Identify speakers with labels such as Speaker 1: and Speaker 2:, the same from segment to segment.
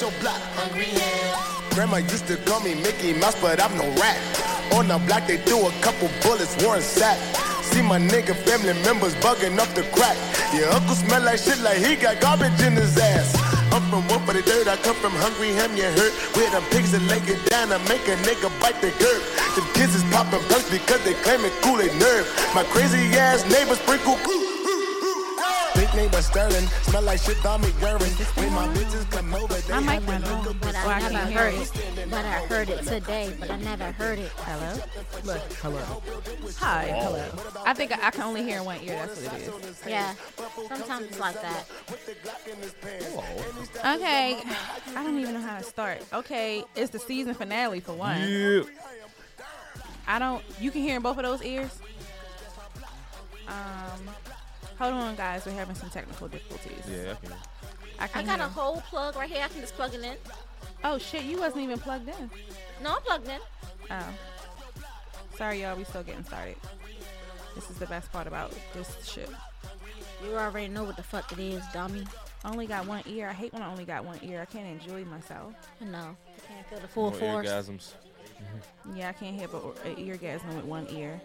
Speaker 1: your block. Hungry hell. Grandma used to call me Mickey Mouse, but I'm no rat. On the block, they threw a couple bullets, Warren sack. See my nigga family members bugging up the crack. Your uncle smell like shit, like he got garbage in his ass. I'm from one for the dirt, I come from hungry ham, you hurt. Where them pigs that lay it down, I make a nigga bite the curb. Them kids is popping punks because they claiming cool they nerve. My crazy ass neighbors sprinkle Big name was stirring, smell like shit on me wearing. When my bitches come over, they
Speaker 2: My mic
Speaker 1: have
Speaker 2: went
Speaker 1: a
Speaker 2: on,
Speaker 1: little
Speaker 2: but
Speaker 3: But
Speaker 2: Well, I
Speaker 3: I never
Speaker 2: can't hear
Speaker 3: heard
Speaker 2: you.
Speaker 3: it. But I heard it today, but I never heard it.
Speaker 2: Hello?
Speaker 4: Look, hello.
Speaker 2: Hi, hello. I think I, I can only hear in one ear. That's what it is.
Speaker 3: Yeah. Sometimes it's like that.
Speaker 2: Okay. I don't even know how to start. Okay. It's the season finale for one.
Speaker 4: Yeah.
Speaker 2: I don't. You can hear in both of those ears. Um, hold on, guys. We're having some technical difficulties.
Speaker 4: Yeah, I can.
Speaker 2: I
Speaker 3: I
Speaker 2: can.
Speaker 3: got a
Speaker 2: hear.
Speaker 3: whole plug right here. I can just plug it in.
Speaker 2: Oh shit! You wasn't even plugged in.
Speaker 3: No, I'm plugged in.
Speaker 2: Oh. Sorry, y'all. We still getting started. This is the best part about this shit.
Speaker 3: You already know what the fuck it is, dummy.
Speaker 2: I only got one ear. I hate when I only got one ear. I can't enjoy myself.
Speaker 3: I know. You can't feel the full
Speaker 4: More
Speaker 3: force.
Speaker 4: orgasms.
Speaker 2: Yeah, I can't hear but an eargasm with one ear.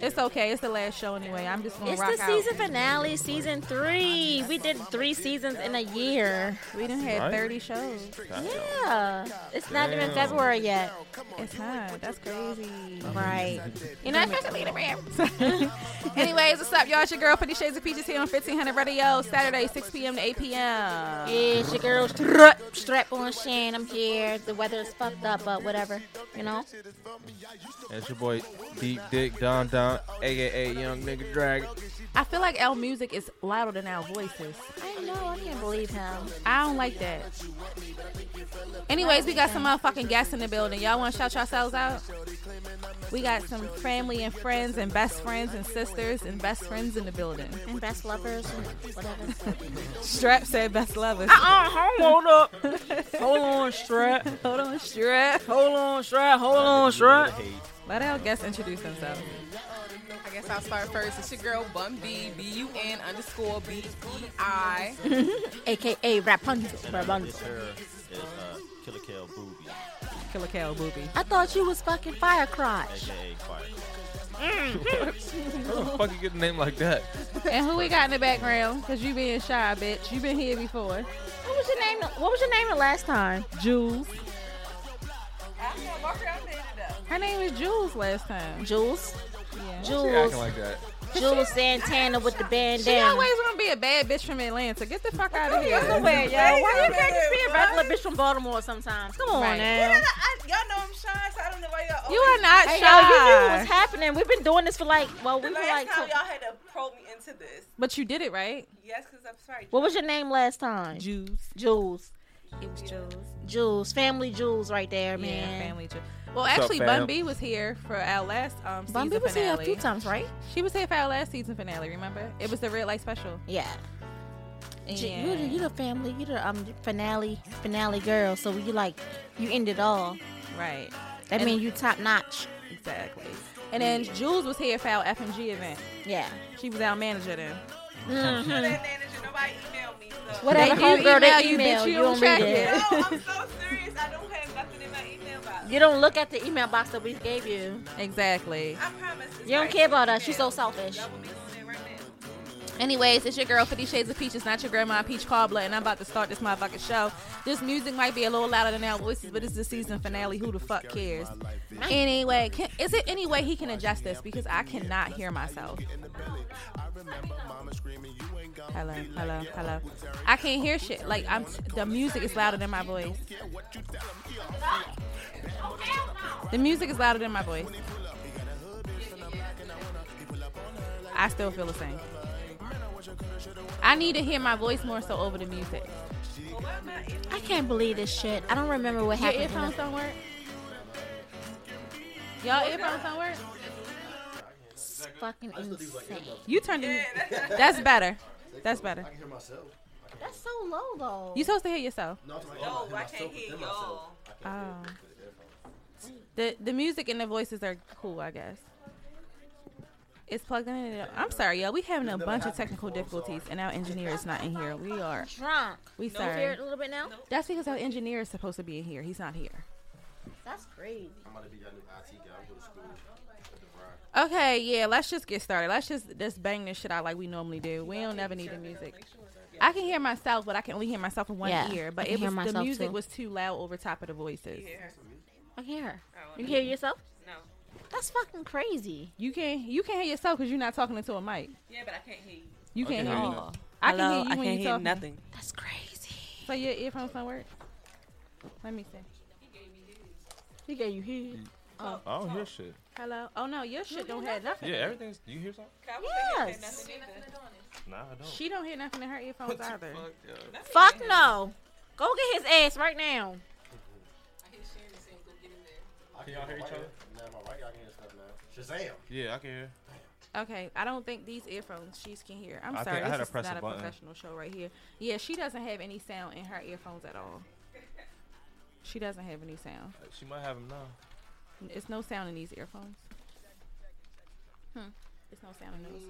Speaker 2: It's okay. It's the last show anyway. I'm just gonna
Speaker 3: It's
Speaker 2: rock
Speaker 3: the
Speaker 2: out.
Speaker 3: season finale, season three. We did three seasons in a year.
Speaker 2: We done had
Speaker 4: Right?
Speaker 2: 30 shows.
Speaker 3: Yeah. It's not even
Speaker 4: Damn.
Speaker 3: February yet.
Speaker 2: It's not. That's crazy.
Speaker 3: Uh-huh. Right.
Speaker 2: You know, especially the Rams. Anyways, what's up, y'all? It's your girl, Pretty Shades of Peaches here on 1500 Radio, Saturday, 6 p.m. to 8 p.m.
Speaker 3: Yeah, it's your girl strap, strap on Shan. I'm here. The weather is fucked up, but whatever. You know?
Speaker 4: That's your boy, Deep Dick Don Don, aka Young Nigga Dragon.
Speaker 2: I feel like L music is louder than our voices.
Speaker 3: I know. I can't believe him.
Speaker 2: I don't like that. Anyways, we got some motherfucking guests in the building. Y'all want to shout yourselves out? We got some family and friends and best friends and sisters and best friends in the building.
Speaker 3: And best lovers and whatever.
Speaker 2: Strap said best lovers.
Speaker 5: Ah, hold up. hold on, strap.
Speaker 2: Hold on, Strap.
Speaker 5: Hold on, strap. Hold on, strap.
Speaker 2: Let our guests introduce themselves.
Speaker 6: I guess I'll start first. It's your girl Bum B B U N underscore B E I.
Speaker 3: AKA Rapunzel. Rapunzel.
Speaker 7: her is uh, Killer Kale Booby,
Speaker 2: Killer Cal Booby.
Speaker 3: I thought you was fucking Firecrotch.
Speaker 7: aka Fire.
Speaker 4: How the fuck you get a name like that?
Speaker 2: And who we got in the background? Cause you being shy, bitch. You been here before.
Speaker 3: What was your name? What was your name the last time?
Speaker 2: Jules. Her name is Jules last time.
Speaker 3: Jules.
Speaker 2: Yeah.
Speaker 4: She acting
Speaker 3: Jules.
Speaker 4: like that.
Speaker 3: Jules Santana with the
Speaker 2: She always
Speaker 3: bandana.
Speaker 2: gonna be a bad bitch from Atlanta. Get the fuck out of here.
Speaker 3: Why you can't just be a regular bitch from Baltimore sometimes? Come on
Speaker 2: Right.
Speaker 3: now.
Speaker 6: y'all know I'm shy, so I don't know why y'all.
Speaker 2: You are not
Speaker 3: Hey, y'all, you knew what
Speaker 2: shy.
Speaker 3: was happening. We've been doing this for like, well, we
Speaker 6: The
Speaker 3: were
Speaker 6: last
Speaker 3: like,
Speaker 6: time y'all had to probe me into this.
Speaker 2: but you did it right.
Speaker 6: Yes, because I'm sorry.
Speaker 3: what was your name last time?
Speaker 2: Jules.
Speaker 3: Jules.
Speaker 2: It was Jules.
Speaker 3: Jules. Family Jules right there,
Speaker 2: Yeah,
Speaker 3: man.
Speaker 2: family Jules. Well,
Speaker 4: up,
Speaker 2: actually,
Speaker 4: fam?
Speaker 2: Bun B was here for our last um season
Speaker 3: Bumby was here
Speaker 2: finale.
Speaker 3: a few times, right?
Speaker 2: She was here for our last season finale. Remember? It was the red light special.
Speaker 3: Yeah.
Speaker 2: And
Speaker 3: J- You, the, you the family, you the um finale finale girl. So you like you end it all.
Speaker 2: right.
Speaker 3: That
Speaker 2: And-
Speaker 3: means you top notch.
Speaker 2: Exactly. And then Jules was here for our FMG event.
Speaker 3: Yeah.
Speaker 2: She was our manager then.
Speaker 6: That manager, nobody emailed me. So.
Speaker 3: Whatever
Speaker 2: They do
Speaker 3: homegirl
Speaker 2: email
Speaker 3: they
Speaker 2: you,
Speaker 3: email,
Speaker 2: bitch, you
Speaker 3: you,
Speaker 2: don't
Speaker 3: don't
Speaker 2: track
Speaker 3: read it.
Speaker 6: No, I'm so serious. I don't have nothing in my email box.
Speaker 3: You don't look at the email box that we gave you.
Speaker 2: Exactly.
Speaker 6: I promise. it's
Speaker 3: You don't
Speaker 6: right
Speaker 3: care
Speaker 6: here in
Speaker 3: about
Speaker 6: the
Speaker 3: us. You're so
Speaker 6: email.
Speaker 3: selfish.
Speaker 6: Y'all will be doing it right now.
Speaker 2: Anyways, it's your girl, 50 Shades of Peach. It's not your grandma, Peach Cobbler, and I'm about to start this motherfucking show. This music might be a little louder than our voices, but it's the season finale. Who the fuck cares? Anyway, can, is it any way he can adjust this? Because I cannot hear myself. Hello, hello, hello. I can't hear shit. Like, I'm the music is louder than my voice. The music is louder than my voice. I still feel the same. I need to hear my voice more so over the music.
Speaker 3: I can't believe this shit. I don't remember what
Speaker 2: Your
Speaker 3: happened. in
Speaker 2: earphones
Speaker 3: the-
Speaker 2: don't work. Y'all earphones don't work.
Speaker 3: It's fucking insane.
Speaker 2: You turned it. That's better. That's better.
Speaker 3: That's so low though.
Speaker 2: You supposed to hear yourself.
Speaker 6: No, Oh, I can't hear y'all.
Speaker 2: Oh. The the music and the voices are cool, I guess. It's plugged in. and it- I'm sorry, y'all. We having a bunch of technical difficulties, and our engineer is not in here. We are.
Speaker 3: Drunk.
Speaker 2: We
Speaker 3: You hear
Speaker 2: sorry.
Speaker 3: it a little bit now?
Speaker 2: That's because our engineer is supposed to be in here. He's not here.
Speaker 3: That's crazy.
Speaker 2: Okay, yeah. Let's just get started. Let's just just bang this shit out like we normally do. We don't never need the music. I can hear myself, but I can only hear myself in one
Speaker 3: Yeah,
Speaker 2: ear.
Speaker 3: I
Speaker 2: But
Speaker 3: can
Speaker 2: it
Speaker 3: hear
Speaker 2: was the
Speaker 3: myself,
Speaker 2: music
Speaker 3: too.
Speaker 2: was too loud over top of the voices.
Speaker 3: I can hear. her.
Speaker 6: Oh,
Speaker 3: You hear yourself?
Speaker 6: No.
Speaker 3: That's fucking crazy.
Speaker 2: You can't you can't hear yourself because you're not talking into a mic.
Speaker 6: Yeah, but I can't hear you.
Speaker 2: You can't
Speaker 4: can hear
Speaker 2: hear. me.
Speaker 4: you.
Speaker 2: I
Speaker 5: Hello,
Speaker 2: can hear you
Speaker 5: I
Speaker 2: when
Speaker 5: can't
Speaker 2: you
Speaker 5: hear
Speaker 2: talk.
Speaker 5: nothing.
Speaker 3: That's crazy.
Speaker 2: So your earphones don't work. Let me see. He gave you his.
Speaker 4: I don't hear shit.
Speaker 2: Hello. Oh no, your shit don't have nothing.
Speaker 4: Yeah, everything's. Do you hear something?
Speaker 3: Yes.
Speaker 4: Nah, I don't.
Speaker 2: She don't hear nothing in her earphones either.
Speaker 4: Fuck, yeah.
Speaker 3: Fuck no. Go get his ass right now.
Speaker 4: Can y'all hear each other? Yeah, I can hear.
Speaker 2: Okay, I don't think these earphones she's can hear. I'm
Speaker 4: I think
Speaker 2: sorry,
Speaker 4: I had
Speaker 2: this
Speaker 4: to
Speaker 2: is
Speaker 4: press
Speaker 2: not
Speaker 4: a
Speaker 2: a
Speaker 4: button.
Speaker 2: professional show right here. Yeah, she doesn't have any sound in her earphones at all. She doesn't have any sound.
Speaker 4: She might have him now.
Speaker 2: It's no sound in these earphones. Hmm. It's no sound in those.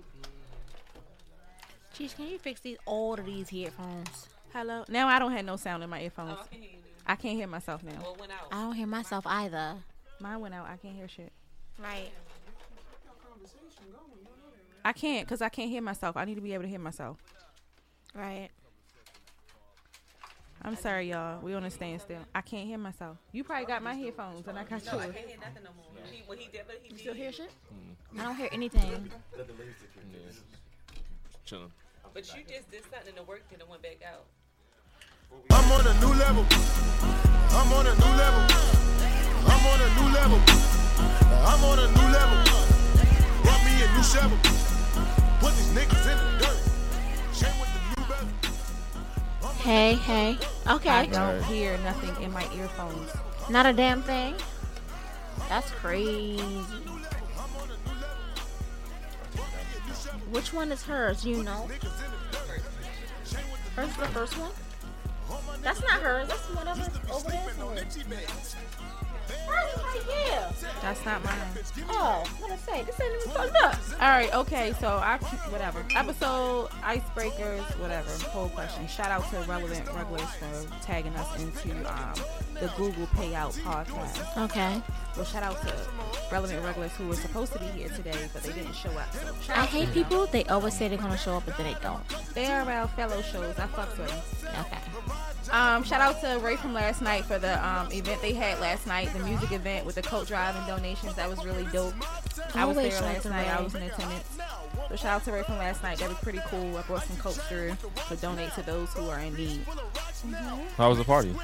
Speaker 3: Jeez, can you fix these all of these headphones?
Speaker 2: Hello. Now I don't have no sound in my earphones.
Speaker 6: Oh, I can hear you. now.
Speaker 2: I can't hear myself now.
Speaker 6: Well, it went out.
Speaker 3: I don't hear myself either.
Speaker 2: Mine went out. I can't hear shit.
Speaker 3: Right.
Speaker 2: I can't because I can't hear myself. I need to be able to hear myself.
Speaker 3: Right.
Speaker 2: I'm sorry, y'all. We on a standstill. I can't hear myself. You probably got my headphones and I got yours.
Speaker 6: Can't hear nothing no more. He, well, he did, but he
Speaker 3: Still
Speaker 6: did.
Speaker 3: hear shit? I don't hear anything.
Speaker 4: Chilling.
Speaker 6: But you just did something and it worked and it went back out.
Speaker 1: I'm on a new level. I'm on a new level. I'm on a new level. I'm on a new level. Brought me a new shovel. Put these niggas in the dirt. Shame with the new bevel.
Speaker 3: Hey, hey.
Speaker 2: I
Speaker 3: Okay.
Speaker 2: don't hear nothing in my earphones.
Speaker 3: Not a damn thing. That's crazy. Which one is hers? You know. Hers the first one. That's not hers. That's whatever over there. somewhere. Hers is right here.
Speaker 2: That's not mine.
Speaker 3: Oh, what I say? This ain't even fucked up.
Speaker 2: All right, okay, so I whatever episode icebreakers, whatever poll question. Shout out to relevant regulars for tagging us into um, the Google Payout podcast.
Speaker 3: Okay.
Speaker 2: Well, shout out to relevant regulars who were supposed to be here today, but they didn't show up. So shout
Speaker 3: I
Speaker 2: out to
Speaker 3: hate
Speaker 2: them.
Speaker 3: people. They always say they're gonna show up, but then they don't.
Speaker 2: They are our fellow shows. I fucks with 'em.
Speaker 3: Okay.
Speaker 2: Um, shout out to Ray from last night for the um, event they had last night, the music event with the coat drive and donations. That was really dope. I was there
Speaker 3: Always shout out
Speaker 2: last
Speaker 3: to
Speaker 2: night. I
Speaker 3: Ray.
Speaker 2: was in attendance. So shout out to Ray from last night. That was pretty cool. I brought some coats through to donate to those who are in need.
Speaker 4: How was the party?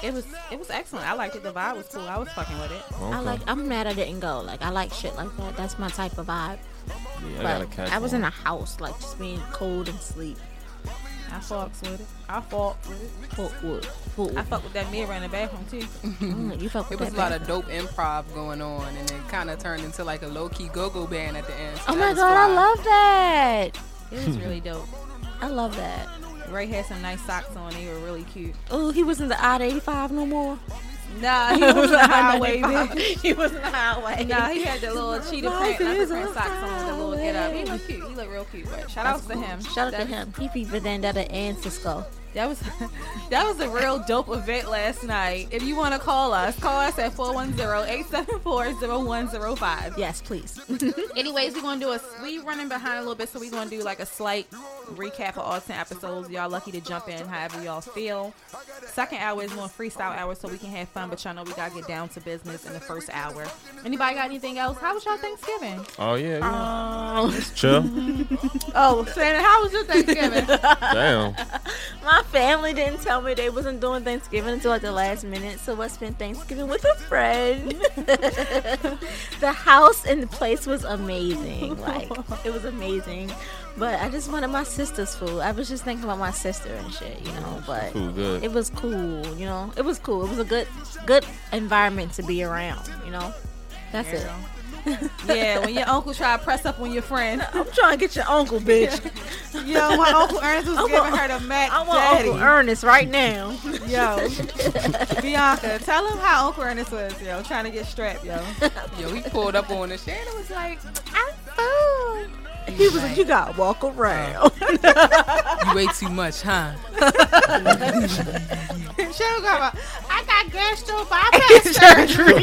Speaker 2: It was it was excellent. I liked it. The vibe was cool. I was fucking with it.
Speaker 4: Okay.
Speaker 3: I like. I'm mad I didn't go. Like I like shit like that. That's my type of vibe.
Speaker 4: Yeah, I gotta
Speaker 3: But
Speaker 4: catch
Speaker 3: I was in
Speaker 4: one.
Speaker 3: a house, like just being cold and sleep.
Speaker 2: I fucks with it. I fucked with it.
Speaker 3: Footwood. Footwood.
Speaker 2: I fucked with that mirror in the bathroom too.
Speaker 3: Mm, you fuck
Speaker 6: It
Speaker 3: with
Speaker 6: was a
Speaker 3: that
Speaker 6: lot
Speaker 3: bad.
Speaker 6: of dope improv going on, and it kind of turned into like a low key go go band at the end. so
Speaker 3: Oh
Speaker 6: that
Speaker 3: my
Speaker 6: was
Speaker 3: god, I
Speaker 6: fly.
Speaker 3: love that.
Speaker 2: It was really dope.
Speaker 3: I love that.
Speaker 2: Ray had some nice socks on. They were really cute.
Speaker 3: Oh, he wasn't the odd 85 no more.
Speaker 2: Nah, he was the highway. bitch.
Speaker 3: he was in the highway.
Speaker 2: Nah, he had the little cheetah print,
Speaker 3: Life
Speaker 2: leopard
Speaker 3: is
Speaker 2: print
Speaker 3: a
Speaker 2: socks on with the little get up. He
Speaker 3: highway.
Speaker 2: looked cute. He looked real cute. But shout outs to him.
Speaker 3: Shout out
Speaker 2: That-
Speaker 3: to him. He beat Vendetta and Cisco.
Speaker 2: That was that was a real dope event last night. If you want to call us, call us at 410-874-0105.
Speaker 3: Yes, please.
Speaker 2: Anyways, we're gonna do a we running behind a little bit, so we're gonna do like a slight recap of all ten episodes. Y'all lucky to jump in however y'all feel. Second hour is more freestyle hour, so we can have fun, but y'all know we gotta get down to business in the first hour. Anybody got anything else? How was y'all Thanksgiving?
Speaker 4: Oh yeah. yeah. It's chill.
Speaker 2: Oh, Shannon, how was your Thanksgiving?
Speaker 4: Damn.
Speaker 3: My family didn't tell me they wasn't doing Thanksgiving until at the last minute, so I spent Thanksgiving with a friend. the house and the place was amazing. Like it was amazing. But I just wanted my sister's food. I was just thinking about my sister and shit, you know. But
Speaker 4: Cool. Good.
Speaker 3: it was cool, you know. It was cool. It was a good good environment to be around, you know. That's it.
Speaker 2: yeah, when your uncle try to press up on your friend.
Speaker 3: I'm trying to get your uncle, bitch.
Speaker 2: Yo, my uncle Ernest was giving her the Mac
Speaker 3: I want
Speaker 2: Daddy.
Speaker 3: Uncle Ernest right now.
Speaker 2: yo, Bianca, tell him how Uncle Ernest was. Yo, trying to get strapped. Yo,
Speaker 6: Yo, we pulled up on the Shannon was like,
Speaker 3: I'm oh. He was like, you gotta walk around.
Speaker 6: You weigh too much, huh? Cheryl got a- I got gastrobioplasty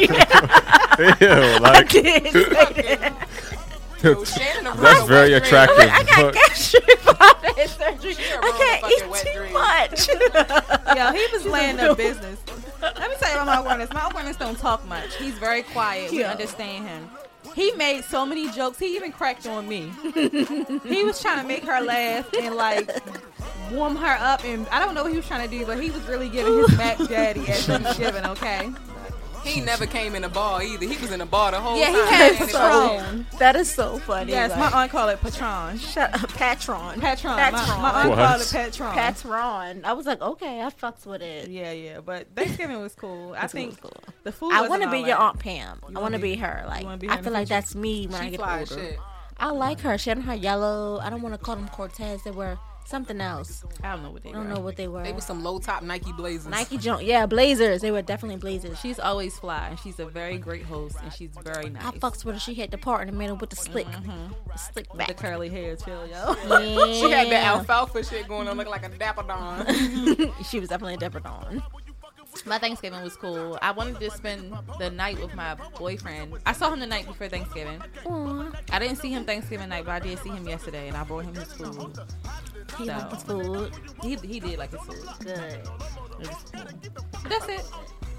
Speaker 6: surgery.
Speaker 8: Ew, like
Speaker 3: Did say that.
Speaker 8: that's very attractive.
Speaker 3: I got
Speaker 8: Fuck.
Speaker 3: gastric bypass surgery.
Speaker 6: a real
Speaker 3: I
Speaker 6: fucking
Speaker 3: can't eat
Speaker 6: wet
Speaker 3: too
Speaker 6: dream.
Speaker 3: much.
Speaker 2: Yo, he was laying up business. Let me tell you about my awareness. My awareness don't talk much. He's very quiet. We
Speaker 3: Yeah.
Speaker 2: understand him. He made so many jokes. He even cracked on me. he was trying to make her laugh and like warm her up. And I don't know what he was trying to do, but he was really giving his back daddy at Thanksgiving. Okay.
Speaker 6: He never came in a bar either. He was in a bar the whole
Speaker 2: Yeah,
Speaker 6: time.
Speaker 2: he had
Speaker 6: And it was-
Speaker 2: Patron.
Speaker 3: that is so funny.
Speaker 2: Yes, my
Speaker 3: like,
Speaker 2: aunt called it Patron.
Speaker 3: shut up, Patron.
Speaker 2: Patron. My, my aunt
Speaker 8: What?
Speaker 2: called it Patron.
Speaker 3: Patron. I was like, okay, I fucks with it.
Speaker 2: Yeah, yeah. But Thanksgiving was cool. I
Speaker 3: Thanksgiving
Speaker 2: think
Speaker 3: was cool.
Speaker 2: the food.
Speaker 3: I
Speaker 2: want to
Speaker 3: be your aunt Pam. I want
Speaker 2: wanna
Speaker 3: to be
Speaker 2: be-
Speaker 3: her. Like
Speaker 2: wanna be her
Speaker 3: I
Speaker 2: in
Speaker 3: feel
Speaker 2: the
Speaker 3: like that's me when I
Speaker 6: She
Speaker 3: get
Speaker 6: fly
Speaker 3: older.
Speaker 6: as shit.
Speaker 3: I like her. She had her yellow. I don't want to call them Cortez. They were something else.
Speaker 2: I don't know what they.
Speaker 3: I don't
Speaker 2: were.
Speaker 3: know what they were.
Speaker 6: They was some low top Nike blazers.
Speaker 3: Nike jump. Yeah, blazers. They were definitely blazers.
Speaker 2: She's always fly, and she's a very great host, and she's very nice.
Speaker 3: I fucks with her. She hit the part in the middle with the slick, slick
Speaker 2: the
Speaker 3: back.
Speaker 2: curly hair too, yo.
Speaker 3: Yeah.
Speaker 6: She had that alfalfa shit going on, looking like a dapper don.
Speaker 3: she was definitely a dapper dawn.
Speaker 2: My Thanksgiving was cool. I wanted to spend the night with my boyfriend. I saw him the night before Thanksgiving.
Speaker 3: Aw,
Speaker 2: I didn't see him Thanksgiving night, but I did see him yesterday, and I brought him his food.
Speaker 3: He
Speaker 2: So.
Speaker 3: liked his food.
Speaker 2: He he did like his food.
Speaker 3: Good.
Speaker 2: It was cool. But that's it.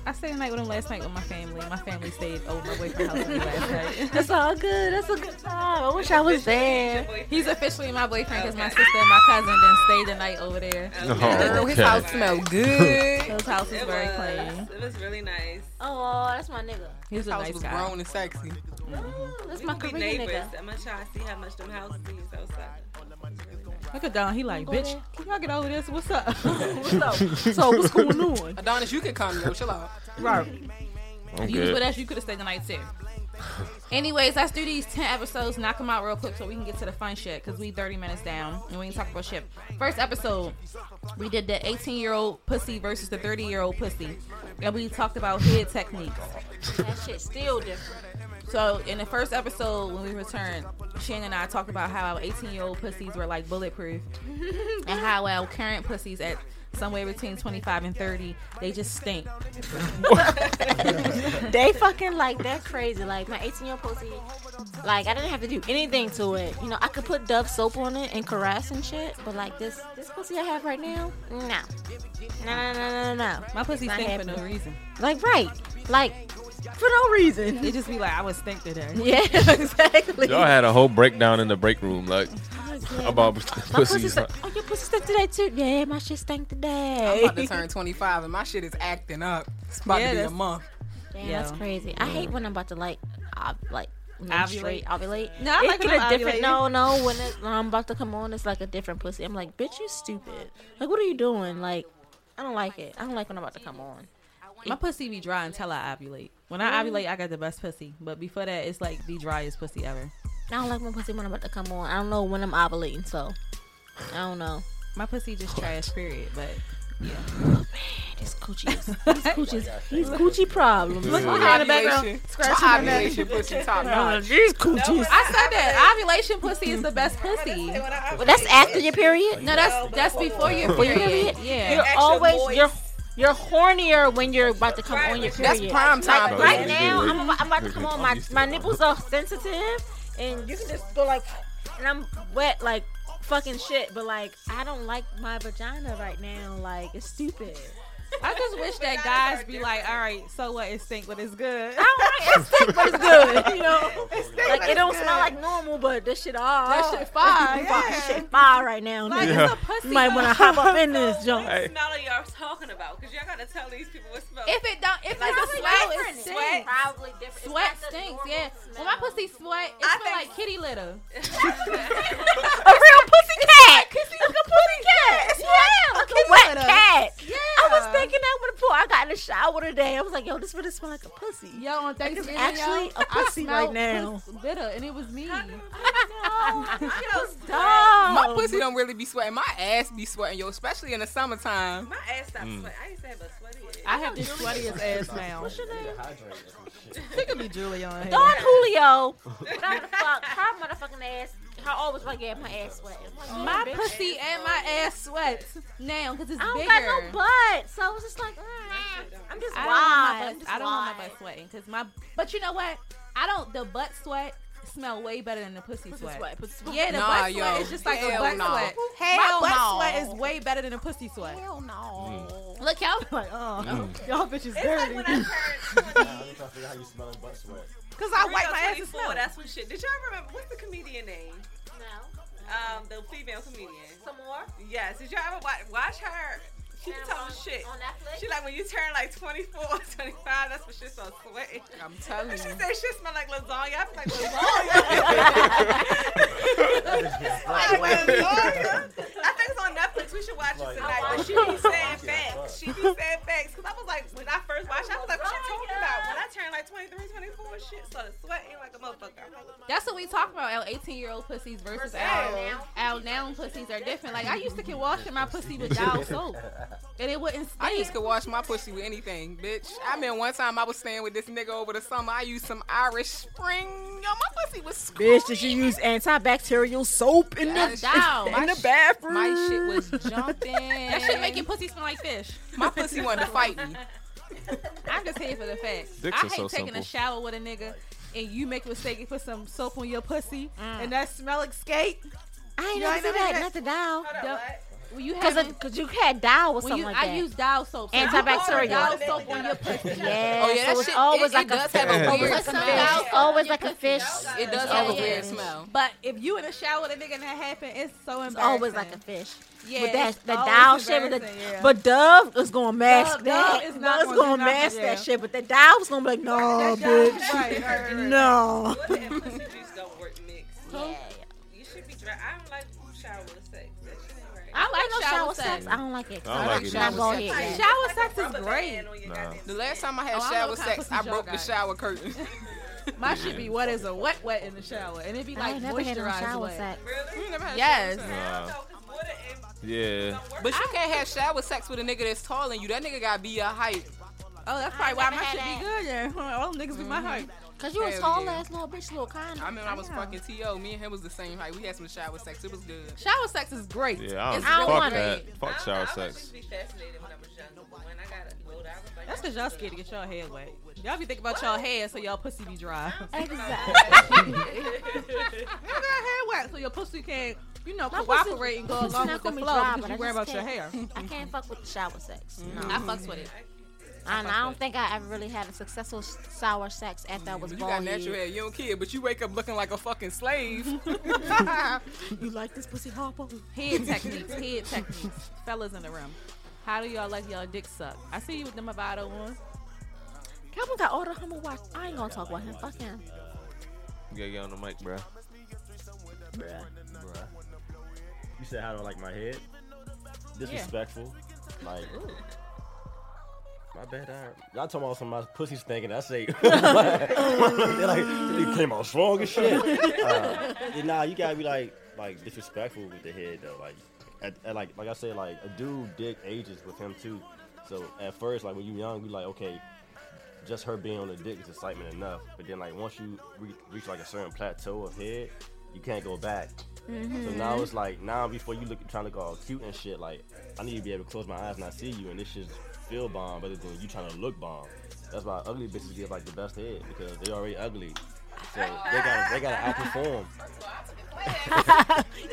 Speaker 2: I stayed the night with him last night with my family. My family stayed over my boyfriend's house with me last night.
Speaker 3: That's all good. That's a good time. I wish I was there.
Speaker 2: He's officially my boyfriend because my sister and my cousin then stayed the night over there.
Speaker 6: Girl,
Speaker 8: Oh,
Speaker 6: his
Speaker 8: okay.
Speaker 6: house smelled good.
Speaker 2: His house was very clean.
Speaker 9: It was really nice.
Speaker 3: Oh, that's my nigga.
Speaker 2: He was
Speaker 6: His
Speaker 2: a
Speaker 6: house
Speaker 2: nice
Speaker 6: was
Speaker 2: guy.
Speaker 6: grown and sexy.
Speaker 3: That's
Speaker 9: We
Speaker 3: my
Speaker 9: could be
Speaker 3: Korean
Speaker 9: neighbors.
Speaker 3: nigga.
Speaker 9: I'm gonna try to see how much them houses is outside. It's really nice.
Speaker 2: Look at Don. He like,
Speaker 3: Wanna go
Speaker 2: bitch,
Speaker 3: there?
Speaker 2: can y'all get over this? What's up?
Speaker 3: What's up? So what's going on?
Speaker 6: Adonis, you could come though. Chill out.
Speaker 2: right.
Speaker 8: I'm
Speaker 2: If you was with
Speaker 8: good.
Speaker 2: us, you could have stayed the night too. Anyways, let's do these 10 episodes, knock them out real quick so we can get to the fun shit because we 30 minutes down and we can talk about shit. First episode, we did the 18 year old pussy versus the 30 year old pussy. And we talked about head techniques.
Speaker 3: That shit still different.
Speaker 2: So in the first episode when we returned, Shannon and I talked about how our 18 year old pussies were like bulletproof, and how our current pussies at somewhere between 25 and 30 they just stink.
Speaker 3: They fucking like that's crazy. Like my 18 year old pussy, like I didn't have to do anything to it. You know, I could put Dove soap on it and caress and shit, but like this this pussy I have right now, no, no, no, no, no, no.
Speaker 2: My pussy
Speaker 3: Not
Speaker 2: stink for no
Speaker 3: happening.
Speaker 2: reason.
Speaker 3: Like right, like for no reason.
Speaker 2: They just be like I was stink today.
Speaker 3: Yeah, exactly.
Speaker 8: Y'all had a whole breakdown in the break room, like
Speaker 3: Yeah,
Speaker 8: about
Speaker 3: my pussy
Speaker 8: pussies.
Speaker 3: stank. Oh, your pussy stank today too. Yeah, my shit stank
Speaker 6: I'm
Speaker 3: today.
Speaker 6: about to turn 25 and my shit is acting up. It's about
Speaker 2: Yeah,
Speaker 6: to be a
Speaker 2: that's-
Speaker 6: month.
Speaker 3: Damn,
Speaker 2: Yeah.
Speaker 3: that's crazy. I hate when I'm about to like, ob- like
Speaker 2: Ovulate?
Speaker 3: ovulate, ovulate.
Speaker 2: No, I
Speaker 3: It
Speaker 2: like
Speaker 3: get
Speaker 2: when
Speaker 3: a
Speaker 2: I'm ovulating.
Speaker 3: different. No, no, when, it, when I'm about to come on, it's like a different pussy. I'm like, bitch, you stupid. Like, what are you doing? Like, I don't like it. I don't like when I'm about to come on.
Speaker 2: My pussy be dry until I ovulate. When I ovulate, I got the best pussy. But before that, it's like the driest pussy ever.
Speaker 3: I don't like my pussy when I'm about to come on. I don't know when I'm ovulating, so I don't know.
Speaker 2: My pussy just trash. Period. But
Speaker 3: This coochie, is, these coochies, these coochie problems. Look
Speaker 6: My
Speaker 2: the background,
Speaker 6: ovulation, my ovulation pussy top notch.
Speaker 3: these coochies.
Speaker 2: I said that ovulation pussy is the best pussy.
Speaker 3: Well, that's after your period.
Speaker 2: No, that's that's before your period. Yeah.
Speaker 3: You're
Speaker 9: Extra
Speaker 3: always
Speaker 9: moist.
Speaker 3: you're you're hornier when you're about to come on your period.
Speaker 6: That's prime time.
Speaker 8: Like,
Speaker 3: Right
Speaker 8: Yeah,
Speaker 3: now,
Speaker 8: yeah.
Speaker 3: I'm about, I'm about to come on. My my nipples are sensitive, and you can just go like, and I'm wet like fucking shit. But like, I don't like my vagina right now. Like, it's stupid.
Speaker 2: I just wish that guys be like, all right, so what? It stink, but it's good.
Speaker 3: I don't like it, stink, but it's good. You know, like it don't smell like normal, but this shit all
Speaker 2: That shit fine, yeah.
Speaker 3: shit fire right now.
Speaker 2: Like it's
Speaker 3: nigga.
Speaker 2: a pussy.
Speaker 3: You might want to
Speaker 2: though.
Speaker 3: hop up in this junk.
Speaker 8: Hey,
Speaker 9: smell are y'all talking about? Cause y'all gotta tell these people what smell.
Speaker 2: If it don't, if it's a smell, it
Speaker 3: It's
Speaker 2: stinks.
Speaker 3: sweat, probably different. It's
Speaker 2: Sweat
Speaker 3: not the
Speaker 2: stinks,
Speaker 3: normal
Speaker 2: yeah.
Speaker 3: smell.
Speaker 2: When my pussy sweat, it
Speaker 9: I
Speaker 2: smell
Speaker 9: think-
Speaker 2: like kitty litter.
Speaker 3: a real pussy cat. Like a pussy cat. yeah, like a wet
Speaker 2: litter.
Speaker 3: cat.
Speaker 2: Yeah.
Speaker 3: I was thinking that when the pool. I got in the shower today. I was like, yo, this really smell like a pussy.
Speaker 2: Yo, on Thanksgiving,
Speaker 3: actually
Speaker 2: yo,
Speaker 3: a pussy
Speaker 2: I smelled
Speaker 3: right now.
Speaker 2: puss Litter, and it was me.
Speaker 6: My
Speaker 3: Dog.
Speaker 6: pussy don't really be sweating. My ass be sweating, yo, especially in the summertime.
Speaker 9: My ass stopped sweating. I used to have a sweaty ass.
Speaker 2: I have the sweatiest ass now. Particularly Julian. here.
Speaker 3: Don Julio. Whatever the fuck. Her motherfucking ass. Her always like getting my ass sweat.
Speaker 2: My pussy and my ass sweats now because it's
Speaker 3: I don't
Speaker 2: bigger.
Speaker 3: got no butt, so it's just like mm, I'm just
Speaker 2: I
Speaker 3: wide.
Speaker 2: don't want my butt, I don't want my butt sweating because my. But you know what? I don't. The butt sweat smell way better than the pussy, sweat. Yeah, the
Speaker 6: Nah,
Speaker 2: butt
Speaker 6: yo.
Speaker 2: sweat is just like a
Speaker 6: Hell
Speaker 2: butt
Speaker 6: no.
Speaker 2: sweat.
Speaker 6: Hell
Speaker 2: my butt
Speaker 6: no.
Speaker 2: sweat is way better than a pussy sweat.
Speaker 6: Hell no.
Speaker 2: Mm. Look, y'all be like, oh, y'all bitches
Speaker 9: It's like
Speaker 2: dirty.
Speaker 9: when I turned 20.
Speaker 2: Because I wipe my ass and
Speaker 9: 24,
Speaker 2: smell.
Speaker 9: That's when shit. Did y'all remember? What's the comedian name?
Speaker 3: No.
Speaker 9: Um, the female comedian.
Speaker 3: Some more.
Speaker 9: Yes. Did y'all ever watch, watch her? She be
Speaker 3: Now
Speaker 9: talking
Speaker 3: on-
Speaker 9: shit.
Speaker 3: on Netflix?
Speaker 9: She like when you turn like 24, 25, that's when shit starts sweating.
Speaker 6: I'm telling
Speaker 9: She
Speaker 6: you.
Speaker 9: said shit smell like lasagna. I was like lasagna. like lasagna. I think it's on Netflix. We should watch it tonight. But she be saying facts. She be saying facts. Cause I was like, when I first watched, it, I was like, what you talking about? When I turned like 23, 24, shit started sweating like a motherfucker. I'm like,
Speaker 2: That's what we talk about. Our 18 year old pussies versus our, our noun pussies are different. Like, I used to get washing my pussy with Dial soap, and it wouldn't stink.
Speaker 6: I used to wash my pussy with anything, bitch. I mean, one time I was staying with this nigga over the summer. I used some Irish Spring. Yo, my pussy was
Speaker 5: Bitch, did you use antibacterial soap in
Speaker 2: Dial.
Speaker 5: the
Speaker 2: My
Speaker 5: in the
Speaker 2: sh-
Speaker 5: bathroom?
Speaker 6: My shit was jumping.
Speaker 2: That shit make your pussy smell like fish.
Speaker 6: my pussy wanted to fight me.
Speaker 2: I'm just here for the facts.
Speaker 8: Dicks
Speaker 2: I
Speaker 8: are
Speaker 2: hate
Speaker 8: so
Speaker 2: taking
Speaker 8: simple.
Speaker 2: a shower with a nigga and you make a mistake and put some soap on your pussy and that smell escape.
Speaker 3: I ain't
Speaker 2: Y'all
Speaker 3: never
Speaker 2: ain't
Speaker 3: see
Speaker 2: never
Speaker 3: that.
Speaker 2: had-
Speaker 3: Not the dial.
Speaker 9: Hold
Speaker 2: Yup.
Speaker 9: up, what?
Speaker 2: Well, you
Speaker 3: Cause,
Speaker 2: have
Speaker 3: of- cause you had dial or
Speaker 2: when
Speaker 3: something
Speaker 2: you,
Speaker 3: like
Speaker 2: I
Speaker 3: that.
Speaker 2: use Dial soap. So if you put
Speaker 3: Antibacterial.
Speaker 2: Dial soap on your pussy.
Speaker 3: yeah,
Speaker 6: Oh, yeah, that
Speaker 3: so it's
Speaker 6: shit-
Speaker 3: always
Speaker 6: it-
Speaker 3: like
Speaker 6: it
Speaker 3: a
Speaker 6: does have a
Speaker 3: fish.
Speaker 6: weird
Speaker 3: It's
Speaker 2: smell.
Speaker 3: always
Speaker 2: Yeah.
Speaker 3: always like a fish.
Speaker 6: It does
Speaker 3: It's
Speaker 6: have a
Speaker 3: always-
Speaker 6: weird smell.
Speaker 2: But if you in the shower with a nigga and that happen, it's so embarrassing.
Speaker 3: It's always like a fish.
Speaker 2: yeah,
Speaker 3: With that
Speaker 2: it's
Speaker 3: the
Speaker 2: always
Speaker 3: dial shit with the
Speaker 2: embarrassing, yeah.
Speaker 3: but Dove is gonna mask
Speaker 2: Dove
Speaker 3: that.
Speaker 2: is
Speaker 3: Dove
Speaker 2: not
Speaker 3: gonna,
Speaker 2: gonna do nothing,
Speaker 3: mask
Speaker 2: yeah.
Speaker 3: that shit, but the dial was gonna be like, no, bitch,
Speaker 2: right, right, right.
Speaker 3: no.
Speaker 9: Blood and pussy juice don't work mixed. You should be dry. I don't like shower with sex. That shit ain't right.
Speaker 2: I like
Speaker 3: No
Speaker 2: shower,
Speaker 3: shower
Speaker 2: sex.
Speaker 3: sex. I don't like it.
Speaker 8: I don't like it
Speaker 3: Not
Speaker 8: either.
Speaker 3: go ahead.
Speaker 2: Shower sex is
Speaker 9: Rubber
Speaker 2: great.
Speaker 9: band on your
Speaker 8: Nah.
Speaker 9: goddamn
Speaker 6: The last time I had
Speaker 2: Oh, I don't know
Speaker 6: shower
Speaker 2: what kind of
Speaker 6: sex,
Speaker 2: pussies
Speaker 6: I
Speaker 2: y'all
Speaker 6: broke the
Speaker 2: got.
Speaker 6: shower curtain.
Speaker 2: My shit be wet as a wet wet in the shower, and it be
Speaker 3: I
Speaker 2: like
Speaker 3: ain't never had no
Speaker 2: moisturized
Speaker 3: shower
Speaker 2: wet.
Speaker 3: sex.
Speaker 9: Really?
Speaker 6: You never had
Speaker 2: Yes.
Speaker 6: shower sex.
Speaker 9: Hell
Speaker 8: Nah.
Speaker 9: no, 'cause water and
Speaker 8: Yeah.
Speaker 9: don't work.
Speaker 6: But you can't have shower sex with a nigga that's taller than you. That nigga gotta be your height.
Speaker 2: Oh, that's probably why
Speaker 3: never
Speaker 2: my
Speaker 3: had Mm-hmm.
Speaker 2: shit be good. Yeah, all niggas be my height.
Speaker 3: Cause you a
Speaker 6: Hell
Speaker 3: tall
Speaker 6: yeah.
Speaker 3: ass little bitch, little kind.
Speaker 6: I remember I was
Speaker 2: know.
Speaker 6: fucking T.O. Me and him was the same height. We had some shower sex. It was good.
Speaker 2: Shower sex is great.
Speaker 8: Yeah, I don't,
Speaker 2: It's
Speaker 3: I don't
Speaker 8: fuck
Speaker 3: want
Speaker 8: that.
Speaker 3: it.
Speaker 8: Fuck
Speaker 9: I
Speaker 8: shower
Speaker 9: don't know, I
Speaker 8: sex.
Speaker 9: was just be fascinated when I was younger. but When I got older, I was like,
Speaker 2: That's because y'all scared to get y'all head wet. Y'all be thinking about y'all head so y'all pussy be dry. y'all
Speaker 3: Exactly.
Speaker 2: got head wet so your pussy can, you know,
Speaker 3: My pussy-
Speaker 2: cooperate and go
Speaker 3: pussy
Speaker 2: along
Speaker 3: not
Speaker 2: with the
Speaker 3: gonna
Speaker 2: flow
Speaker 3: be dry,
Speaker 2: because
Speaker 3: but
Speaker 2: you
Speaker 3: I
Speaker 2: worry about
Speaker 3: just
Speaker 2: your hair. Mm-hmm.
Speaker 3: can't- I can't fuck with the shower sex. No.
Speaker 2: I fucks with it.
Speaker 3: And I don't think I ever really had a successful s- sour sex after I was
Speaker 6: Mm, You got
Speaker 3: born. yet.
Speaker 6: natural hair, you don't care, but you wake up looking like a fucking slave.
Speaker 3: You like this pussy hopper?
Speaker 2: Head techniques, head techniques. Fellas in the room, how do y'all like y'all dick suck? I see you with the Movado one.
Speaker 3: Calvin got all the humble watch. I ain't gonna talk about him. Fuck him.
Speaker 4: You gotta get on the mic, bro.
Speaker 7: Bruh. You said how do I like my head? Disrespectful. Like my bad. I, y'all talking about some of my pussy stinking. I say they like they came out strong as shit. Uh, yeah, nah, you gotta be like like disrespectful with the head though. Like at, at like like I said, like a dude dick ages with him too. So at first, like when you young, you like okay. Just her being on the dick is excitement enough, but then like once you re- reach like a certain plateau of head, you can't go back. So now it's like now before you look trying to look all cute and shit, like I need to be able to close my eyes and I see you and this shit feel bomb rather than you trying to look bomb. That's why ugly bitches get like the best head because they already ugly. So they gotta they gotta outperform.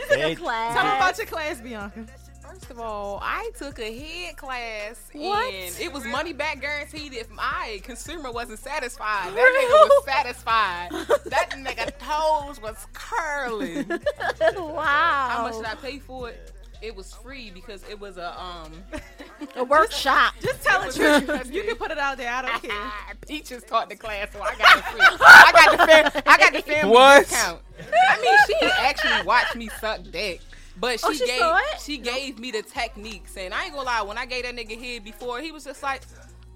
Speaker 7: They-
Speaker 2: Tell me
Speaker 3: Class.
Speaker 2: about your class, Bianca.
Speaker 6: First of all, I took a head class
Speaker 3: What?
Speaker 6: and it was money back guaranteed if my consumer wasn't satisfied. That nigga was satisfied. That nigga toes was curling.
Speaker 3: wow.
Speaker 6: How much did I pay for it? It was free because it was a um
Speaker 3: A workshop.
Speaker 2: Just tell the truth. You can put it out there. I don't care.
Speaker 6: Peaches taught the class, so I got it free. I got the fam- I got the family
Speaker 4: What?
Speaker 6: discount. I mean, she didn't actually watched me suck dick, but she,
Speaker 3: Oh, she
Speaker 6: gave
Speaker 3: saw it?
Speaker 6: she gave me the techniques, and I ain't gonna lie. When I gave that nigga head before, he was just like,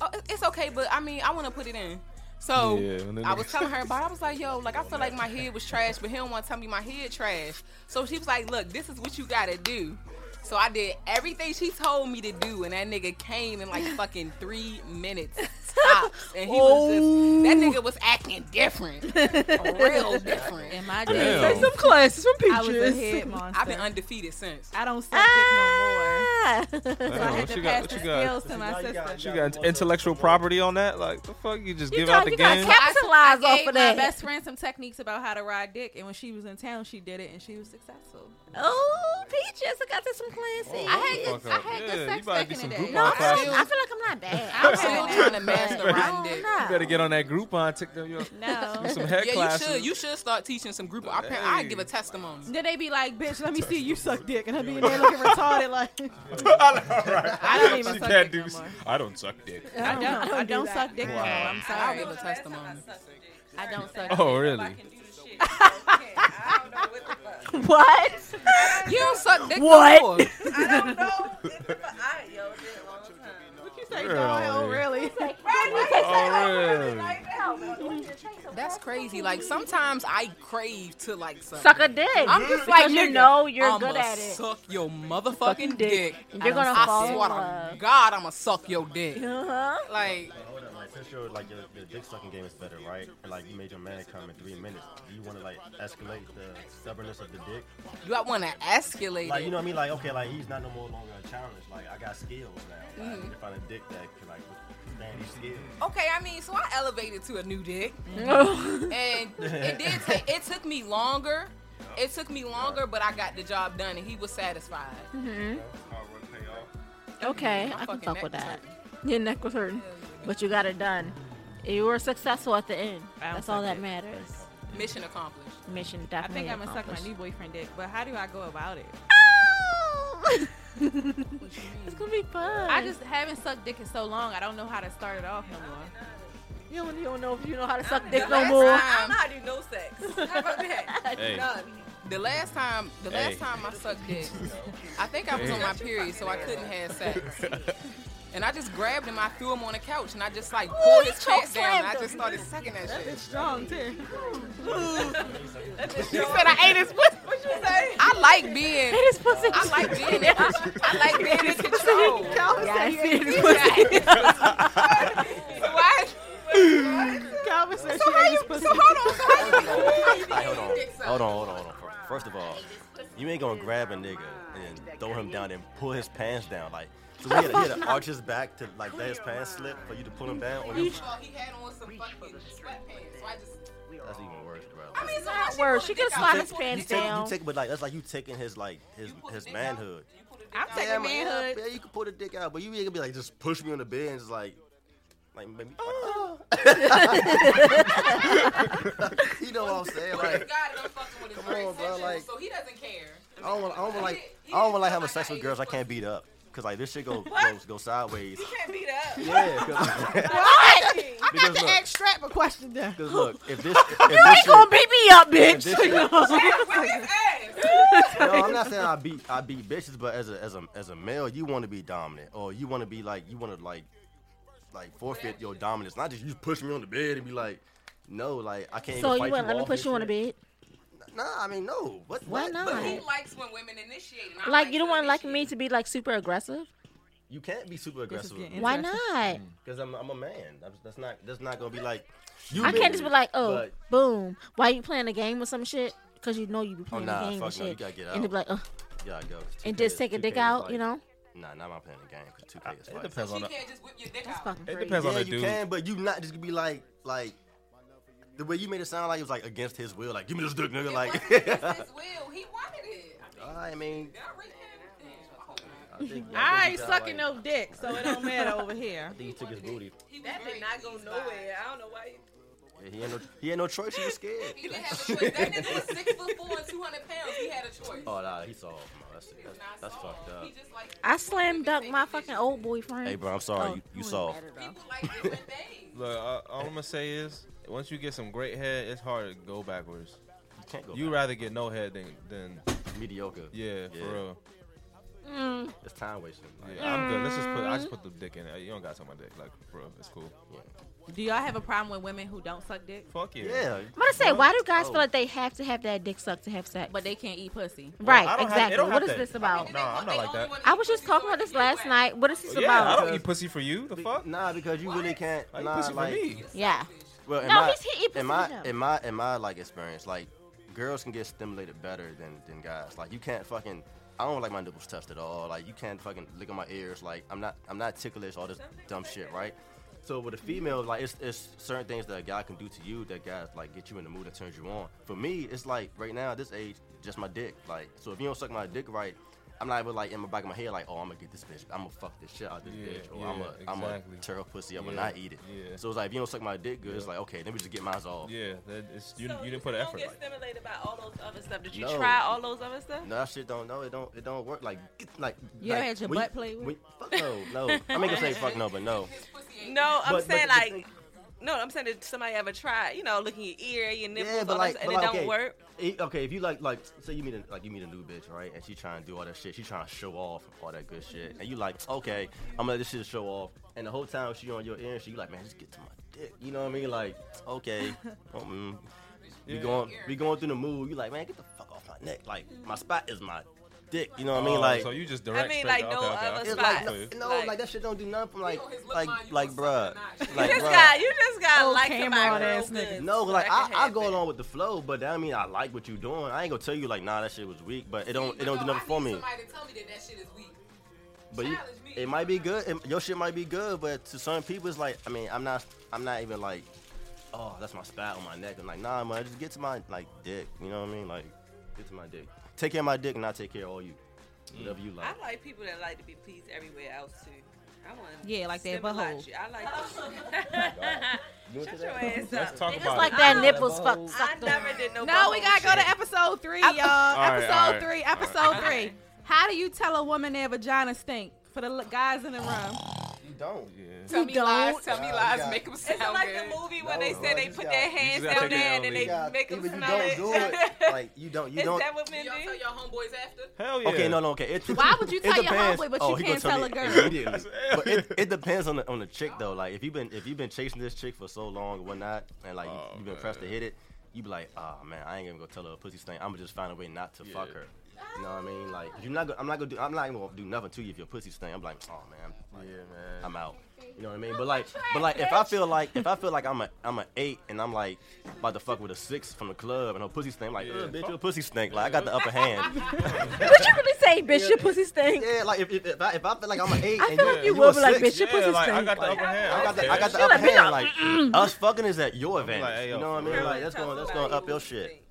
Speaker 6: oh, it- "It's okay, but I mean, I want to put it in." So
Speaker 2: Oh,
Speaker 4: Yeah, when the
Speaker 6: I was
Speaker 4: nigga-
Speaker 6: telling her about. it. I was like, "Yo, like I feel like my head was trash, but he don't want to tell me my head trash." So she was like, "Look, this is what you gotta do." So I did everything she told me to do, and that nigga came in like fucking three minutes tops, and he was just that nigga was acting different, real different.
Speaker 2: In my
Speaker 8: Damn.
Speaker 2: day,
Speaker 5: Some classes from
Speaker 2: I was a
Speaker 5: Peaches.
Speaker 2: head monster.
Speaker 6: I've been undefeated since.
Speaker 2: I don't suck
Speaker 3: Ah!
Speaker 2: dick no more. So I
Speaker 8: Damn,
Speaker 2: had to
Speaker 8: she got-
Speaker 2: pass
Speaker 8: she
Speaker 2: the
Speaker 8: got-
Speaker 2: skills to my
Speaker 7: Now you
Speaker 2: sister.
Speaker 7: got-
Speaker 8: She got intellectual property on that. Like the fuck, you just
Speaker 3: You
Speaker 8: give
Speaker 3: got-
Speaker 8: out the
Speaker 3: you got
Speaker 8: game.
Speaker 3: cap-
Speaker 2: I-
Speaker 3: Capitalize
Speaker 2: I
Speaker 3: off
Speaker 2: gave
Speaker 3: of
Speaker 2: my
Speaker 3: that.
Speaker 2: best friend some techniques about how to ride dick, and when she was in town, she did it, and she was successful.
Speaker 3: Oh, Peaches, I got to some classes.
Speaker 2: I had
Speaker 8: fuck
Speaker 2: good, I
Speaker 8: up.
Speaker 2: had
Speaker 8: Yeah,
Speaker 2: good
Speaker 8: you
Speaker 2: sex
Speaker 8: about to
Speaker 2: back
Speaker 8: get
Speaker 2: in
Speaker 8: some
Speaker 2: the
Speaker 8: Groupon
Speaker 2: day.
Speaker 3: No, I feel,
Speaker 8: classes.
Speaker 3: like, I feel like I'm not bad.
Speaker 6: I'm
Speaker 3: I'm
Speaker 6: still
Speaker 3: not
Speaker 6: trying to
Speaker 3: bad,
Speaker 6: master
Speaker 3: but I
Speaker 6: riding
Speaker 3: don't
Speaker 6: dick.
Speaker 3: know.
Speaker 8: You better get on that Groupon. Take them your
Speaker 2: No.
Speaker 8: some head
Speaker 6: yeah,
Speaker 8: classes.
Speaker 6: you should. You should start teaching some group. I, I
Speaker 8: Hey.
Speaker 6: give a testimony.
Speaker 2: Then they be like, "Bitch, let me see you suck dick," and I be in there looking retarded, like, I don't even suck dick no more.
Speaker 8: I don't suck dick.
Speaker 2: I don't. I don't, suck dick no more. I'm
Speaker 6: I
Speaker 2: sorry.
Speaker 6: give a testimony.
Speaker 2: I don't suck.
Speaker 8: Oh really?
Speaker 9: I don't know what the fuck.
Speaker 3: What?
Speaker 6: You don't suck dick
Speaker 3: What?
Speaker 6: no more.
Speaker 9: I don't know. If the fuck. I yo did it a long time.
Speaker 2: You say,
Speaker 8: Really?
Speaker 2: "Oh, really?"
Speaker 8: Oh really?
Speaker 9: Like, hell no.
Speaker 6: That's crazy. Like sometimes I crave to like suck.
Speaker 3: Suck
Speaker 6: dick.
Speaker 3: a dick. Mm-hmm.
Speaker 6: I'm just like
Speaker 3: because you
Speaker 6: nigga,
Speaker 3: know you're
Speaker 6: I'ma
Speaker 3: good at it.
Speaker 6: Suck your motherfucking dick.
Speaker 3: And you're
Speaker 6: I
Speaker 3: gonna
Speaker 6: don't-
Speaker 3: fall
Speaker 6: I
Speaker 3: in
Speaker 6: swear to
Speaker 3: love.
Speaker 6: God, I'ma suck your dick.
Speaker 3: Uh-huh.
Speaker 6: Like
Speaker 7: Hold up, like since your like your, your dick sucking game is better, right? And like you made your man come in three minutes. Do you want to like escalate the stubbornness of the dick?
Speaker 6: you I wanna escalate.
Speaker 7: Like you
Speaker 6: it.
Speaker 7: know what I mean? Like okay, like he's not no more longer a challenge. Like I got skills now. Like, I need to find a dick that can like withstand these skills.
Speaker 6: Okay, I mean, so I elevated to a new dick, and it did. Take, it took me longer. It took me longer, but I got the job done, and he was satisfied.
Speaker 3: Okay,
Speaker 6: My
Speaker 3: I can
Speaker 6: fucking
Speaker 3: fuck
Speaker 6: neck
Speaker 3: with
Speaker 6: was
Speaker 3: that. Your neck was hurting, but you got it done. You were successful at the end. That's all that matters.
Speaker 6: Mission accomplished.
Speaker 3: Mission
Speaker 2: I
Speaker 3: definitely.
Speaker 2: think I'm gonna suck my new boyfriend dick, but how do I go about it?
Speaker 3: it's gonna be fun.
Speaker 2: I just haven't sucked dick in so long. I don't know how to start it off no more.
Speaker 3: you don't, you don't know if you know how to suck dick no
Speaker 6: Last
Speaker 3: more.
Speaker 9: I'm
Speaker 6: time-
Speaker 9: not doing no sex. How about that?
Speaker 8: Hey.
Speaker 9: None.
Speaker 6: The last time, the last
Speaker 8: Hey.
Speaker 6: time I sucked dick, I think I was on my period, so I couldn't have sex. And I just grabbed him, I threw him on the couch, and I just like pulled
Speaker 3: he
Speaker 6: his pants
Speaker 3: choke
Speaker 6: down, and I
Speaker 3: slammed
Speaker 6: just started sucking that shit.
Speaker 2: Strong too.
Speaker 6: You said I ate his what?
Speaker 9: What you say?
Speaker 6: I like
Speaker 3: It
Speaker 6: being,
Speaker 3: is pussy.
Speaker 6: I like being, in, I like being in control.
Speaker 3: Yes, it is pussy.
Speaker 6: Right. so why?
Speaker 2: Calvin said she ate his pussy.
Speaker 7: Alright, hold on, hold on, hold on, hold on. Fir- First of all, you ain't gonna grab a nigga and throw him down and pull his pants down. Like, so he had, he had to arch his back to like let his pants slip for you to pull him down. Or you,
Speaker 6: He had on some fucking sweatpants, so I just.
Speaker 7: that's even worse, bro.
Speaker 6: I mean, so how
Speaker 3: Word,
Speaker 6: pull
Speaker 3: she
Speaker 6: the dick
Speaker 3: coulda slid his
Speaker 6: out? You pull the
Speaker 3: pants
Speaker 6: dick out.
Speaker 3: down.
Speaker 7: You take, but like that's like you taking his like his his manhood.
Speaker 2: I'm
Speaker 7: Yeah,
Speaker 2: taking
Speaker 7: man,
Speaker 2: manhood.
Speaker 7: Yeah, you can pull the dick out, but you ain't gonna be like just push me on the bed and just like, like maybe.
Speaker 6: Oh.
Speaker 7: you know what I'm saying?
Speaker 6: Like,
Speaker 7: Like,
Speaker 6: God, I'm fucking with his
Speaker 7: Come on,
Speaker 6: great
Speaker 7: bro,
Speaker 6: sexual,
Speaker 7: like-
Speaker 6: so he doesn't care.
Speaker 7: I don't want, I don't want like, I don't want like having sex with girls I can't beat up, cause like this shit go goes go sideways.
Speaker 9: You can't beat up.
Speaker 7: Yeah, cause,
Speaker 2: I
Speaker 7: because look,
Speaker 2: strap a question down.
Speaker 7: 'cause look, if this, if this shit,
Speaker 3: gonna beat me up,
Speaker 7: if this
Speaker 3: bitch.
Speaker 7: shit, no,
Speaker 9: Whip his ass.
Speaker 7: I'm not saying I beat, I beat bitches, but as a, as a, as a male, you want to be dominant, or you want to be like, you want to like, like forfeit your dominance, not just you push me on the bed and be like, no, like I can't.
Speaker 3: So
Speaker 7: even
Speaker 3: you
Speaker 7: fight
Speaker 3: wouldn't let me
Speaker 7: off
Speaker 3: push
Speaker 7: and
Speaker 3: you on the
Speaker 7: shit.
Speaker 3: bed?
Speaker 7: Nah, I mean no. What?
Speaker 3: Why
Speaker 7: what?
Speaker 3: not?
Speaker 7: But
Speaker 6: He likes when women initiate. and I
Speaker 3: Like you don't
Speaker 6: to
Speaker 3: want like me
Speaker 6: initiate.
Speaker 3: to be like super aggressive?
Speaker 7: You can't be super aggressive
Speaker 3: Why not?
Speaker 7: because I'm, I'm a man. That's, that's not that's not gonna be like. You
Speaker 3: I can't just be like, oh,
Speaker 7: But-
Speaker 3: boom. Why you playing a game or some shit? Cause you know you be playing
Speaker 7: Oh, nah,
Speaker 3: a game
Speaker 7: fuck
Speaker 3: and
Speaker 7: no, you
Speaker 3: shit,
Speaker 7: gotta get
Speaker 3: and they
Speaker 7: out.
Speaker 3: be like, oh,
Speaker 7: Yeah, go. 'cause
Speaker 3: and
Speaker 7: 2K
Speaker 3: just take a
Speaker 7: 2K
Speaker 3: dick
Speaker 7: is
Speaker 3: out,
Speaker 7: like-
Speaker 3: you know?
Speaker 7: Nah, nah, I'm not playing the game. 'cause 2K is
Speaker 8: It
Speaker 7: like-
Speaker 8: depends on
Speaker 6: She
Speaker 8: the.
Speaker 6: can't just whip your dick
Speaker 3: That's
Speaker 6: out.
Speaker 3: fucking
Speaker 8: It
Speaker 3: crazy.
Speaker 8: depends on
Speaker 7: Yeah,
Speaker 8: the
Speaker 7: you
Speaker 8: dude.
Speaker 7: can, but you not just be like like the way you made it sound like it was like against his will. Like give me this dick, nigga.
Speaker 6: It's
Speaker 7: Like.
Speaker 6: his will. He wanted it.
Speaker 7: I mean,
Speaker 6: I read him.
Speaker 7: I think
Speaker 2: I ain't
Speaker 7: think
Speaker 2: sucking
Speaker 7: like,
Speaker 2: no dick, so it don't matter over here.
Speaker 7: He took his booty.
Speaker 6: He was
Speaker 9: That
Speaker 6: very
Speaker 9: did not go
Speaker 6: easy
Speaker 9: nowhere. I don't know why. You...
Speaker 7: Yeah, he had no, he had no choice. He was scared.
Speaker 6: He didn't have a choice. That nigga was six foot four and 200 pounds. He had a choice.
Speaker 7: Oh nah, he saw. No, that's that's,
Speaker 6: Not
Speaker 7: that's
Speaker 6: soft.
Speaker 7: fucked up.
Speaker 6: He just like,
Speaker 3: I slammed dunk my fucking old boyfriend.
Speaker 7: Hey, bro, I'm sorry. You, you saw.
Speaker 6: people like different things.
Speaker 4: Look, uh, all I'm gonna say is, once you get some great head, it's hard to go backwards.
Speaker 7: You can't go.
Speaker 4: You
Speaker 7: back.
Speaker 4: rather get no head than, than
Speaker 7: mediocre.
Speaker 4: yeah, for real.
Speaker 3: Mm.
Speaker 7: It's time wasting. Like,
Speaker 8: Yeah, I'm good. Let's just put. I
Speaker 3: Mm-hmm.
Speaker 8: just put the dick in it. You don't got to my dick, like, bro. It's cool.
Speaker 2: Do y'all have a problem with women who don't suck dick?
Speaker 8: Fuck yeah.
Speaker 7: Yeah.
Speaker 3: I'm gonna say, why do guys
Speaker 7: Oh.
Speaker 3: feel like they have to have that dick sucked to have sex?
Speaker 2: But they can't eat pussy.
Speaker 3: right,
Speaker 8: I don't have- it
Speaker 3: exactly.
Speaker 8: don't
Speaker 3: What
Speaker 8: have
Speaker 3: is
Speaker 8: to.
Speaker 3: this about?
Speaker 8: No, I'm not like that.
Speaker 3: I was just talking about this last night. What is this
Speaker 8: Yeah, I
Speaker 3: about?
Speaker 8: don't eat pussy for you. The
Speaker 7: Be-
Speaker 8: fuck?
Speaker 7: Nah, because you really can't.
Speaker 8: I eat
Speaker 7: nah,
Speaker 8: pussy
Speaker 7: like,
Speaker 8: for me.
Speaker 3: Yeah.
Speaker 7: Well, in
Speaker 3: No,
Speaker 7: my,
Speaker 3: he's- he- he puts
Speaker 7: in
Speaker 3: it
Speaker 7: my
Speaker 3: up.
Speaker 7: in my in my like experience, like girls can get stimulated better than than guys. Like you can't fucking. I don't like my nipples touched at all. Like you can't fucking lick on my ears. Like I'm not I'm not ticklish. All this dumb shit, right? So with a female, like it's, it's certain things that a guy can do to you that guys like get you in the mood and turns you on. For me, it's like right now at this age, just my dick. Like so, if you don't suck my dick right, I'm not able like in my back of my head like, oh, I'm gonna get this bitch. I'm gonna fuck this shit out of this
Speaker 8: Yeah,
Speaker 7: bitch, or
Speaker 8: yeah,
Speaker 7: I'm gonna I'm gonna
Speaker 8: exactly.
Speaker 7: tear her pussy. I'm
Speaker 8: Yeah,
Speaker 7: gonna not eat it.
Speaker 8: yeah.
Speaker 7: So it's like if you don't suck my dick good, it's like okay, let me just get mine off.
Speaker 8: Yeah, that is, you,
Speaker 9: So
Speaker 8: you didn't put an
Speaker 9: don't
Speaker 8: effort.
Speaker 9: Get
Speaker 8: Like,
Speaker 9: stimulated by all those other stuff. Did you
Speaker 7: No.
Speaker 9: try all those other stuff?
Speaker 7: No, that shit don't. No, it don't. It don't work. Like, get- like.
Speaker 2: You ever
Speaker 7: like,
Speaker 2: had your
Speaker 7: when
Speaker 2: butt played with?
Speaker 7: when- Fuck no, no. I'm gonna say fuck no, but no.
Speaker 9: No, I'm
Speaker 7: But- but
Speaker 9: saying
Speaker 7: the
Speaker 9: like,
Speaker 7: thing-
Speaker 9: no, I'm saying did somebody ever try? You know, looking at your ear, your nipples,
Speaker 7: Yeah, but
Speaker 9: all
Speaker 7: like,
Speaker 9: that, and
Speaker 7: but
Speaker 9: it
Speaker 7: like,
Speaker 9: don't
Speaker 7: okay,
Speaker 9: work.
Speaker 7: i- okay, if you like, like, say you meet a like you meet a new bitch, right? And she trying to do all that shit. She trying to show off all that good shit, and you like, okay, I'm gonna let this shit show off. And the whole time she on your ear, she you like, man, just get to my dick. You know what I mean? Like, okay, um, we going we going through the move. You like, man, get the fuck off my neck. Like, my spot is my dick. You know what I mean?
Speaker 8: oh,
Speaker 7: Like,
Speaker 8: so you just direct.
Speaker 9: mean,
Speaker 8: straight
Speaker 9: like,
Speaker 8: to-
Speaker 9: no
Speaker 8: okay, okay,
Speaker 9: other
Speaker 8: okay,
Speaker 7: It's
Speaker 9: Spot.
Speaker 7: like,
Speaker 8: okay.
Speaker 7: no, no,
Speaker 9: Like-
Speaker 7: like, that shit don't do nothing from like,
Speaker 6: his lip
Speaker 7: like,
Speaker 6: line, you
Speaker 7: like,
Speaker 6: want
Speaker 7: bruh,
Speaker 6: something
Speaker 7: like,
Speaker 9: you just
Speaker 7: bruh.
Speaker 9: got, you just got
Speaker 2: Old
Speaker 9: like somebody
Speaker 2: Cameron
Speaker 9: real
Speaker 2: ass nigga.
Speaker 9: good.
Speaker 7: No,
Speaker 9: so
Speaker 7: like
Speaker 9: that
Speaker 7: I,
Speaker 9: can
Speaker 7: I go
Speaker 9: happen.
Speaker 7: along with the flow, but that mean I like what you doing. I ain't gonna tell you like, nah, that shit was weak, but it don't, it don't do nothing for me.
Speaker 6: Somebody to tell me that that shit is weak.
Speaker 7: But you,
Speaker 6: challenge me.
Speaker 7: it might be good. It, your shit might be good, but to certain people, it's like, I mean, I'm not, I'm not even like, oh, that's my spot on my neck. I'm like, nah, man, just get to my like dick. You know what I mean? Like, get to my dick. Take care of my dick, and I take care of all you. Whatever you
Speaker 9: I
Speaker 7: like.
Speaker 9: like people that like to be pleased everywhere else too. I want.
Speaker 2: Yeah, like their
Speaker 9: stimulate
Speaker 2: butthole.
Speaker 9: you. I like.
Speaker 7: You into
Speaker 9: Shut your
Speaker 7: that?
Speaker 9: ass
Speaker 8: Let's
Speaker 9: up.
Speaker 8: talk
Speaker 3: It's
Speaker 8: about
Speaker 3: like
Speaker 8: it.
Speaker 3: that nipples fuck
Speaker 9: I
Speaker 3: sucked on.
Speaker 9: never did no.
Speaker 2: No, we
Speaker 9: butthole
Speaker 2: gotta go
Speaker 9: shit.
Speaker 2: to episode three, y'all.
Speaker 8: right,
Speaker 2: episode
Speaker 8: all right,
Speaker 2: three.
Speaker 8: all right.
Speaker 2: Episode three. How do you tell a woman their vagina stink? For the l- guys in the room,
Speaker 7: You don't.
Speaker 6: Tell me
Speaker 2: don't.
Speaker 6: lies. Tell me
Speaker 7: Nah,
Speaker 6: lies.
Speaker 7: you got-
Speaker 6: Make them sound
Speaker 9: It's like
Speaker 6: good.
Speaker 9: the movie when they
Speaker 7: No,
Speaker 9: said
Speaker 7: I
Speaker 9: they
Speaker 7: just
Speaker 9: put
Speaker 7: got-
Speaker 9: their
Speaker 7: you
Speaker 9: hands
Speaker 8: just gotta take
Speaker 9: down
Speaker 8: it
Speaker 9: there and
Speaker 8: out,
Speaker 9: then they
Speaker 7: God,
Speaker 9: make them
Speaker 7: even you
Speaker 9: smell
Speaker 7: don't
Speaker 9: it.
Speaker 7: do it. Like you don't, you
Speaker 9: Is
Speaker 7: don't.
Speaker 9: that what men
Speaker 6: Y'all tell
Speaker 9: do?
Speaker 6: your homeboys after?
Speaker 8: Hell Oh, yeah.
Speaker 7: Okay, no, no, okay. It,
Speaker 2: Why would you
Speaker 7: it
Speaker 2: tell your
Speaker 7: depends. Oh,
Speaker 2: homeboy, but you
Speaker 7: he
Speaker 2: can't
Speaker 7: gonna
Speaker 2: tell
Speaker 7: tell
Speaker 2: a
Speaker 7: me
Speaker 2: girl?
Speaker 7: immediately. but it, it depends on the on the chick though. Like if you've been if you've been chasing this chick for so long or whatnot, and like
Speaker 8: Oh,
Speaker 7: you, have been pressed to hit it, you be like, oh man, I ain't even gonna tell her a pussy thing. I'm gonna just find a way not to fuck
Speaker 8: Yeah.
Speaker 7: her. You know what I mean? Like you're not gonna, I'm not gonna do I'm not gonna do nothing to you if your pussy thing. I'm like, oh man, like,
Speaker 8: Yeah, man.
Speaker 7: I'm out. You know what I mean? But like, but like, if I feel like if I feel like I'm a I'm an eight and I'm like about to fuck with a six from the club and her pussy stink, like,
Speaker 8: Yeah.
Speaker 7: "Ugh, bitch, your pussy stink. Like I got the upper hand.
Speaker 3: Would you really say, bitch, your pussy stink?
Speaker 7: Yeah, like if, if, if, I, if I feel like I'm an eight, and
Speaker 3: feel like you will
Speaker 7: a
Speaker 3: be like,
Speaker 7: six,
Speaker 3: bitch, your
Speaker 8: Yeah,
Speaker 3: pussy
Speaker 8: like, I
Speaker 3: stink.
Speaker 8: got the upper hand.
Speaker 7: I got the, I got the
Speaker 3: She
Speaker 7: upper
Speaker 3: like, mm. bitch,
Speaker 7: hand. Like us fucking is at your advantage.
Speaker 8: like, hey, yo,
Speaker 7: you know what I
Speaker 8: for
Speaker 7: mean?
Speaker 8: real.
Speaker 7: Like that's going that's going up your shit.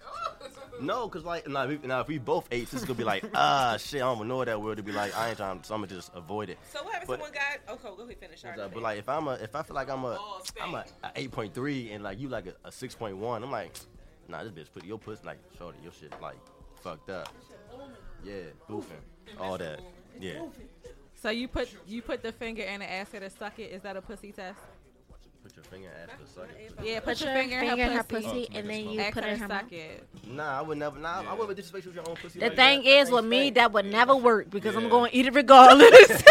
Speaker 7: No, cause like nah, we, nah, if we both eights, it's gonna be like ah shit. I don't know what that word to be like. I ain't trying. So I'm gonna just avoid it.
Speaker 9: So what happens
Speaker 7: But-
Speaker 9: to one guy? Okay, go ahead finish. Sorry,
Speaker 7: But like if I'm a if I feel like I'm a I'm a, a eight point three and like you like a, a six point one, I'm like nah, this bitch put your pussy like shorty, your shit like fucked up. Yeah, boofing, all that. Yeah.
Speaker 2: so you put you put the finger in and ask her to suck it. Is that a pussy test?
Speaker 7: Put your finger in her ass for a second.
Speaker 2: Yeah, put, your finger, in her pussy.
Speaker 3: and then you
Speaker 2: Ask
Speaker 3: put
Speaker 2: her to
Speaker 3: it in her mouth.
Speaker 2: suck it.
Speaker 7: Nah, I would never. Nah, I would disrespect you with your own pussy.
Speaker 3: The
Speaker 7: like
Speaker 3: thing
Speaker 7: that.
Speaker 3: is, with me, that would never work because I'm
Speaker 8: Yeah.
Speaker 3: going to eat it regardless.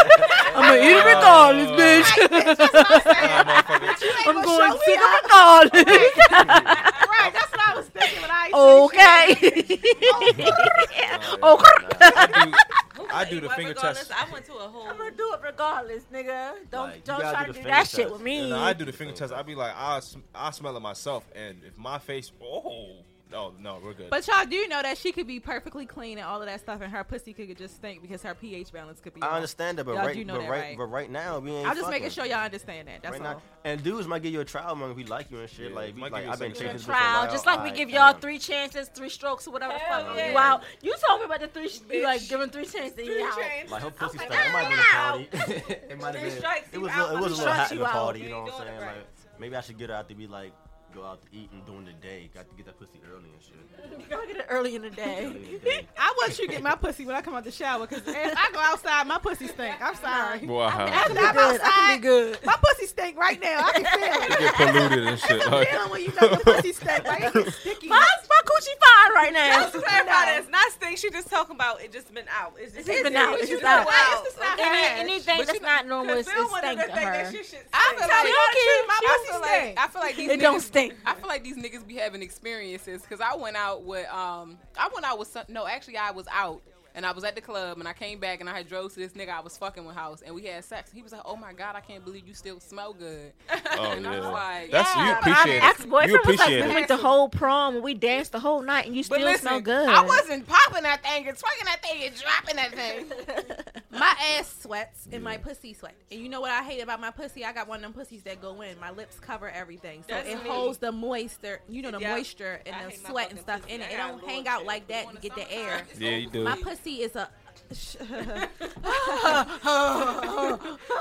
Speaker 3: I'm going to eat it regardless, bitch. I'm going to eat it regardless.
Speaker 2: Right, that's what I was thinking when
Speaker 9: Oh,
Speaker 2: I
Speaker 3: Okay. Oh,
Speaker 8: I do, I do the
Speaker 9: Well,
Speaker 8: finger
Speaker 9: regardless,
Speaker 8: test.
Speaker 9: I went to a whole.
Speaker 3: I'm going to do it regardless, nigga. Don't,
Speaker 7: Like, you
Speaker 3: don't
Speaker 7: gotta
Speaker 3: try to do
Speaker 7: do the finger
Speaker 3: that shit
Speaker 7: test.
Speaker 3: with me.
Speaker 8: No, I do the finger
Speaker 9: Mm.
Speaker 8: test. I'd be like, I, sm- I smell it myself, and if my face, oh, no, no, we're good.
Speaker 2: But y'all do know that she could be perfectly clean and all of that stuff, and her pussy could just stink because her pH balance could be. off.
Speaker 7: I understand that, but
Speaker 2: Y'all
Speaker 7: right,
Speaker 2: do know
Speaker 7: but
Speaker 2: that,
Speaker 7: right,
Speaker 2: right?
Speaker 7: but right now we ain't.
Speaker 2: I'm just
Speaker 7: fucking.
Speaker 2: making sure y'all understand that. That's
Speaker 7: Right
Speaker 2: all.
Speaker 7: now, and dudes might give you a trial man if we like you and shit.
Speaker 8: Yeah,
Speaker 7: like, we,
Speaker 8: might
Speaker 7: like
Speaker 8: give you
Speaker 7: I've been
Speaker 8: a
Speaker 7: chasing
Speaker 8: second
Speaker 7: this bitch for a
Speaker 3: Trial,
Speaker 7: while.
Speaker 3: just like we
Speaker 7: Alright,
Speaker 3: give y'all
Speaker 7: damn.
Speaker 3: three chances, three strokes, or whatever the
Speaker 9: Hell
Speaker 3: fuck
Speaker 9: yeah.
Speaker 3: you out. You told me about the three, you like giving three chances, and
Speaker 9: Three
Speaker 3: you out.
Speaker 9: chains.
Speaker 7: Like her pussy
Speaker 3: like,
Speaker 7: stank. It might have been a party. it might have
Speaker 9: Three
Speaker 7: been.
Speaker 9: strikes,
Speaker 7: It
Speaker 9: you
Speaker 7: was.
Speaker 9: out
Speaker 7: A, it
Speaker 9: for
Speaker 7: was a
Speaker 9: the
Speaker 7: little
Speaker 3: strikes,
Speaker 7: hot in
Speaker 3: you
Speaker 7: the
Speaker 3: out.
Speaker 7: party. You
Speaker 9: You
Speaker 7: know
Speaker 9: ain't
Speaker 7: what I'm
Speaker 9: doing
Speaker 7: saying?
Speaker 9: it right.
Speaker 7: Like, maybe I should get her out to be like, go out to eat and during the day. Got to get that pussy early and shit.
Speaker 3: You gotta get it early in the
Speaker 7: Early in
Speaker 3: day.
Speaker 7: the day.
Speaker 2: I want you to get my pussy when I come out the shower because if I go outside, my pussy stink. I'm sorry.
Speaker 8: Wow.
Speaker 2: After I'm
Speaker 3: Good, I can
Speaker 2: outside,
Speaker 3: be good.
Speaker 2: my pussy stink right now. I can feel it.
Speaker 8: Get polluted and shit.
Speaker 2: I'm feeling when you make a pussy stink. Like it's sticky.
Speaker 3: My, my Gucci fine right now.
Speaker 9: Just clarify this. Not thing she just talking about. It just been out. It's
Speaker 3: It's
Speaker 9: just
Speaker 3: just been out. It's just out.
Speaker 9: It's just not
Speaker 3: Any-
Speaker 9: trash.
Speaker 3: anything that's not normal is, is stank to her.
Speaker 9: I'm
Speaker 6: feel like-
Speaker 9: telling you the truth. My
Speaker 6: I
Speaker 9: pussy
Speaker 6: feel like
Speaker 9: stink.
Speaker 6: I feel like these
Speaker 3: It
Speaker 6: niggas,
Speaker 3: don't stink.
Speaker 6: I feel like these niggas be having experiences because I went out with um I went out with some, no actually I was out and I was at the club and I came back and I had drove to this nigga I was fucking with house and we had sex. He was like, oh my god, I can't believe you still smell good.
Speaker 8: Oh
Speaker 6: And I was like,
Speaker 8: That's you
Speaker 3: Yeah,
Speaker 8: appreciate
Speaker 3: My
Speaker 8: it.
Speaker 3: ex boyfriend was like,
Speaker 8: appreciate
Speaker 3: we
Speaker 8: it.
Speaker 3: went the whole prom and we danced the whole night and you still
Speaker 6: But listen,
Speaker 3: smell good.
Speaker 6: I wasn't popping that thing and twerking that thing and dropping that thing.
Speaker 2: My ass sweats and my pussy sweat. And you know what I hate about my pussy? I got one of them pussies that go in. My lips cover everything, so
Speaker 9: That's
Speaker 2: it
Speaker 9: me.
Speaker 2: holds the moisture. You know the
Speaker 9: Yeah.
Speaker 2: moisture and
Speaker 6: I
Speaker 2: the
Speaker 6: hate my
Speaker 2: sweat and
Speaker 6: fucking
Speaker 2: stuff in it.
Speaker 6: pussy.
Speaker 2: It
Speaker 6: I got
Speaker 2: don't
Speaker 6: a
Speaker 2: hang
Speaker 6: little
Speaker 2: out like that to get the air.
Speaker 8: Yeah, you do.
Speaker 2: My pussy is a.
Speaker 6: now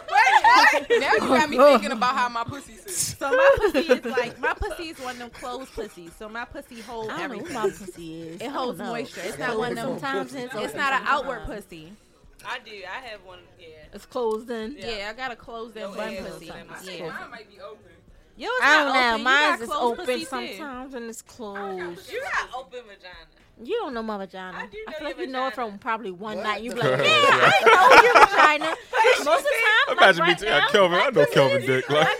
Speaker 6: you got
Speaker 3: Oh,
Speaker 6: me thinking about how my pussy sits.
Speaker 8: Uh,
Speaker 2: so my pussy is like my pussy is one of them closed pussies. So my pussy holds
Speaker 3: I don't know
Speaker 2: everything.
Speaker 3: who my pussy is.
Speaker 2: It holds
Speaker 3: I don't know.
Speaker 2: moisture. It's not one of them.
Speaker 3: Sometimes it's,
Speaker 2: It's not an outward pussy.
Speaker 9: I do. I have one. Yeah.
Speaker 3: It's closed in.
Speaker 2: Yeah, I got a closed in bun pussy.
Speaker 3: Yeah.
Speaker 6: Mine might be open.
Speaker 2: Yours
Speaker 3: I
Speaker 2: not
Speaker 3: don't
Speaker 2: open.
Speaker 3: know.
Speaker 2: You
Speaker 3: Mine's
Speaker 2: got
Speaker 3: is
Speaker 2: closed
Speaker 3: open
Speaker 2: pussy, too.
Speaker 3: sometimes and it's closed.
Speaker 9: You got open vagina.
Speaker 3: You don't know my vagina.
Speaker 9: I do know
Speaker 3: feel
Speaker 9: your
Speaker 3: like you know it
Speaker 9: vagina.
Speaker 3: from probably one
Speaker 1: What
Speaker 3: night. You
Speaker 1: the
Speaker 3: be like, yeah,
Speaker 1: fuck?
Speaker 3: I know your vagina. Most of the time, like
Speaker 8: Imagine me
Speaker 3: right
Speaker 8: too. Yeah,
Speaker 3: now,
Speaker 8: Kelvin, I know Kelvin dick. Like,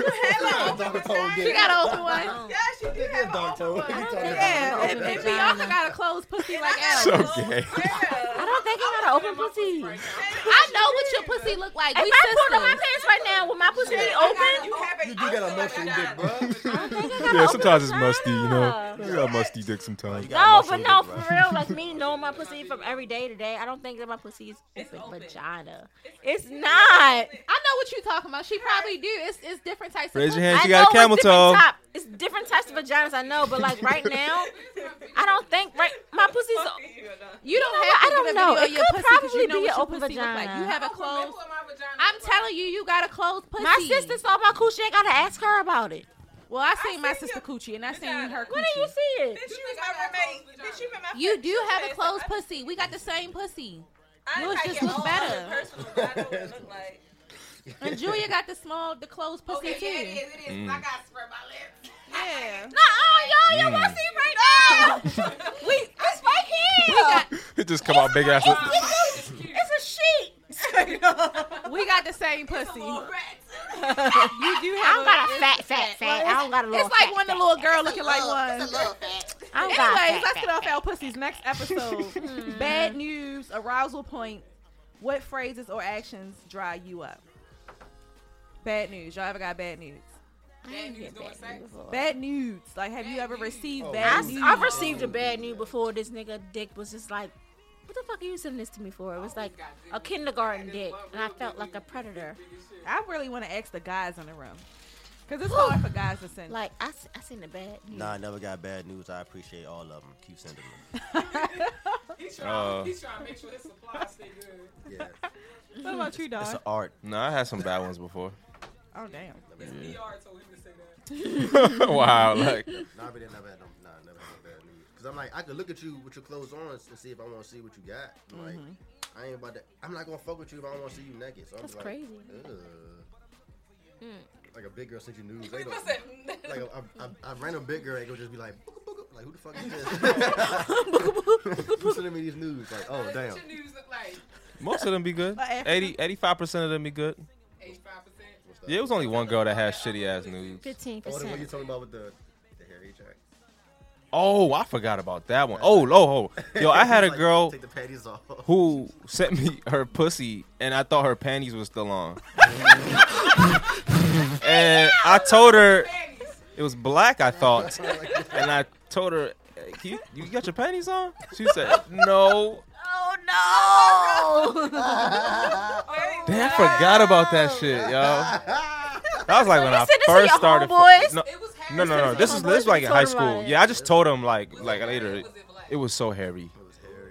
Speaker 2: She got an open one.
Speaker 9: Yeah, she do have an open one.
Speaker 2: Yeah,
Speaker 3: open
Speaker 2: and, and
Speaker 3: vagina.
Speaker 2: Bianca got a closed pussy like Al.
Speaker 8: so gay.
Speaker 9: Yeah.
Speaker 3: I don't think I got an open pussy.
Speaker 2: I know what your pussy look like.
Speaker 3: If
Speaker 2: we
Speaker 3: I pulled on my
Speaker 2: sisters.
Speaker 3: pants right now, would my pussy be
Speaker 9: You
Speaker 3: open?
Speaker 9: have an
Speaker 1: You do got a
Speaker 9: open
Speaker 1: musty
Speaker 9: vagina.
Speaker 1: dick, bro.
Speaker 8: Yeah, sometimes it's musty, you know.
Speaker 3: vagina.
Speaker 8: You got musty dick sometimes.
Speaker 3: No, but no, for real, like me knowing my pussy from every day to day, I don't think that my pussy is open, vagina. It's, not.
Speaker 2: I know what you're talking about. She probably do. It's it's different types of
Speaker 8: Raise
Speaker 2: pussy.
Speaker 8: your hand.
Speaker 3: I
Speaker 8: She got a
Speaker 3: know
Speaker 8: camel
Speaker 3: it's
Speaker 8: toe.
Speaker 3: different type- It's different types of vaginas I know, but like right now, I don't think right my pussy's.
Speaker 2: You don't
Speaker 3: know
Speaker 2: have to
Speaker 3: what? I
Speaker 2: get
Speaker 3: don't know.
Speaker 2: a video
Speaker 3: It
Speaker 2: of your
Speaker 3: could
Speaker 2: pussy 'cause
Speaker 3: probably
Speaker 2: you know
Speaker 3: be
Speaker 2: what
Speaker 3: an
Speaker 2: your
Speaker 3: open
Speaker 2: pussy look like.
Speaker 3: vagina.
Speaker 2: You have a closed. I'm telling you, you got a closed pussy.
Speaker 3: My sister saw my coochie. I gotta ask her about it.
Speaker 2: Well, I seen my
Speaker 9: seen
Speaker 2: sister
Speaker 9: your-
Speaker 2: coochie, and I seen her
Speaker 3: When did
Speaker 2: coochie.
Speaker 3: you see it?
Speaker 9: Bitch, you was my roommate. Bitch, you been my
Speaker 2: You
Speaker 9: friend.
Speaker 2: do
Speaker 9: She
Speaker 2: have a
Speaker 9: said
Speaker 2: closed
Speaker 9: something.
Speaker 2: pussy. We got the same pussy.
Speaker 9: I
Speaker 2: Yours
Speaker 9: like
Speaker 2: just
Speaker 9: it
Speaker 2: look
Speaker 9: all
Speaker 2: better.
Speaker 9: in person, but I know what it look like.
Speaker 2: And Julia got the small, the closed pussy
Speaker 6: Okay, yeah,
Speaker 2: too.
Speaker 6: it is. It is. I got to spread my lips.
Speaker 2: Yeah.
Speaker 3: Nah, y'all, you want to see right now?
Speaker 6: It's spiky.
Speaker 2: We got,
Speaker 8: It just come out big ass.
Speaker 3: It's a sheet.
Speaker 2: we got the same pussy.
Speaker 3: You do have I don't got a fat, fat, fat. I don't got a little.
Speaker 2: It's like
Speaker 3: fat,
Speaker 2: when the
Speaker 3: fat,
Speaker 2: little
Speaker 3: fat.
Speaker 2: girl looking like one.
Speaker 3: I don't got a
Speaker 2: Anyways,
Speaker 3: fat,
Speaker 2: let's
Speaker 3: fat,
Speaker 2: get off our pussies. Next episode. Bad news, arousal point. What phrases or actions dry you up? Bad news. Y'all ever got bad news? Bad news. Like, have you ever received
Speaker 3: I,
Speaker 2: bad news?
Speaker 3: have received a bad news before. This nigga dick was just like, what the fuck are you sending this to me for? It was like a kindergarten dick, and I felt like a predator.
Speaker 2: I really want to ask the guys in the room because it's hard for guys to send.
Speaker 3: Like I, s- I seen the bad news.
Speaker 7: Nah, I never got bad news. I appreciate all of them. Keep sending them.
Speaker 6: He's
Speaker 8: Uh.
Speaker 6: he's trying to make sure his supply stay good.
Speaker 7: Yeah,
Speaker 2: what about you,
Speaker 7: it's
Speaker 2: dog?
Speaker 7: an art.
Speaker 8: No, I had some bad ones before.
Speaker 2: Oh damn.
Speaker 6: PR told him to say that.
Speaker 8: wow, like
Speaker 1: Nah, I really never had no, nah, never had no bad news. Cause I'm like, I could look at you with your clothes on and see if I want to see what you got. I'm like,
Speaker 3: Mm-hmm.
Speaker 1: I ain't about to. I'm not gonna fuck with you if I don't want to see you naked. So I'm
Speaker 3: That's
Speaker 1: like,
Speaker 3: crazy. Hmm.
Speaker 1: Ugh. Like a big girl sent you news. They don't,
Speaker 6: Listen.
Speaker 1: like a, a, a, a random big girl ain't gonna just be like, "Booga, booga," like who the fuck is this? you sending me these news? Like, oh damn.
Speaker 6: What your news look like?
Speaker 8: most of them be good.
Speaker 2: But after-
Speaker 8: 80 85 percent of them be good.
Speaker 6: 85%.
Speaker 8: Yeah, it was only one girl that had shitty ass news.
Speaker 3: Fifteen
Speaker 1: Oh, the one you
Speaker 3: percent.
Speaker 1: talking about with the the hairy jack.
Speaker 8: Oh, I forgot about that one. Oh, oh, oh. yo, I had a
Speaker 1: Like,
Speaker 8: girl
Speaker 1: Take the panties off.
Speaker 8: who sent me her pussy, and I thought her panties were still on. and I told her it was black. I thought, and I told her, "Hey, Can you, "You got your panties on?" She said, "No."
Speaker 3: Oh no!
Speaker 8: Damn, I forgot about that shit, yo. That was like when I
Speaker 3: said this to
Speaker 8: first
Speaker 3: your
Speaker 8: started.
Speaker 3: homeboys?
Speaker 8: no,
Speaker 6: It was
Speaker 8: no, no, no. This is
Speaker 3: Homeboys,
Speaker 8: this is like
Speaker 3: you
Speaker 8: in
Speaker 3: told
Speaker 8: high
Speaker 3: them
Speaker 8: school.
Speaker 3: about it.
Speaker 8: Yeah, I just told him like like later.
Speaker 6: Was it black?
Speaker 8: It was so hairy.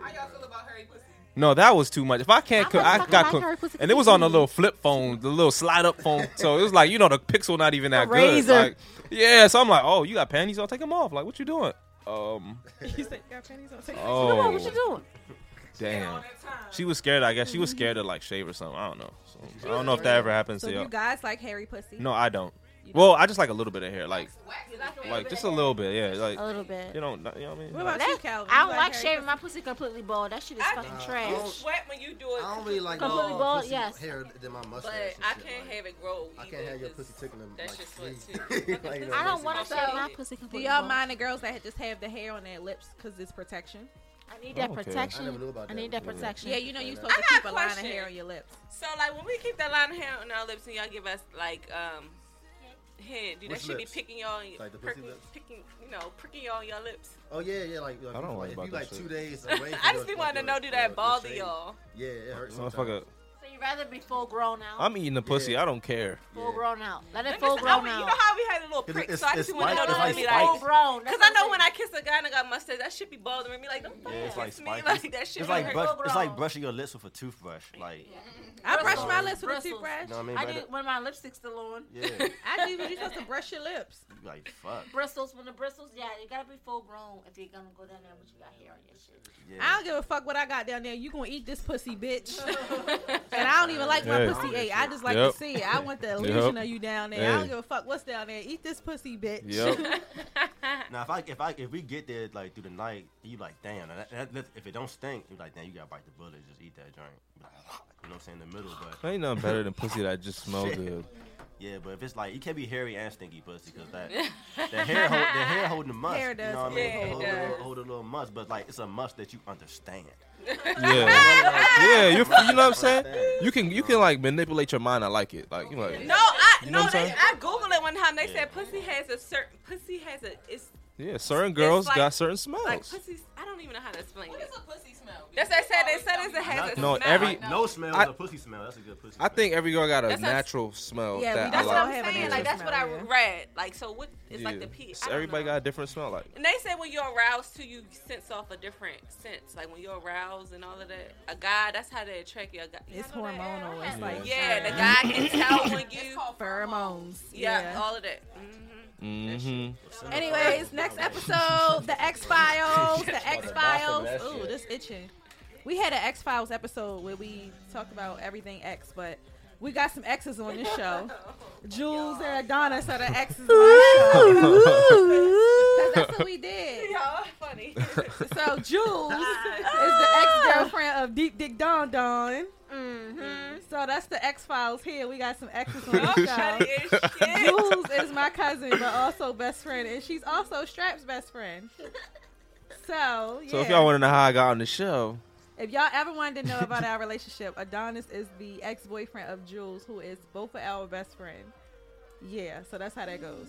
Speaker 6: How y'all feel about hairy pussy?
Speaker 8: No, that was too much. If I can't, co-
Speaker 3: I
Speaker 8: I
Speaker 3: fucking
Speaker 8: got
Speaker 3: like
Speaker 8: cooked.
Speaker 3: her pussy
Speaker 8: and it was on a little flip phone, the little slide up phone. So it was like you know the pixel not even that good.
Speaker 3: razor.
Speaker 8: Like, yeah, so I'm like, oh, you got panties? I'll take them off. Like, what you doing? Um,
Speaker 2: You said you got panties on. Take
Speaker 3: What you
Speaker 8: oh,
Speaker 3: doing?
Speaker 8: damn. She was scared. I guess she was scared to like shave or something. I don't know. So, I don't know if that ever happens
Speaker 2: So
Speaker 8: to
Speaker 2: you
Speaker 8: y'all.
Speaker 2: guys like hairy pussy?
Speaker 8: No, I don't. Well, I just like a little bit of hair, like
Speaker 6: Wax.
Speaker 8: like just a little bit, yeah, like
Speaker 3: A little bit.
Speaker 8: You don't, you know what I mean?
Speaker 2: What about you,
Speaker 3: That-
Speaker 2: Calvin? You
Speaker 3: I don't
Speaker 2: like
Speaker 3: like
Speaker 2: hair?
Speaker 3: shaving. My pussy completely bald. That shit is fucking
Speaker 9: I don't
Speaker 3: trash.
Speaker 9: sweat when you do it.
Speaker 10: I don't really like
Speaker 3: Completely
Speaker 1: oh,
Speaker 10: all
Speaker 3: bald,
Speaker 10: pussy
Speaker 3: yes.
Speaker 10: hair than my mustache.
Speaker 9: but
Speaker 10: and
Speaker 9: I
Speaker 10: shit,
Speaker 9: can't
Speaker 10: like,
Speaker 9: have it grow.
Speaker 10: I
Speaker 9: either,
Speaker 10: can't have your
Speaker 9: 'cause
Speaker 10: pussy taking them.
Speaker 9: That's
Speaker 10: like,
Speaker 9: just what
Speaker 10: sleeves.
Speaker 9: too.
Speaker 10: Like, you know,
Speaker 3: I don't
Speaker 10: basically.
Speaker 3: want to shave my pussy
Speaker 2: Do
Speaker 3: completely
Speaker 2: y'all
Speaker 3: bald.
Speaker 2: mind the girls that just have the hair on their lips because it's protection?
Speaker 3: I need that
Speaker 8: Oh, okay.
Speaker 10: I never knew
Speaker 3: protection.
Speaker 10: about
Speaker 3: I
Speaker 10: that.
Speaker 3: need that
Speaker 10: Yeah.
Speaker 3: protection.
Speaker 2: Yeah, you know you're
Speaker 10: I
Speaker 2: supposed to
Speaker 9: got
Speaker 2: keep
Speaker 9: a
Speaker 2: a line of
Speaker 9: question.
Speaker 2: hair on your lips.
Speaker 9: So like when we keep that line of hair on our lips and y'all give us like um head, do that
Speaker 10: Which
Speaker 9: should be
Speaker 10: lips?
Speaker 9: picking y'all,
Speaker 10: Like the pussy
Speaker 9: pricking,
Speaker 10: lips?
Speaker 9: picking, you know, pricking y'all on your lips.
Speaker 10: Oh yeah, yeah. Like, like
Speaker 8: I don't like
Speaker 10: if
Speaker 8: about
Speaker 10: you
Speaker 8: that
Speaker 10: like
Speaker 8: shit.
Speaker 10: two days away.
Speaker 9: I just be wanting to know do that bald
Speaker 10: baldy
Speaker 9: y'all.
Speaker 10: Yeah, it hurts.
Speaker 8: Motherfucker,
Speaker 3: So you'd rather be full grown out?
Speaker 8: I'm eating the pussy.
Speaker 10: Yeah.
Speaker 8: I don't care.
Speaker 3: full grown out. Let it
Speaker 9: Niggas,
Speaker 3: full
Speaker 9: I,
Speaker 3: grown
Speaker 9: would- Oh, you
Speaker 3: out.
Speaker 9: know how we had a little
Speaker 10: It's-
Speaker 9: prick,
Speaker 10: it's-
Speaker 9: so I
Speaker 10: it's
Speaker 9: just want to know
Speaker 10: spiked,
Speaker 9: do
Speaker 10: it's
Speaker 9: be
Speaker 10: like
Speaker 9: like.
Speaker 3: full grown.
Speaker 9: Cause I know when I kiss a guy and I got mustache, that shit be bothering me. Like, don't fucking
Speaker 7: it's like
Speaker 9: kiss me.
Speaker 7: spiky.
Speaker 9: Like that shit.
Speaker 7: It's
Speaker 9: be
Speaker 7: like
Speaker 9: hurt.
Speaker 7: brush,
Speaker 3: Full
Speaker 7: it's like
Speaker 3: grown.
Speaker 7: brushing your lips with a toothbrush. Like
Speaker 2: I brush my lips with a
Speaker 3: Bristles.
Speaker 2: toothbrush.
Speaker 10: You know what I mean?
Speaker 3: I
Speaker 10: By
Speaker 3: did
Speaker 10: the-
Speaker 3: when my lipstick's still on.
Speaker 10: yeah,
Speaker 2: I do, but you're supposed to brush your lips.
Speaker 7: you like fuck.
Speaker 3: Bristles, when the bristles, yeah, you gotta be full grown if you're gonna go down there with you got hair on your shit.
Speaker 2: I
Speaker 7: Yeah.
Speaker 2: don't give a fuck what I got down there. You gonna eat this pussy, bitch. and I don't even like my
Speaker 8: Yeah.
Speaker 2: pussy ate. I just like
Speaker 8: Yep.
Speaker 2: to see it. I want the illusion
Speaker 8: Yep.
Speaker 2: of you down there. I don't
Speaker 8: Hey.
Speaker 2: give a fuck what's down there. Eat this pussy, bitch.
Speaker 8: Yep.
Speaker 7: Now if I if I if we get there like through the night, you like damn. And that, that- that- if it don't stink, you like damn. You gotta bite the bullet. Just eat that joint. You know what I'm saying? In the middle, but
Speaker 8: Ain't nothing better than pussy that just smells
Speaker 7: Shit.
Speaker 8: good.
Speaker 7: yeah. But if it's like it can be hairy and stinky pussy because that the hair hold, the hair holding the musk.
Speaker 2: Hair
Speaker 7: you
Speaker 2: does.
Speaker 7: know what I mean?
Speaker 9: Yeah, it
Speaker 7: hold, a little,
Speaker 9: does.
Speaker 7: hold a little musk, but like it's a musk that you understand.
Speaker 8: Yeah, yeah. You're, you know what I'm saying? You can you can like manipulate your mind. I like it. Like you like
Speaker 9: No, I
Speaker 8: You know
Speaker 9: no.
Speaker 8: what
Speaker 9: They,
Speaker 8: I'm saying?
Speaker 9: I googled it one time. They said pussy has a certain pussy has a it's
Speaker 8: yeah. Certain girls
Speaker 9: like-
Speaker 8: got certain smells.
Speaker 9: like pussy. I don't even know how to explain
Speaker 6: What
Speaker 9: it.
Speaker 6: does a pussy smell?
Speaker 9: That's what I said. They said it's a has a
Speaker 8: No,
Speaker 9: smell.
Speaker 8: every-
Speaker 7: no smell,
Speaker 8: I-
Speaker 7: a pussy smell. That's a good pussy.
Speaker 8: I think every girl got a
Speaker 9: That's not-
Speaker 8: natural
Speaker 2: Yeah,
Speaker 8: smell
Speaker 2: we-
Speaker 8: that I
Speaker 2: that's what
Speaker 9: That's what
Speaker 2: I
Speaker 8: like.
Speaker 9: I'm
Speaker 2: have a
Speaker 9: saying.
Speaker 2: different
Speaker 9: Like that's what I
Speaker 2: smell, yeah.
Speaker 9: read. Like so, what it's like
Speaker 8: Yeah.
Speaker 9: the pee.
Speaker 8: S-
Speaker 9: I don't
Speaker 8: Everybody
Speaker 9: know.
Speaker 8: got a different smell. Like
Speaker 9: And they said when you're aroused too, you sense off a different sense. Like when you're aroused and all of that. A guy, that's how they attract you. A guy,
Speaker 2: It's
Speaker 9: y'all know that?
Speaker 2: hormonal. It's
Speaker 3: Yeah.
Speaker 2: like
Speaker 9: Yeah, the guy can tell when you.
Speaker 2: pheromones.
Speaker 9: Yeah,
Speaker 2: yeah.
Speaker 9: all of that. Mm-hmm.
Speaker 8: mm-hmm.
Speaker 2: Anyways, next episode, the X Files, the X Files.
Speaker 7: that
Speaker 2: Ooh,
Speaker 7: shit.
Speaker 2: this itching. We had an X Files episode where we talked about everything X, but we got some X's on this show. Jules and Adonis are the X's on the show. 'Cause that's what we did.
Speaker 9: Y'all are funny.
Speaker 2: So Jules is the ex girlfriend of Deep Dick Don Don.
Speaker 3: Mm-hmm.
Speaker 2: So that's the X Files here. We got some X's on the show.
Speaker 9: Funny as shit.
Speaker 2: Jules is my cousin, but also best friend, and she's also Strap's best friend. So, yeah.
Speaker 8: So if y'all want to know how I got on the show,
Speaker 2: If y'all ever wanted to know about our relationship, Adonis is the ex boyfriend of Jules, who is both of our best friend. Yeah, so that's how that goes.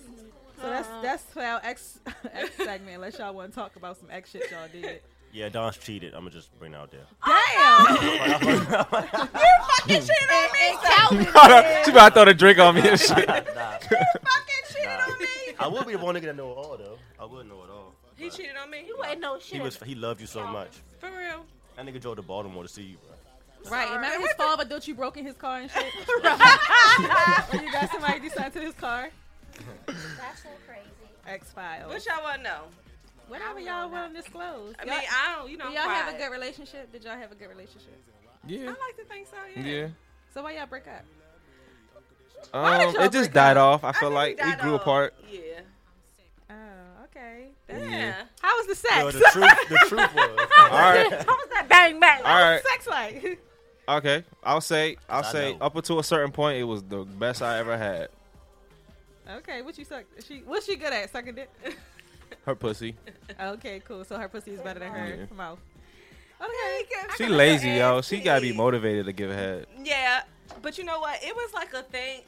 Speaker 2: So that's that's for our ex ex segment. Unless y'all want to talk about some ex shit y'all did.
Speaker 7: Yeah, Don's cheated. I'm gonna just bring it out there.
Speaker 2: Damn,
Speaker 9: Fucking shit on me.
Speaker 2: and Calvin
Speaker 8: she about to throw the drink on me and shit.
Speaker 7: nah,
Speaker 9: Fucking shit on me.
Speaker 7: I would be the one nigga that know it all though. I would know it all.
Speaker 9: He cheated on me.
Speaker 3: You ain't no shit.
Speaker 7: He was he loved you so much.
Speaker 9: For real.
Speaker 7: That nigga drove to Baltimore to see you, bro.
Speaker 2: Right. Remember his fall, but don't you broke in his car and shit? when you got somebody do something to his car?
Speaker 3: That's so crazy.
Speaker 2: X Files.
Speaker 9: What y'all want to know?
Speaker 2: Whatever y'all want to disclose.
Speaker 9: I
Speaker 2: Y'all-
Speaker 9: mean, I don't, you know,
Speaker 2: do
Speaker 9: I'm
Speaker 2: y'all have a
Speaker 9: quiet.
Speaker 2: good relationship? Did y'all have a good relationship?
Speaker 8: Yeah,
Speaker 9: I like to think so, yeah.
Speaker 8: yeah.
Speaker 2: So why y'all break up? Why did
Speaker 8: Um,
Speaker 2: y'all
Speaker 8: it just
Speaker 2: break
Speaker 8: died off. I
Speaker 9: I
Speaker 8: feel
Speaker 9: think
Speaker 8: like we
Speaker 9: died
Speaker 8: grew
Speaker 9: off.
Speaker 8: apart.
Speaker 9: Yeah.
Speaker 2: Oh, okay.
Speaker 9: Yeah.
Speaker 2: How was the sex?
Speaker 7: Yo, the truth, the truth was.
Speaker 8: All right,
Speaker 3: How was that bang bang?
Speaker 8: all right.
Speaker 2: Sex like?
Speaker 8: Okay, I'll say, I'll
Speaker 7: I
Speaker 8: say,
Speaker 7: know.
Speaker 8: up until a certain point, it was the best I ever had.
Speaker 2: okay, what you suck? She what's she good at? Sucking dick?
Speaker 8: Her pussy.
Speaker 2: okay, cool. So her pussy is better than her
Speaker 8: Yeah.
Speaker 2: mouth. Okay.
Speaker 8: She lazy, yo. She gotta be motivated to give head.
Speaker 9: Yeah, but you know what? It was like a thing.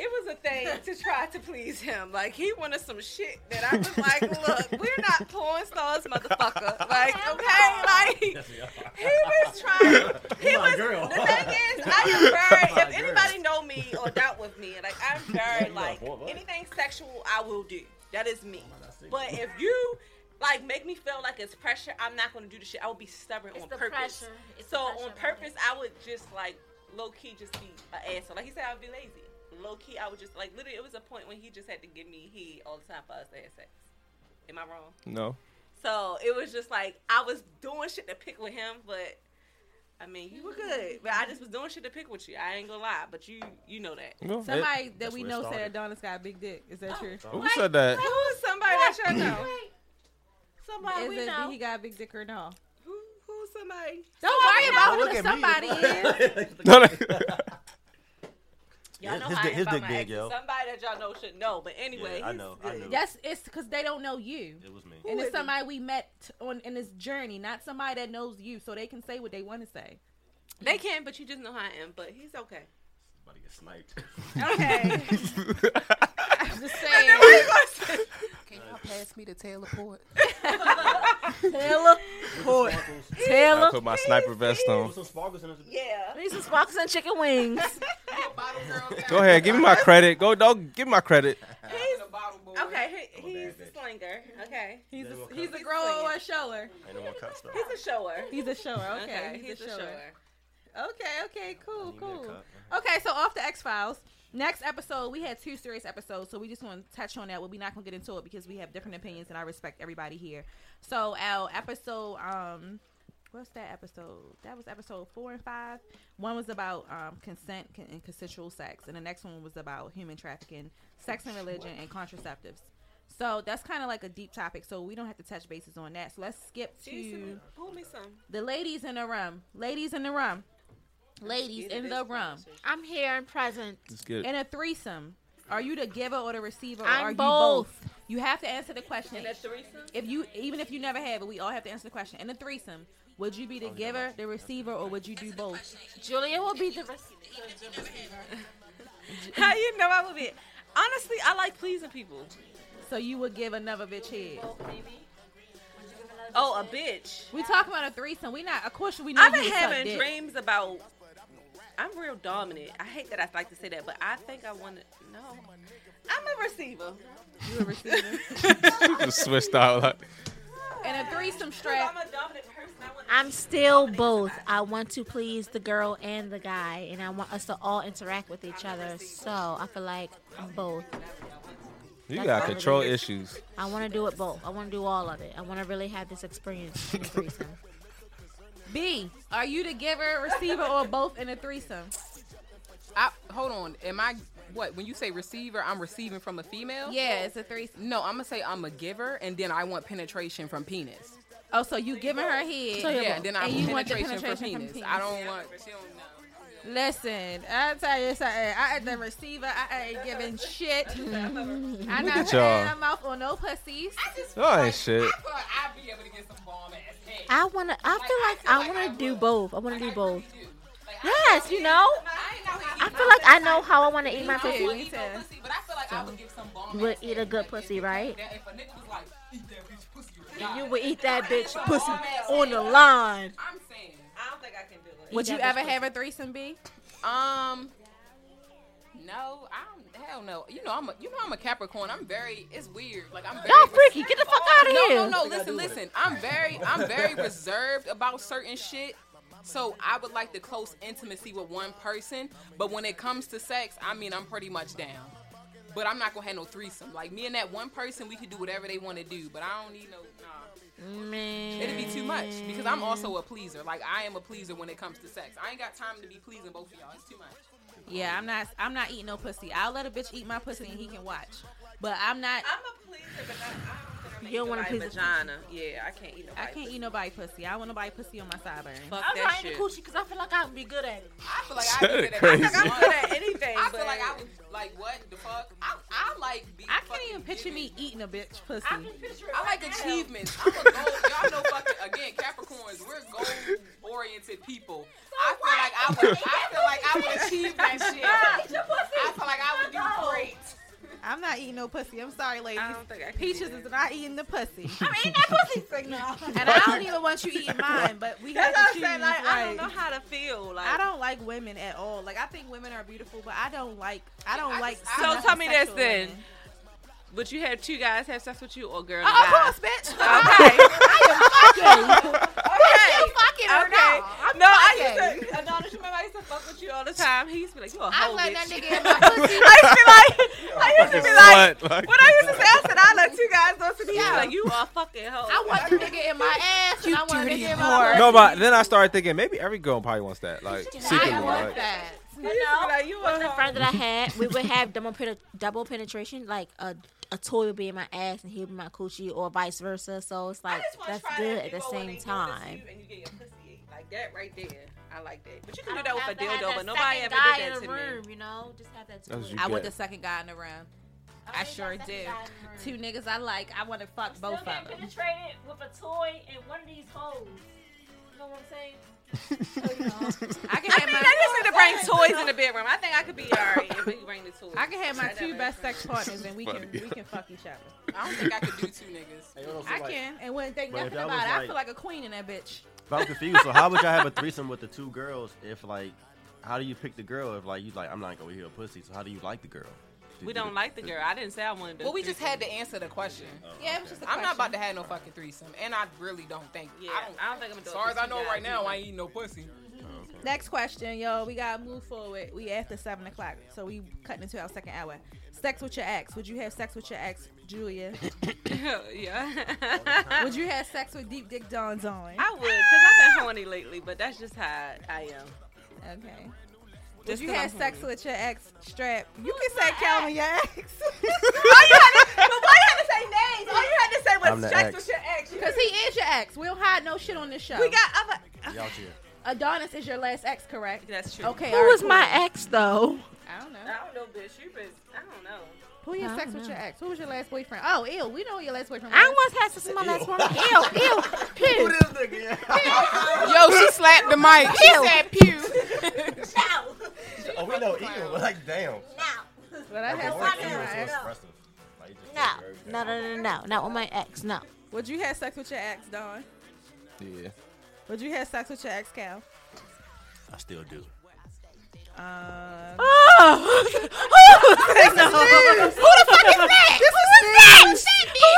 Speaker 9: It was a thing to try to please him. Like he wanted some shit that I was like, look, we're not porn stars, motherfucker. Like, okay, like he was trying. He
Speaker 7: my
Speaker 9: was.
Speaker 7: girl.
Speaker 9: The thing is, I am
Speaker 7: My
Speaker 9: very. If
Speaker 7: girl.
Speaker 9: anybody know me or dealt with me, like I'm very
Speaker 7: You
Speaker 9: like
Speaker 7: like, what, what?
Speaker 9: anything sexual, I will do. That is me.
Speaker 7: I Oh see.
Speaker 9: But if you like make me feel like it's pressure, I'm not gonna do the shit. I will be stubborn
Speaker 3: It's
Speaker 9: on
Speaker 3: the
Speaker 9: purpose.
Speaker 3: pressure. It's
Speaker 9: so
Speaker 3: the pressure
Speaker 9: on purpose, I would just like low key just be an asshole. Like he said, I'd be lazy. Low key, I would just like literally. It was a point when he just had to give me head all the time for us to have sex. Am I wrong?
Speaker 8: No.
Speaker 9: So it was just like I was doing shit to pick with him, but I mean, you were good, but I just was doing shit to pick with you. I ain't gonna lie, but you you know that.
Speaker 8: No,
Speaker 2: Somebody
Speaker 8: it-
Speaker 2: that
Speaker 8: that's
Speaker 2: we
Speaker 8: where it
Speaker 2: know
Speaker 8: started.
Speaker 2: said Adonis got a big dick. Is that true?
Speaker 8: Who said that?
Speaker 9: Who is somebody that y'all know?
Speaker 2: Somebody
Speaker 9: we
Speaker 2: it, do
Speaker 9: know.
Speaker 2: He got a big dick or no?
Speaker 9: Who's somebody?
Speaker 2: Don't worry about who the somebody is.
Speaker 9: Y'all know
Speaker 7: His
Speaker 9: I
Speaker 7: dick-
Speaker 9: ain't
Speaker 7: his
Speaker 9: about
Speaker 7: dick
Speaker 9: my
Speaker 7: big,
Speaker 9: exes.
Speaker 7: yo.
Speaker 9: Somebody that y'all know should know, but anyway.
Speaker 7: Yeah, I know, I know.
Speaker 2: Yes, it's because they don't know you.
Speaker 7: It was me.
Speaker 2: and
Speaker 9: Who
Speaker 2: it's
Speaker 9: is it?
Speaker 2: somebody we met on in this journey, not somebody that knows you, so they can say what they want to say.
Speaker 9: They can, but you just know how I am. But he's okay.
Speaker 7: About to get sniped.
Speaker 9: Okay.
Speaker 7: I'm
Speaker 2: just
Speaker 9: saying.
Speaker 6: Can y'all pass me the teleport?
Speaker 3: Teleport.
Speaker 8: I put my sniper vest on.
Speaker 9: Yeah.
Speaker 3: Need some sparkles and chicken wings.
Speaker 8: Go ahead, give me my credit. Go, dog, give me my credit.
Speaker 9: He's okay. He, he's a slinger. Okay.
Speaker 2: He's a,
Speaker 9: He's
Speaker 2: he's a
Speaker 9: slinging.
Speaker 2: grower or a shower.
Speaker 7: Ain't no more cuts though.
Speaker 9: He's a shower.
Speaker 2: He's a shower. Okay,
Speaker 9: he's, a shower.
Speaker 2: Okay, okay, cool, cool.
Speaker 9: cup.
Speaker 2: Okay, so off the X Files. Next episode, we had two serious episodes, so we just want to touch on that. But we're not gonna get into it because we have different opinions, and I respect everybody here. So our episode, um, what's that episode? That was episode four and five. One was about um, consent con- and consensual sex, and the next one was about human trafficking, sex and religion, and contraceptives. So that's kind of like a deep topic. So we don't have to touch bases on that. So let's skip to
Speaker 9: Jason, pull me some.
Speaker 2: the ladies in the room. Ladies in the room. Ladies
Speaker 9: Either
Speaker 2: in
Speaker 9: this
Speaker 2: the room.
Speaker 3: I'm here and present.
Speaker 8: Let's get
Speaker 2: In a threesome. Are you the giver or the receiver? Or
Speaker 3: I'm
Speaker 2: are
Speaker 3: both.
Speaker 2: you both? You have to answer the question.
Speaker 9: And a threesome?
Speaker 2: If you even if you never have it, we all have to answer the question. In a threesome, would you be the giver, the receiver, or would you do both?
Speaker 3: Julia will be the
Speaker 9: How you know I would be? Honestly, I like pleasing people.
Speaker 2: So you would give another bitch head.
Speaker 9: Oh, a bitch.
Speaker 2: We talking about a threesome. We not. Of course, we know
Speaker 9: I've been
Speaker 2: you would suck
Speaker 9: having
Speaker 2: dick.
Speaker 9: dreams about. I'm real dominant. I hate that I like to say that, but I think I want to. No, I'm a receiver.
Speaker 2: You a receiver?
Speaker 8: Just switched out. Like,
Speaker 2: In a threesome strap.
Speaker 9: I'm a dominant person. I want
Speaker 3: I'm still both. I want to please the girl and the guy, and I want us to all interact with each other. So I feel like I'm both.
Speaker 8: you
Speaker 3: That's
Speaker 8: got
Speaker 3: all it
Speaker 8: control
Speaker 3: is.
Speaker 8: issues.
Speaker 3: I want to do it both. I want to do all of it. I want to really have this experience. in a threesome.
Speaker 2: B. Are you the giver, receiver, or both in a threesome?
Speaker 6: I, hold on. Am I what? When you say receiver, I'm receiving from a female.
Speaker 2: Yeah, it's a threesome.
Speaker 6: No, I'm gonna say I'm a giver, and then I want penetration from penis.
Speaker 2: Oh, so you giving her head?
Speaker 6: yeah, and then I
Speaker 2: and
Speaker 6: want
Speaker 2: you want the
Speaker 6: penetration,
Speaker 2: penetration
Speaker 6: from, penis.
Speaker 2: from
Speaker 6: I
Speaker 2: penis.
Speaker 6: don't want.
Speaker 2: Listen, I tell you something. I ain't the receiver. I ain't giving shit. I
Speaker 8: Look
Speaker 2: not
Speaker 8: at
Speaker 2: putting
Speaker 8: y'all.
Speaker 2: my mouth on no pussies.
Speaker 8: Y'all ain't shit.
Speaker 6: I'd be able to get some bomb ass head.
Speaker 3: I want to. I feel like I want to do both. I want to do both. Yes, you know. I feel like I know how I want to eat my pussy.
Speaker 6: But I feel like I would give some bomb.
Speaker 3: You would eat a good pussy, right?
Speaker 6: That if a nigga was like, eat that bitch pussy,
Speaker 3: You
Speaker 6: you would die."
Speaker 3: would eat that bitch pussy on the line.
Speaker 6: I'm saying.
Speaker 9: I don't think I can do it.
Speaker 2: Would
Speaker 3: Eat
Speaker 2: you
Speaker 3: that
Speaker 2: ever
Speaker 3: bitch
Speaker 2: have a threesome, B?
Speaker 6: Um. No, I'm hell no. You know I'm a you know I'm a Capricorn. I'm very it's weird. Like I'm very
Speaker 3: Y'all freaky. Get the fuck out of
Speaker 6: no,
Speaker 3: here.
Speaker 6: No, no, Listen, listen. I'm very, I'm very reserved about certain shit. So I would like the close intimacy with one person, but when it comes to sex, I mean, I'm pretty much down. But I'm not gonna have no threesome. Like me and that one person, we could do whatever they want to do. But I don't need no. Nah,
Speaker 3: Man.
Speaker 6: it'd be too much because I'm also a pleaser. Like I am a pleaser when it comes to sex. I ain't got time to be pleasing both of y'all. It's too much.
Speaker 2: Yeah, I'm not. I'm not eating no pussy. I'll let a bitch eat my pussy and he can watch. But I'm not.
Speaker 9: I'm a pleaser, but not, I don't think I'm
Speaker 3: You don't wanna
Speaker 9: want to
Speaker 3: please a
Speaker 9: vagina. Yeah, I can't eat nobody.
Speaker 2: I can't eat nobody pussy. I want nobody pussy on my sideburn.
Speaker 9: Fuck
Speaker 3: I'm
Speaker 9: that
Speaker 3: not in the
Speaker 9: shit.
Speaker 3: coochie because I feel like I would be good at it.
Speaker 6: I feel like I
Speaker 8: That
Speaker 6: do
Speaker 8: is
Speaker 6: that
Speaker 8: crazy.
Speaker 6: I,
Speaker 9: I'm good at anything.
Speaker 6: I
Speaker 9: but
Speaker 6: feel like I was like what the fuck. I, I like. Be
Speaker 2: I can't
Speaker 6: fucking
Speaker 2: even picture
Speaker 6: giving-
Speaker 2: me eating a bitch pussy.
Speaker 6: I like achievements. I'm a goal. Y'all know fucking again, Capricorns. We're goal-oriented people. I feel like I would. I feel like I would achieve that shit. I feel like I would do great.
Speaker 2: I'm not eating no pussy. I'm sorry, ladies.
Speaker 9: I don't think I can
Speaker 2: Peaches
Speaker 9: do that.
Speaker 2: is not eating the pussy,
Speaker 3: I'm eating that pussy.
Speaker 2: and I don't even want you eating mine. But we have
Speaker 9: That's
Speaker 2: to
Speaker 9: what I'm
Speaker 2: choose.
Speaker 9: saying. Like, I
Speaker 2: right?
Speaker 9: don't know how to feel. Like,
Speaker 2: I don't like women at all. Like I think women are beautiful, but I don't like I don't
Speaker 6: I
Speaker 2: like.
Speaker 6: just-
Speaker 9: So
Speaker 2: nothing
Speaker 9: tell me this
Speaker 2: sexual
Speaker 9: then.
Speaker 2: women.
Speaker 9: Would you have two guys have sex with you or girl? and
Speaker 2: Oh,
Speaker 9: guy?
Speaker 2: pause, bitch.
Speaker 9: Okay. okay.
Speaker 2: fucking
Speaker 9: Okay.
Speaker 2: or not.
Speaker 9: no, I used to. Adonis, remember I used to fuck with you all the time. He used to be like, "You a
Speaker 2: I
Speaker 9: hoe,
Speaker 2: let
Speaker 9: bitch."
Speaker 2: that
Speaker 9: I used
Speaker 2: nigga in my pussy.
Speaker 9: to be like, I used to be like,
Speaker 8: Slut, like-
Speaker 9: what I used to say. I said, "I let two guys go to the
Speaker 2: Yeah.
Speaker 9: yeah. like you are fucking hoe.
Speaker 2: I want a nigga in my ass. and I want a
Speaker 9: dirty
Speaker 2: nigga in my
Speaker 8: No, but then I started thinking maybe every girl probably wants that. Like secretly.
Speaker 3: I
Speaker 8: like,
Speaker 3: want that.
Speaker 9: You used to be like, you
Speaker 3: With the
Speaker 9: are
Speaker 3: friend that I had, we would have double, penet- double penetration, like a a toy would be in my ass and he'd be my coochie, or vice versa. So it's like
Speaker 9: wanna
Speaker 3: that's
Speaker 9: try that
Speaker 3: good at the
Speaker 9: before when
Speaker 3: same
Speaker 9: they notice
Speaker 3: time.
Speaker 9: you and you get your pussy ate. Like that right there. I like that. But you can
Speaker 3: I
Speaker 9: do that
Speaker 3: don't
Speaker 9: with a
Speaker 3: have to have
Speaker 9: dildo,
Speaker 3: that
Speaker 9: but nobody ever
Speaker 3: second
Speaker 9: did
Speaker 3: guy in
Speaker 9: that
Speaker 3: the
Speaker 9: to me.
Speaker 3: room, You know, just have that.
Speaker 8: That's what
Speaker 3: toy.
Speaker 8: you
Speaker 2: I want
Speaker 8: get.
Speaker 2: the second guy in the room. I sure did. Two niggas I like. I want to fuck both of them.
Speaker 11: penetrated with a toy and one of these holes. You know what I'm saying?
Speaker 2: I can
Speaker 9: I
Speaker 2: have
Speaker 9: think
Speaker 2: my.
Speaker 9: I just need to bring toys in the bedroom. I think I could be alright if we bring the toys.
Speaker 2: I can have my
Speaker 9: That
Speaker 2: two
Speaker 9: way.
Speaker 2: best sex partners and we can
Speaker 8: Funny.
Speaker 2: we can fuck each other.
Speaker 6: I don't think I could do two niggas.
Speaker 2: I can and wouldn't think
Speaker 7: But if
Speaker 2: nothing
Speaker 7: that
Speaker 2: about it.
Speaker 7: was
Speaker 2: I
Speaker 7: like-
Speaker 2: feel like a queen in that bitch.
Speaker 7: But I'm confused. So how would y'all have a threesome with the two girls if like, how do you pick the girl if like you like I'm not gonna hear a pussy? So how do you like the girl?
Speaker 9: We don't like the girl. I didn't say I wanted to.
Speaker 6: Well, we just had to answer the question.
Speaker 8: Oh.
Speaker 2: Yeah, it was just a
Speaker 6: I'm not about
Speaker 2: question.
Speaker 6: to have no fucking threesome, and I really don't think.
Speaker 9: Yeah,
Speaker 6: I don't.
Speaker 9: I don't think I'm gonna do
Speaker 6: As
Speaker 9: it
Speaker 6: far
Speaker 9: with
Speaker 6: as I
Speaker 9: you
Speaker 6: know
Speaker 9: guys
Speaker 6: right now,
Speaker 9: either.
Speaker 6: I ain't eating no pussy.
Speaker 2: Next question, yo. We gotta move forward. We after seven o'clock, so we cutting into our second hour. Sex with your ex. Would you have sex with your ex, Julia?
Speaker 9: yeah.
Speaker 2: Would you have sex with Deep Dick Don's on?
Speaker 9: I would, cause I've been horny lately, but that's just how I am.
Speaker 2: Okay. Would
Speaker 9: Just
Speaker 2: you
Speaker 9: 'cause
Speaker 2: have
Speaker 9: I'm
Speaker 2: sex
Speaker 9: horny.
Speaker 2: with your ex, Strap? You can say count on your ex.
Speaker 9: All you had to, but why you had to say names? All you had to say
Speaker 7: I'm the
Speaker 9: was
Speaker 7: ex.
Speaker 9: sex with your ex. You-
Speaker 2: Because he is your ex. We don't hide no shit on this show.
Speaker 9: we got other.
Speaker 7: Y'all cheer.
Speaker 2: Adonis is your last ex, correct?
Speaker 9: That's true.
Speaker 2: Okay. all
Speaker 3: Who
Speaker 2: right,
Speaker 3: was
Speaker 2: cool.
Speaker 3: my ex though?
Speaker 2: I don't know.
Speaker 9: I don't know, bitch. You been. I don't know.
Speaker 2: Who you
Speaker 3: I
Speaker 2: had sex
Speaker 3: don't
Speaker 2: with
Speaker 3: know.
Speaker 2: your ex? Who was your last boyfriend? Oh, ew. We know who your last boyfriend.
Speaker 3: I
Speaker 2: Was.
Speaker 3: once had sex with my last one. Ew, ew,
Speaker 10: Who
Speaker 3: pew.
Speaker 10: this nigga?
Speaker 6: Yo, she slapped the mic. She said, "Pew."
Speaker 7: Oh, we know eagle. Like damn.
Speaker 2: But I had sex
Speaker 7: Like,
Speaker 2: with my
Speaker 7: Eagle was so
Speaker 2: ex.
Speaker 7: expressive. Like, just
Speaker 3: No,
Speaker 7: do everything.
Speaker 3: no, no, no, no, not with my ex. No.
Speaker 2: Would you have sex with your ex, Don?
Speaker 8: yeah.
Speaker 2: Would you have sex with your ex, Cal?
Speaker 7: I still do.
Speaker 2: Uh, oh,
Speaker 3: Who the fuck is that? Who was that? Who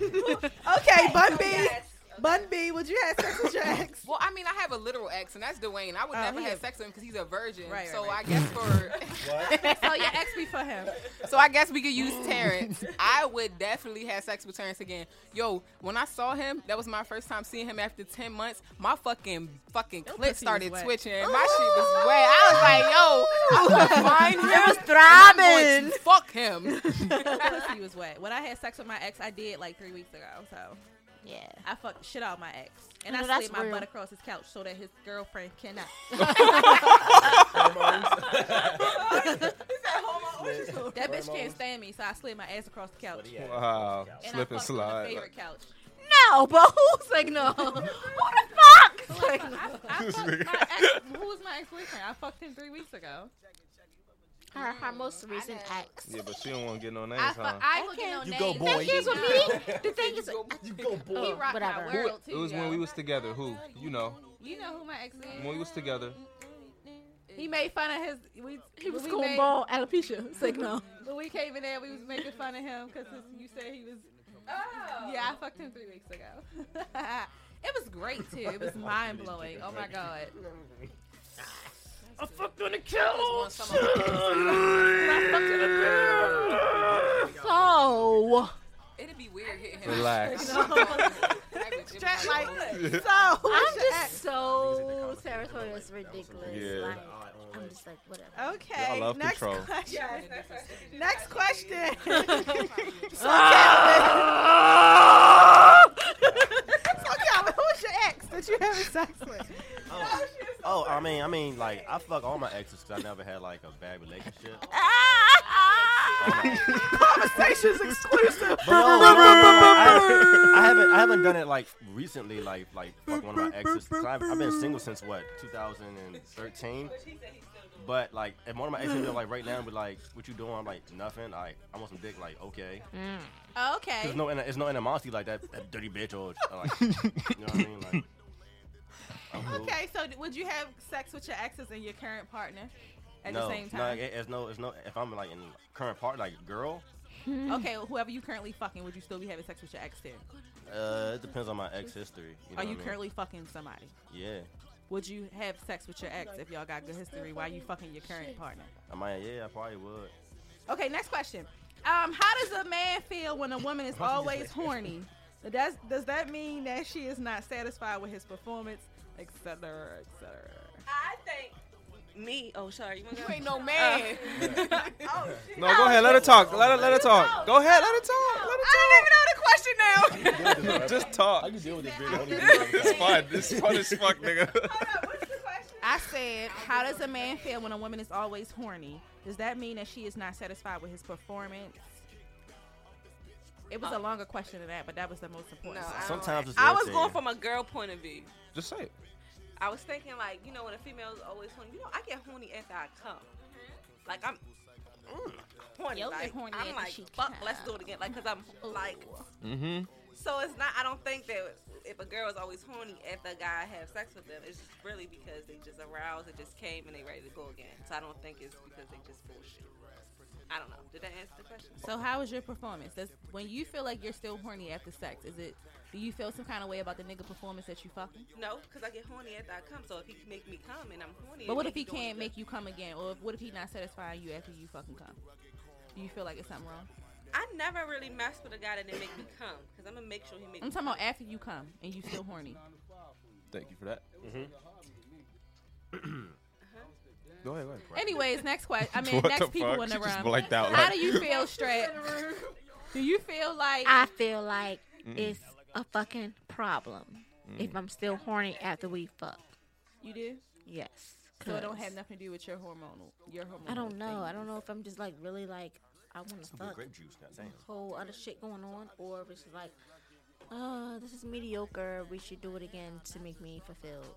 Speaker 3: was that, Calvin?
Speaker 2: okay, Bun B. Bun B, would you have sex with your ex?
Speaker 6: Well, I mean, I have a literal ex, and that's Dwayne. I would
Speaker 2: Oh,
Speaker 6: never
Speaker 2: he
Speaker 6: have
Speaker 2: is-
Speaker 6: sex with him because he's a virgin.
Speaker 2: Right, right,
Speaker 6: so
Speaker 2: right.
Speaker 6: I guess for
Speaker 2: So your Oh, ex be for him.
Speaker 6: So I guess we could use Terrence. I would definitely have sex with Terrence again. Yo, when I saw him, that was my first time seeing him after ten months. My fucking fucking clit
Speaker 2: pussy
Speaker 6: started
Speaker 2: was wet.
Speaker 6: twitching. My shit was wet. I was like, yo, I'm gonna find him.
Speaker 3: It was
Speaker 6: and I'm going
Speaker 3: throbbing.
Speaker 6: to Fuck him.
Speaker 2: Pussy was wet. When I had sex with my ex, I did like three weeks ago. So
Speaker 3: Yeah.
Speaker 2: I fucked the shit out of my ex, and
Speaker 3: No,
Speaker 2: I
Speaker 3: that's
Speaker 2: slid my
Speaker 3: real.
Speaker 2: butt across his couch so that his girlfriend cannot. That bitch can't stand me, so I slid my ass across the couch.
Speaker 8: Wow.
Speaker 2: And
Speaker 8: Slip
Speaker 2: I
Speaker 8: and
Speaker 2: fucked on her
Speaker 8: slide.
Speaker 2: favorite couch.
Speaker 3: No, but who's like no? Who the fuck?
Speaker 2: I, fucked- I fucked my ex. Who was my ex boyfriend? I fucked him three weeks ago.
Speaker 3: Her, her most recent ex.
Speaker 8: Yeah, but she don't want to get no names,
Speaker 2: I
Speaker 8: huh?
Speaker 2: fuck. I will get no
Speaker 7: You
Speaker 2: names.
Speaker 7: go, boy.
Speaker 2: That shit's
Speaker 3: Here's
Speaker 2: with
Speaker 3: what
Speaker 2: me.
Speaker 3: me. The thing is,
Speaker 7: You go
Speaker 2: He
Speaker 7: boy.
Speaker 2: rocked
Speaker 3: whatever.
Speaker 2: my
Speaker 8: Who-
Speaker 2: world too.
Speaker 8: it was
Speaker 2: yo.
Speaker 8: when we was together. Who? You know.
Speaker 2: You know who my ex is?
Speaker 8: When we was together.
Speaker 2: He made fun of his. We,
Speaker 3: he was
Speaker 2: we
Speaker 3: going
Speaker 2: made-
Speaker 3: bald alopecia. It's like no.
Speaker 2: When we came in there, we was making fun of him because you said he was.
Speaker 9: Oh.
Speaker 2: Yeah, I fucked him three weeks ago. it was great too. It was mind blowing. Oh my god.
Speaker 3: So
Speaker 6: It'd be weird hitting him.
Speaker 8: Relax.
Speaker 6: Strap
Speaker 2: So
Speaker 6: like,
Speaker 2: what's
Speaker 3: I'm
Speaker 2: your ex?
Speaker 3: just so territorial. It's ridiculous.
Speaker 8: Yeah.
Speaker 3: Like, I'm just like whatever.
Speaker 2: okay.
Speaker 8: Y'all love
Speaker 2: next
Speaker 8: control.
Speaker 2: question.
Speaker 9: Yes, that's right.
Speaker 2: Next question. so Calvin, so Calvin, who's your ex that you having sex with?
Speaker 7: Oh. Oh, I mean, I mean, like I fuck all my exes 'cause I never had like a bad relationship.
Speaker 9: Ah!
Speaker 2: Conversations exclusive.
Speaker 7: But no, no, no, no, no, I, I haven't, I haven't done it like recently, like like fuck one of my exes. 'Cause I've, I've been single since what 2013. But like, if one of my exes were, like right now, be like, "What you doing?" I'm like, "Nothing." Like, I want some dick. Like, okay.
Speaker 2: Okay.
Speaker 7: There's no, there's no animosity like that, that dirty bitch or, or like, you know what I mean? Like, I'm cool.
Speaker 2: Okay, so d- would you have sex with your exes and your current partner at
Speaker 7: no,
Speaker 2: the same
Speaker 7: no,
Speaker 2: time?
Speaker 7: it, it's no, it's no. If I'm like in current part, like girl,
Speaker 2: okay, well, whoever you currently fucking, would you still be having sex with your ex then?
Speaker 7: uh, it depends on my ex history. You know
Speaker 2: Are
Speaker 7: what
Speaker 2: you
Speaker 7: I mean?
Speaker 2: currently fucking somebody?
Speaker 7: Yeah,
Speaker 2: Would you have sex with your ex if y'all got good history while you fucking your current partner?
Speaker 7: I might. Yeah, I probably would.
Speaker 2: Okay, next question. Um, how does a man feel when a woman is always horny? Does does that mean that she is not satisfied with his performance, etc., etc.?
Speaker 9: I think me. Oh, sorry. You, wanna
Speaker 6: You
Speaker 9: go?
Speaker 6: ain't no man.
Speaker 9: Uh, oh, shit.
Speaker 8: No, go ahead. Let her talk. Let her. Let her talk. Go ahead. Let her talk. Let her
Speaker 9: I don't even know the question now.
Speaker 8: Just talk. I can deal with this. It's fun. This is fun as fuck, nigga.
Speaker 2: I said, how does a man feel when a woman is always horny? Does that mean that she is not satisfied with his performance? It was a longer question than that, but that was the most
Speaker 9: No,
Speaker 2: important.
Speaker 9: I don't
Speaker 8: Sometimes it's
Speaker 9: I was
Speaker 8: irritating.
Speaker 9: going from a girl point of view.
Speaker 8: Just say it.
Speaker 9: I was thinking like, you know, when a female is always horny, you know, I get horny after I come. Like I'm mm, horny.
Speaker 2: You'll get
Speaker 9: like,
Speaker 2: horny
Speaker 9: I'm
Speaker 2: after
Speaker 9: like,
Speaker 2: she
Speaker 9: fuck, let's do it again. Like, cause I'm like,
Speaker 8: Mm-hmm.
Speaker 9: so it's not. I don't think that if a girl is always horny after a guy have sex with them, it's just really because they just aroused, they just came and they ready to go again. So I don't think it's because they just bullshit. I don't know. Did that answer the question?
Speaker 2: So how is your performance? Does when you feel like you're still horny after sex, is it do you feel some kind of way about the nigga performance that you fucking?
Speaker 9: No, because I get horny after I come. So if he can make me come and I'm horny,
Speaker 2: But what
Speaker 9: and
Speaker 2: if he
Speaker 9: doing
Speaker 2: can't
Speaker 9: good-
Speaker 2: make you come again? Or if, what if he not satisfying you after you fucking come? Do you feel like it's something wrong?
Speaker 9: I never really messed with a guy that didn't make me come because I'm gonna make sure he makes.
Speaker 2: I'm
Speaker 9: me
Speaker 2: talking
Speaker 9: come.
Speaker 2: about after you come and you still horny.
Speaker 8: Thank you for that. Go ahead. Go ahead.
Speaker 2: Anyways, next question. I mean,
Speaker 8: What
Speaker 2: next
Speaker 8: the
Speaker 2: people
Speaker 8: fuck?
Speaker 2: in the
Speaker 8: She just
Speaker 2: room.
Speaker 8: blanked out
Speaker 2: How
Speaker 8: like-
Speaker 2: do you feel, Strat? do you feel like
Speaker 3: I feel like
Speaker 8: Mm-mm.
Speaker 3: it's a fucking problem if
Speaker 8: Mm.
Speaker 3: I'm still horny after we fuck.
Speaker 2: you do?
Speaker 3: Yes.
Speaker 2: So it don't
Speaker 3: 'cause
Speaker 2: have nothing to do with your hormonal. Your hormonal.
Speaker 3: I don't know. I
Speaker 2: thing.
Speaker 3: don't know if I'm just like really like I want to
Speaker 7: gonna be
Speaker 3: fuck.
Speaker 7: grape juice, God damn.
Speaker 3: Whole other shit going on, or if it's just like, uh, this is mediocre. We should do it again to make me fulfilled.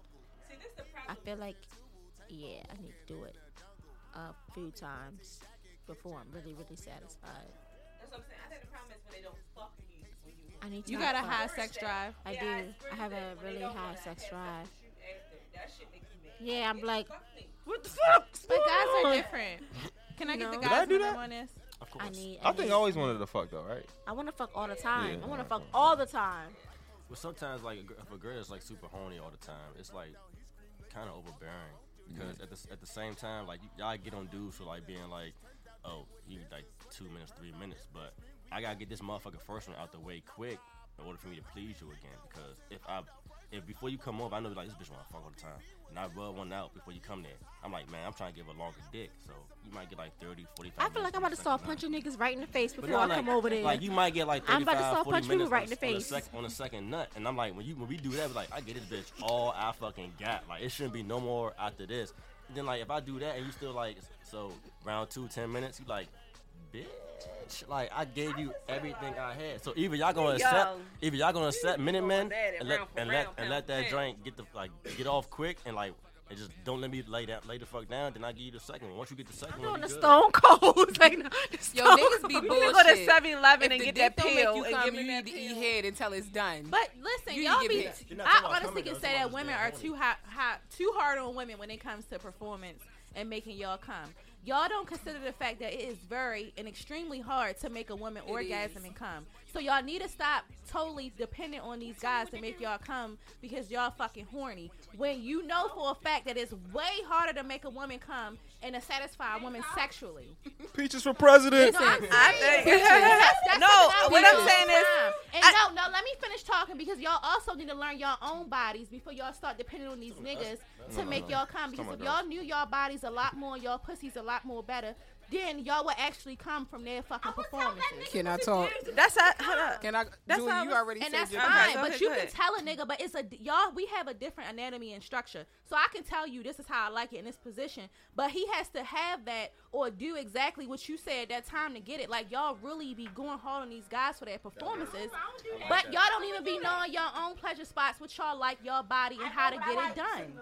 Speaker 9: See, this the
Speaker 3: I
Speaker 9: problem.
Speaker 3: feel like, yeah, I need to do it a few times before I'm really really satisfied.
Speaker 9: That's what I'm saying. I think the problem is when they don't fuck you. When you
Speaker 3: I need to.
Speaker 2: You
Speaker 3: not
Speaker 2: got a
Speaker 3: fuck.
Speaker 2: high sex drive.
Speaker 3: I
Speaker 9: Yeah,
Speaker 3: do.
Speaker 9: it's
Speaker 3: I have
Speaker 9: really
Speaker 3: a
Speaker 9: that when they
Speaker 3: really
Speaker 9: don't
Speaker 3: high
Speaker 9: wanna
Speaker 3: sex
Speaker 9: have
Speaker 3: drive.
Speaker 9: sex with you after. That shit makes me mad.
Speaker 3: Yeah, I'm like,
Speaker 9: Fuck me.
Speaker 3: what the fuck?
Speaker 2: But guys are different. Can I get the
Speaker 3: No.
Speaker 8: Did I
Speaker 2: guys
Speaker 8: do
Speaker 2: in the
Speaker 8: that?
Speaker 2: room on this?
Speaker 7: Of
Speaker 3: I
Speaker 7: course.
Speaker 3: need.
Speaker 8: I think
Speaker 3: need-
Speaker 8: I always wanted to fuck though, right?
Speaker 3: I want to fuck all the time.
Speaker 8: Yeah,
Speaker 3: I want to
Speaker 8: I
Speaker 3: fuck
Speaker 8: fuck.
Speaker 3: all the time.
Speaker 7: Well, sometimes like a gr- if a girl is like super horny all the time, it's like kind of overbearing because at the s- at the same time, like y- y'all get on dudes for like being like, oh, he like two minutes, three minutes, but I gotta get this motherfucker first one out the way quick in order for me to please you again. Because if I if before you come over, I know like this bitch wanna fuck all the time, and I rub one out before you come there. I'm like, man, I'm trying to give a longer dick, so you might get like 30, 45
Speaker 3: I feel like
Speaker 7: minutes
Speaker 3: I'm
Speaker 7: on
Speaker 3: about
Speaker 7: the
Speaker 3: to start
Speaker 7: second round.
Speaker 3: punching niggas right in the face
Speaker 7: But
Speaker 3: before I
Speaker 7: no, like-
Speaker 3: come over there.
Speaker 7: Like you might get like
Speaker 3: I'm about to
Speaker 7: 35,
Speaker 3: start
Speaker 7: 40
Speaker 3: punching people
Speaker 7: minutes
Speaker 3: right
Speaker 7: on,
Speaker 3: in the
Speaker 7: on
Speaker 3: face.
Speaker 7: sec- on the second nut, and I'm like, when you when we do that, like I get this bitch all I fucking got. Like it shouldn't be no more after this. Then like if I do that and you still like so round two, 10 minutes, you like, bitch, like I gave you everything I had. So either y'all gonna
Speaker 9: Yo.
Speaker 7: accept, either y'all gonna accept Minutemen
Speaker 9: that at
Speaker 7: and let
Speaker 9: round for
Speaker 7: and let
Speaker 9: round,
Speaker 7: and let
Speaker 9: pound
Speaker 7: that
Speaker 9: for
Speaker 7: drink get the like get off quick and like. And just don't let me lay down, lay the fuck down. Then I give you the second one. Once you get the second
Speaker 3: I'm
Speaker 7: one,
Speaker 3: doing
Speaker 7: you
Speaker 3: the
Speaker 7: good.
Speaker 3: stone cold. like, no, the
Speaker 6: Yo,
Speaker 3: stone
Speaker 6: niggas be
Speaker 3: cold.
Speaker 9: You
Speaker 6: bullshit.
Speaker 9: go to 7-Eleven and
Speaker 6: If
Speaker 9: get
Speaker 6: the
Speaker 9: that
Speaker 6: dick don't
Speaker 9: pill
Speaker 6: Make you
Speaker 9: and
Speaker 6: come,
Speaker 9: give
Speaker 6: you
Speaker 9: me that
Speaker 6: need to
Speaker 9: pill.
Speaker 6: eat head until it's done.
Speaker 2: But listen,
Speaker 6: You
Speaker 2: y'all
Speaker 6: can
Speaker 2: be.
Speaker 6: give it-
Speaker 7: You're not
Speaker 2: I
Speaker 7: talking about
Speaker 2: honestly
Speaker 7: coming,
Speaker 2: can
Speaker 7: though.
Speaker 2: say
Speaker 7: It's
Speaker 2: that
Speaker 7: about
Speaker 2: women
Speaker 7: just
Speaker 2: are
Speaker 7: being
Speaker 2: too hot, hot, too hard on women when it comes to performance and making y'all come. Y'all don't consider the fact that it is very and extremely hard to make a woman orgasm
Speaker 6: is.
Speaker 2: and come. So y'all need to stop totally dependent on these guys to make y'all come because y'all fucking horny. When you know for a fact that it's way harder to make a woman come and to satisfy a woman sexually.
Speaker 8: Peaches for president.
Speaker 2: No, I'm
Speaker 9: I
Speaker 2: serious.
Speaker 9: think-
Speaker 2: That's- that's something
Speaker 9: No,
Speaker 2: I
Speaker 9: what I'm
Speaker 2: do
Speaker 9: saying is-
Speaker 2: all the time. and
Speaker 9: I-
Speaker 2: no, no, let me finish talking because y'all also need to learn y'all own bodies before y'all start depending on these niggas to make y'all come. Because if y'all knew y'all bodies a lot more, y'all pussies a lot more better, then y'all would actually come from their fucking performances.
Speaker 6: Can I talk?
Speaker 9: That's how. Hold up.
Speaker 6: Can I?
Speaker 9: That's
Speaker 6: Julie,
Speaker 9: how I
Speaker 6: you
Speaker 9: was-
Speaker 6: already
Speaker 2: And
Speaker 6: said
Speaker 2: that's
Speaker 6: your
Speaker 2: fine,
Speaker 9: Okay, go
Speaker 2: but
Speaker 9: ahead,
Speaker 2: you
Speaker 9: go
Speaker 2: can
Speaker 9: ahead.
Speaker 2: tell a nigga. But it's a y'all. We have a different anatomy and structure, so I can tell you this is how I like it in this position. But he has to have that or do exactly what you said that time to get it. Like y'all really be going hard on these guys for their performances, but y'all don't even be knowing your own pleasure spots, what y'all like, your body, and how to get it done.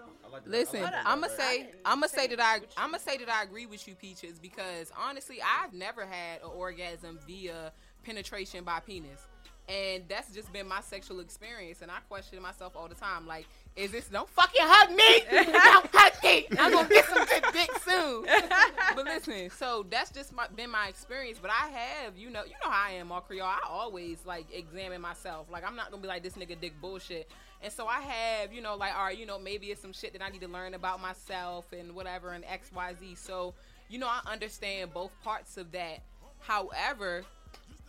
Speaker 6: Listen, I'm gonna say, I'm gonna say that I, I'm gonna say that I agree with you, Peaches, because honestly, I've never had an orgasm via penetration by penis, and that's just been my sexual experience. And I question myself all the time, like, is this don't fucking hug me? don't hug me. I'm gonna get some good dick soon. but listen, so that's just my, been my experience. But I have, you know, you know how I am, all Creole. I always like examine myself. Like I'm not gonna be like this nigga dick bullshit. And so I have, you know, like all right, you know, maybe it's some shit that I need to learn about myself and whatever and X Y Z. So you know, I understand both parts of that. However,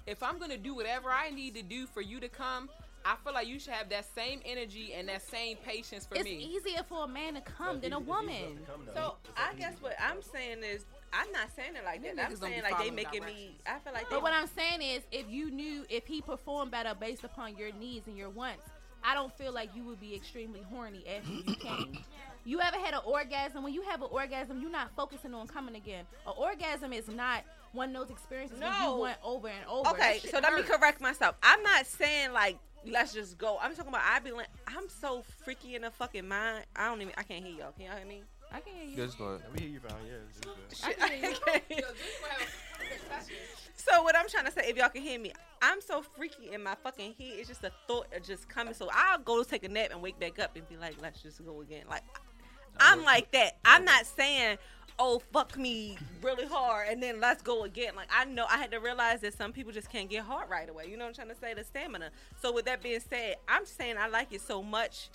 Speaker 6: if I'm gonna do whatever I need to do for you to come, I feel like you should have that same energy and that same patience for
Speaker 2: it's
Speaker 6: me.
Speaker 2: easier for a man to come than a woman.
Speaker 9: So I guess what I'm saying is, I'm not saying it like
Speaker 2: niggas
Speaker 9: that. I'm
Speaker 2: don't be
Speaker 9: saying like they
Speaker 2: following
Speaker 9: making me. I feel like they.
Speaker 2: But what I'm saying is, if you knew, if he performed better based upon your needs and your wants, I don't feel like you would be extremely horny after you came. You ever had an orgasm? When you have an orgasm, you're not focusing on coming again. An orgasm is not one of those experiences where
Speaker 9: No.
Speaker 2: you want over and over.
Speaker 9: Okay,
Speaker 2: That shit
Speaker 9: so let me
Speaker 2: hurts.
Speaker 9: correct myself. I'm not saying like let's just go. I'm talking about I be like I'm so freaky in the fucking mind. I don't even. I can't hear y'all. Can y'all hear me?
Speaker 2: I can hear
Speaker 4: Good one.
Speaker 7: Let me hear you from here. This is good.
Speaker 9: Shit, I can't- So what I'm trying to say, if y'all can hear me, I'm so freaky in my fucking head. It's just a thought of just coming. So I'll go take a nap and wake back up and be like, let's just go again. Like I'm like that. I'm not saying, oh fuck me really hard and then let's go again. Like I know I had to realize that some people just can't get hard right away. You know what I'm trying to say? The stamina. So with that being said, I'm saying I like it so much.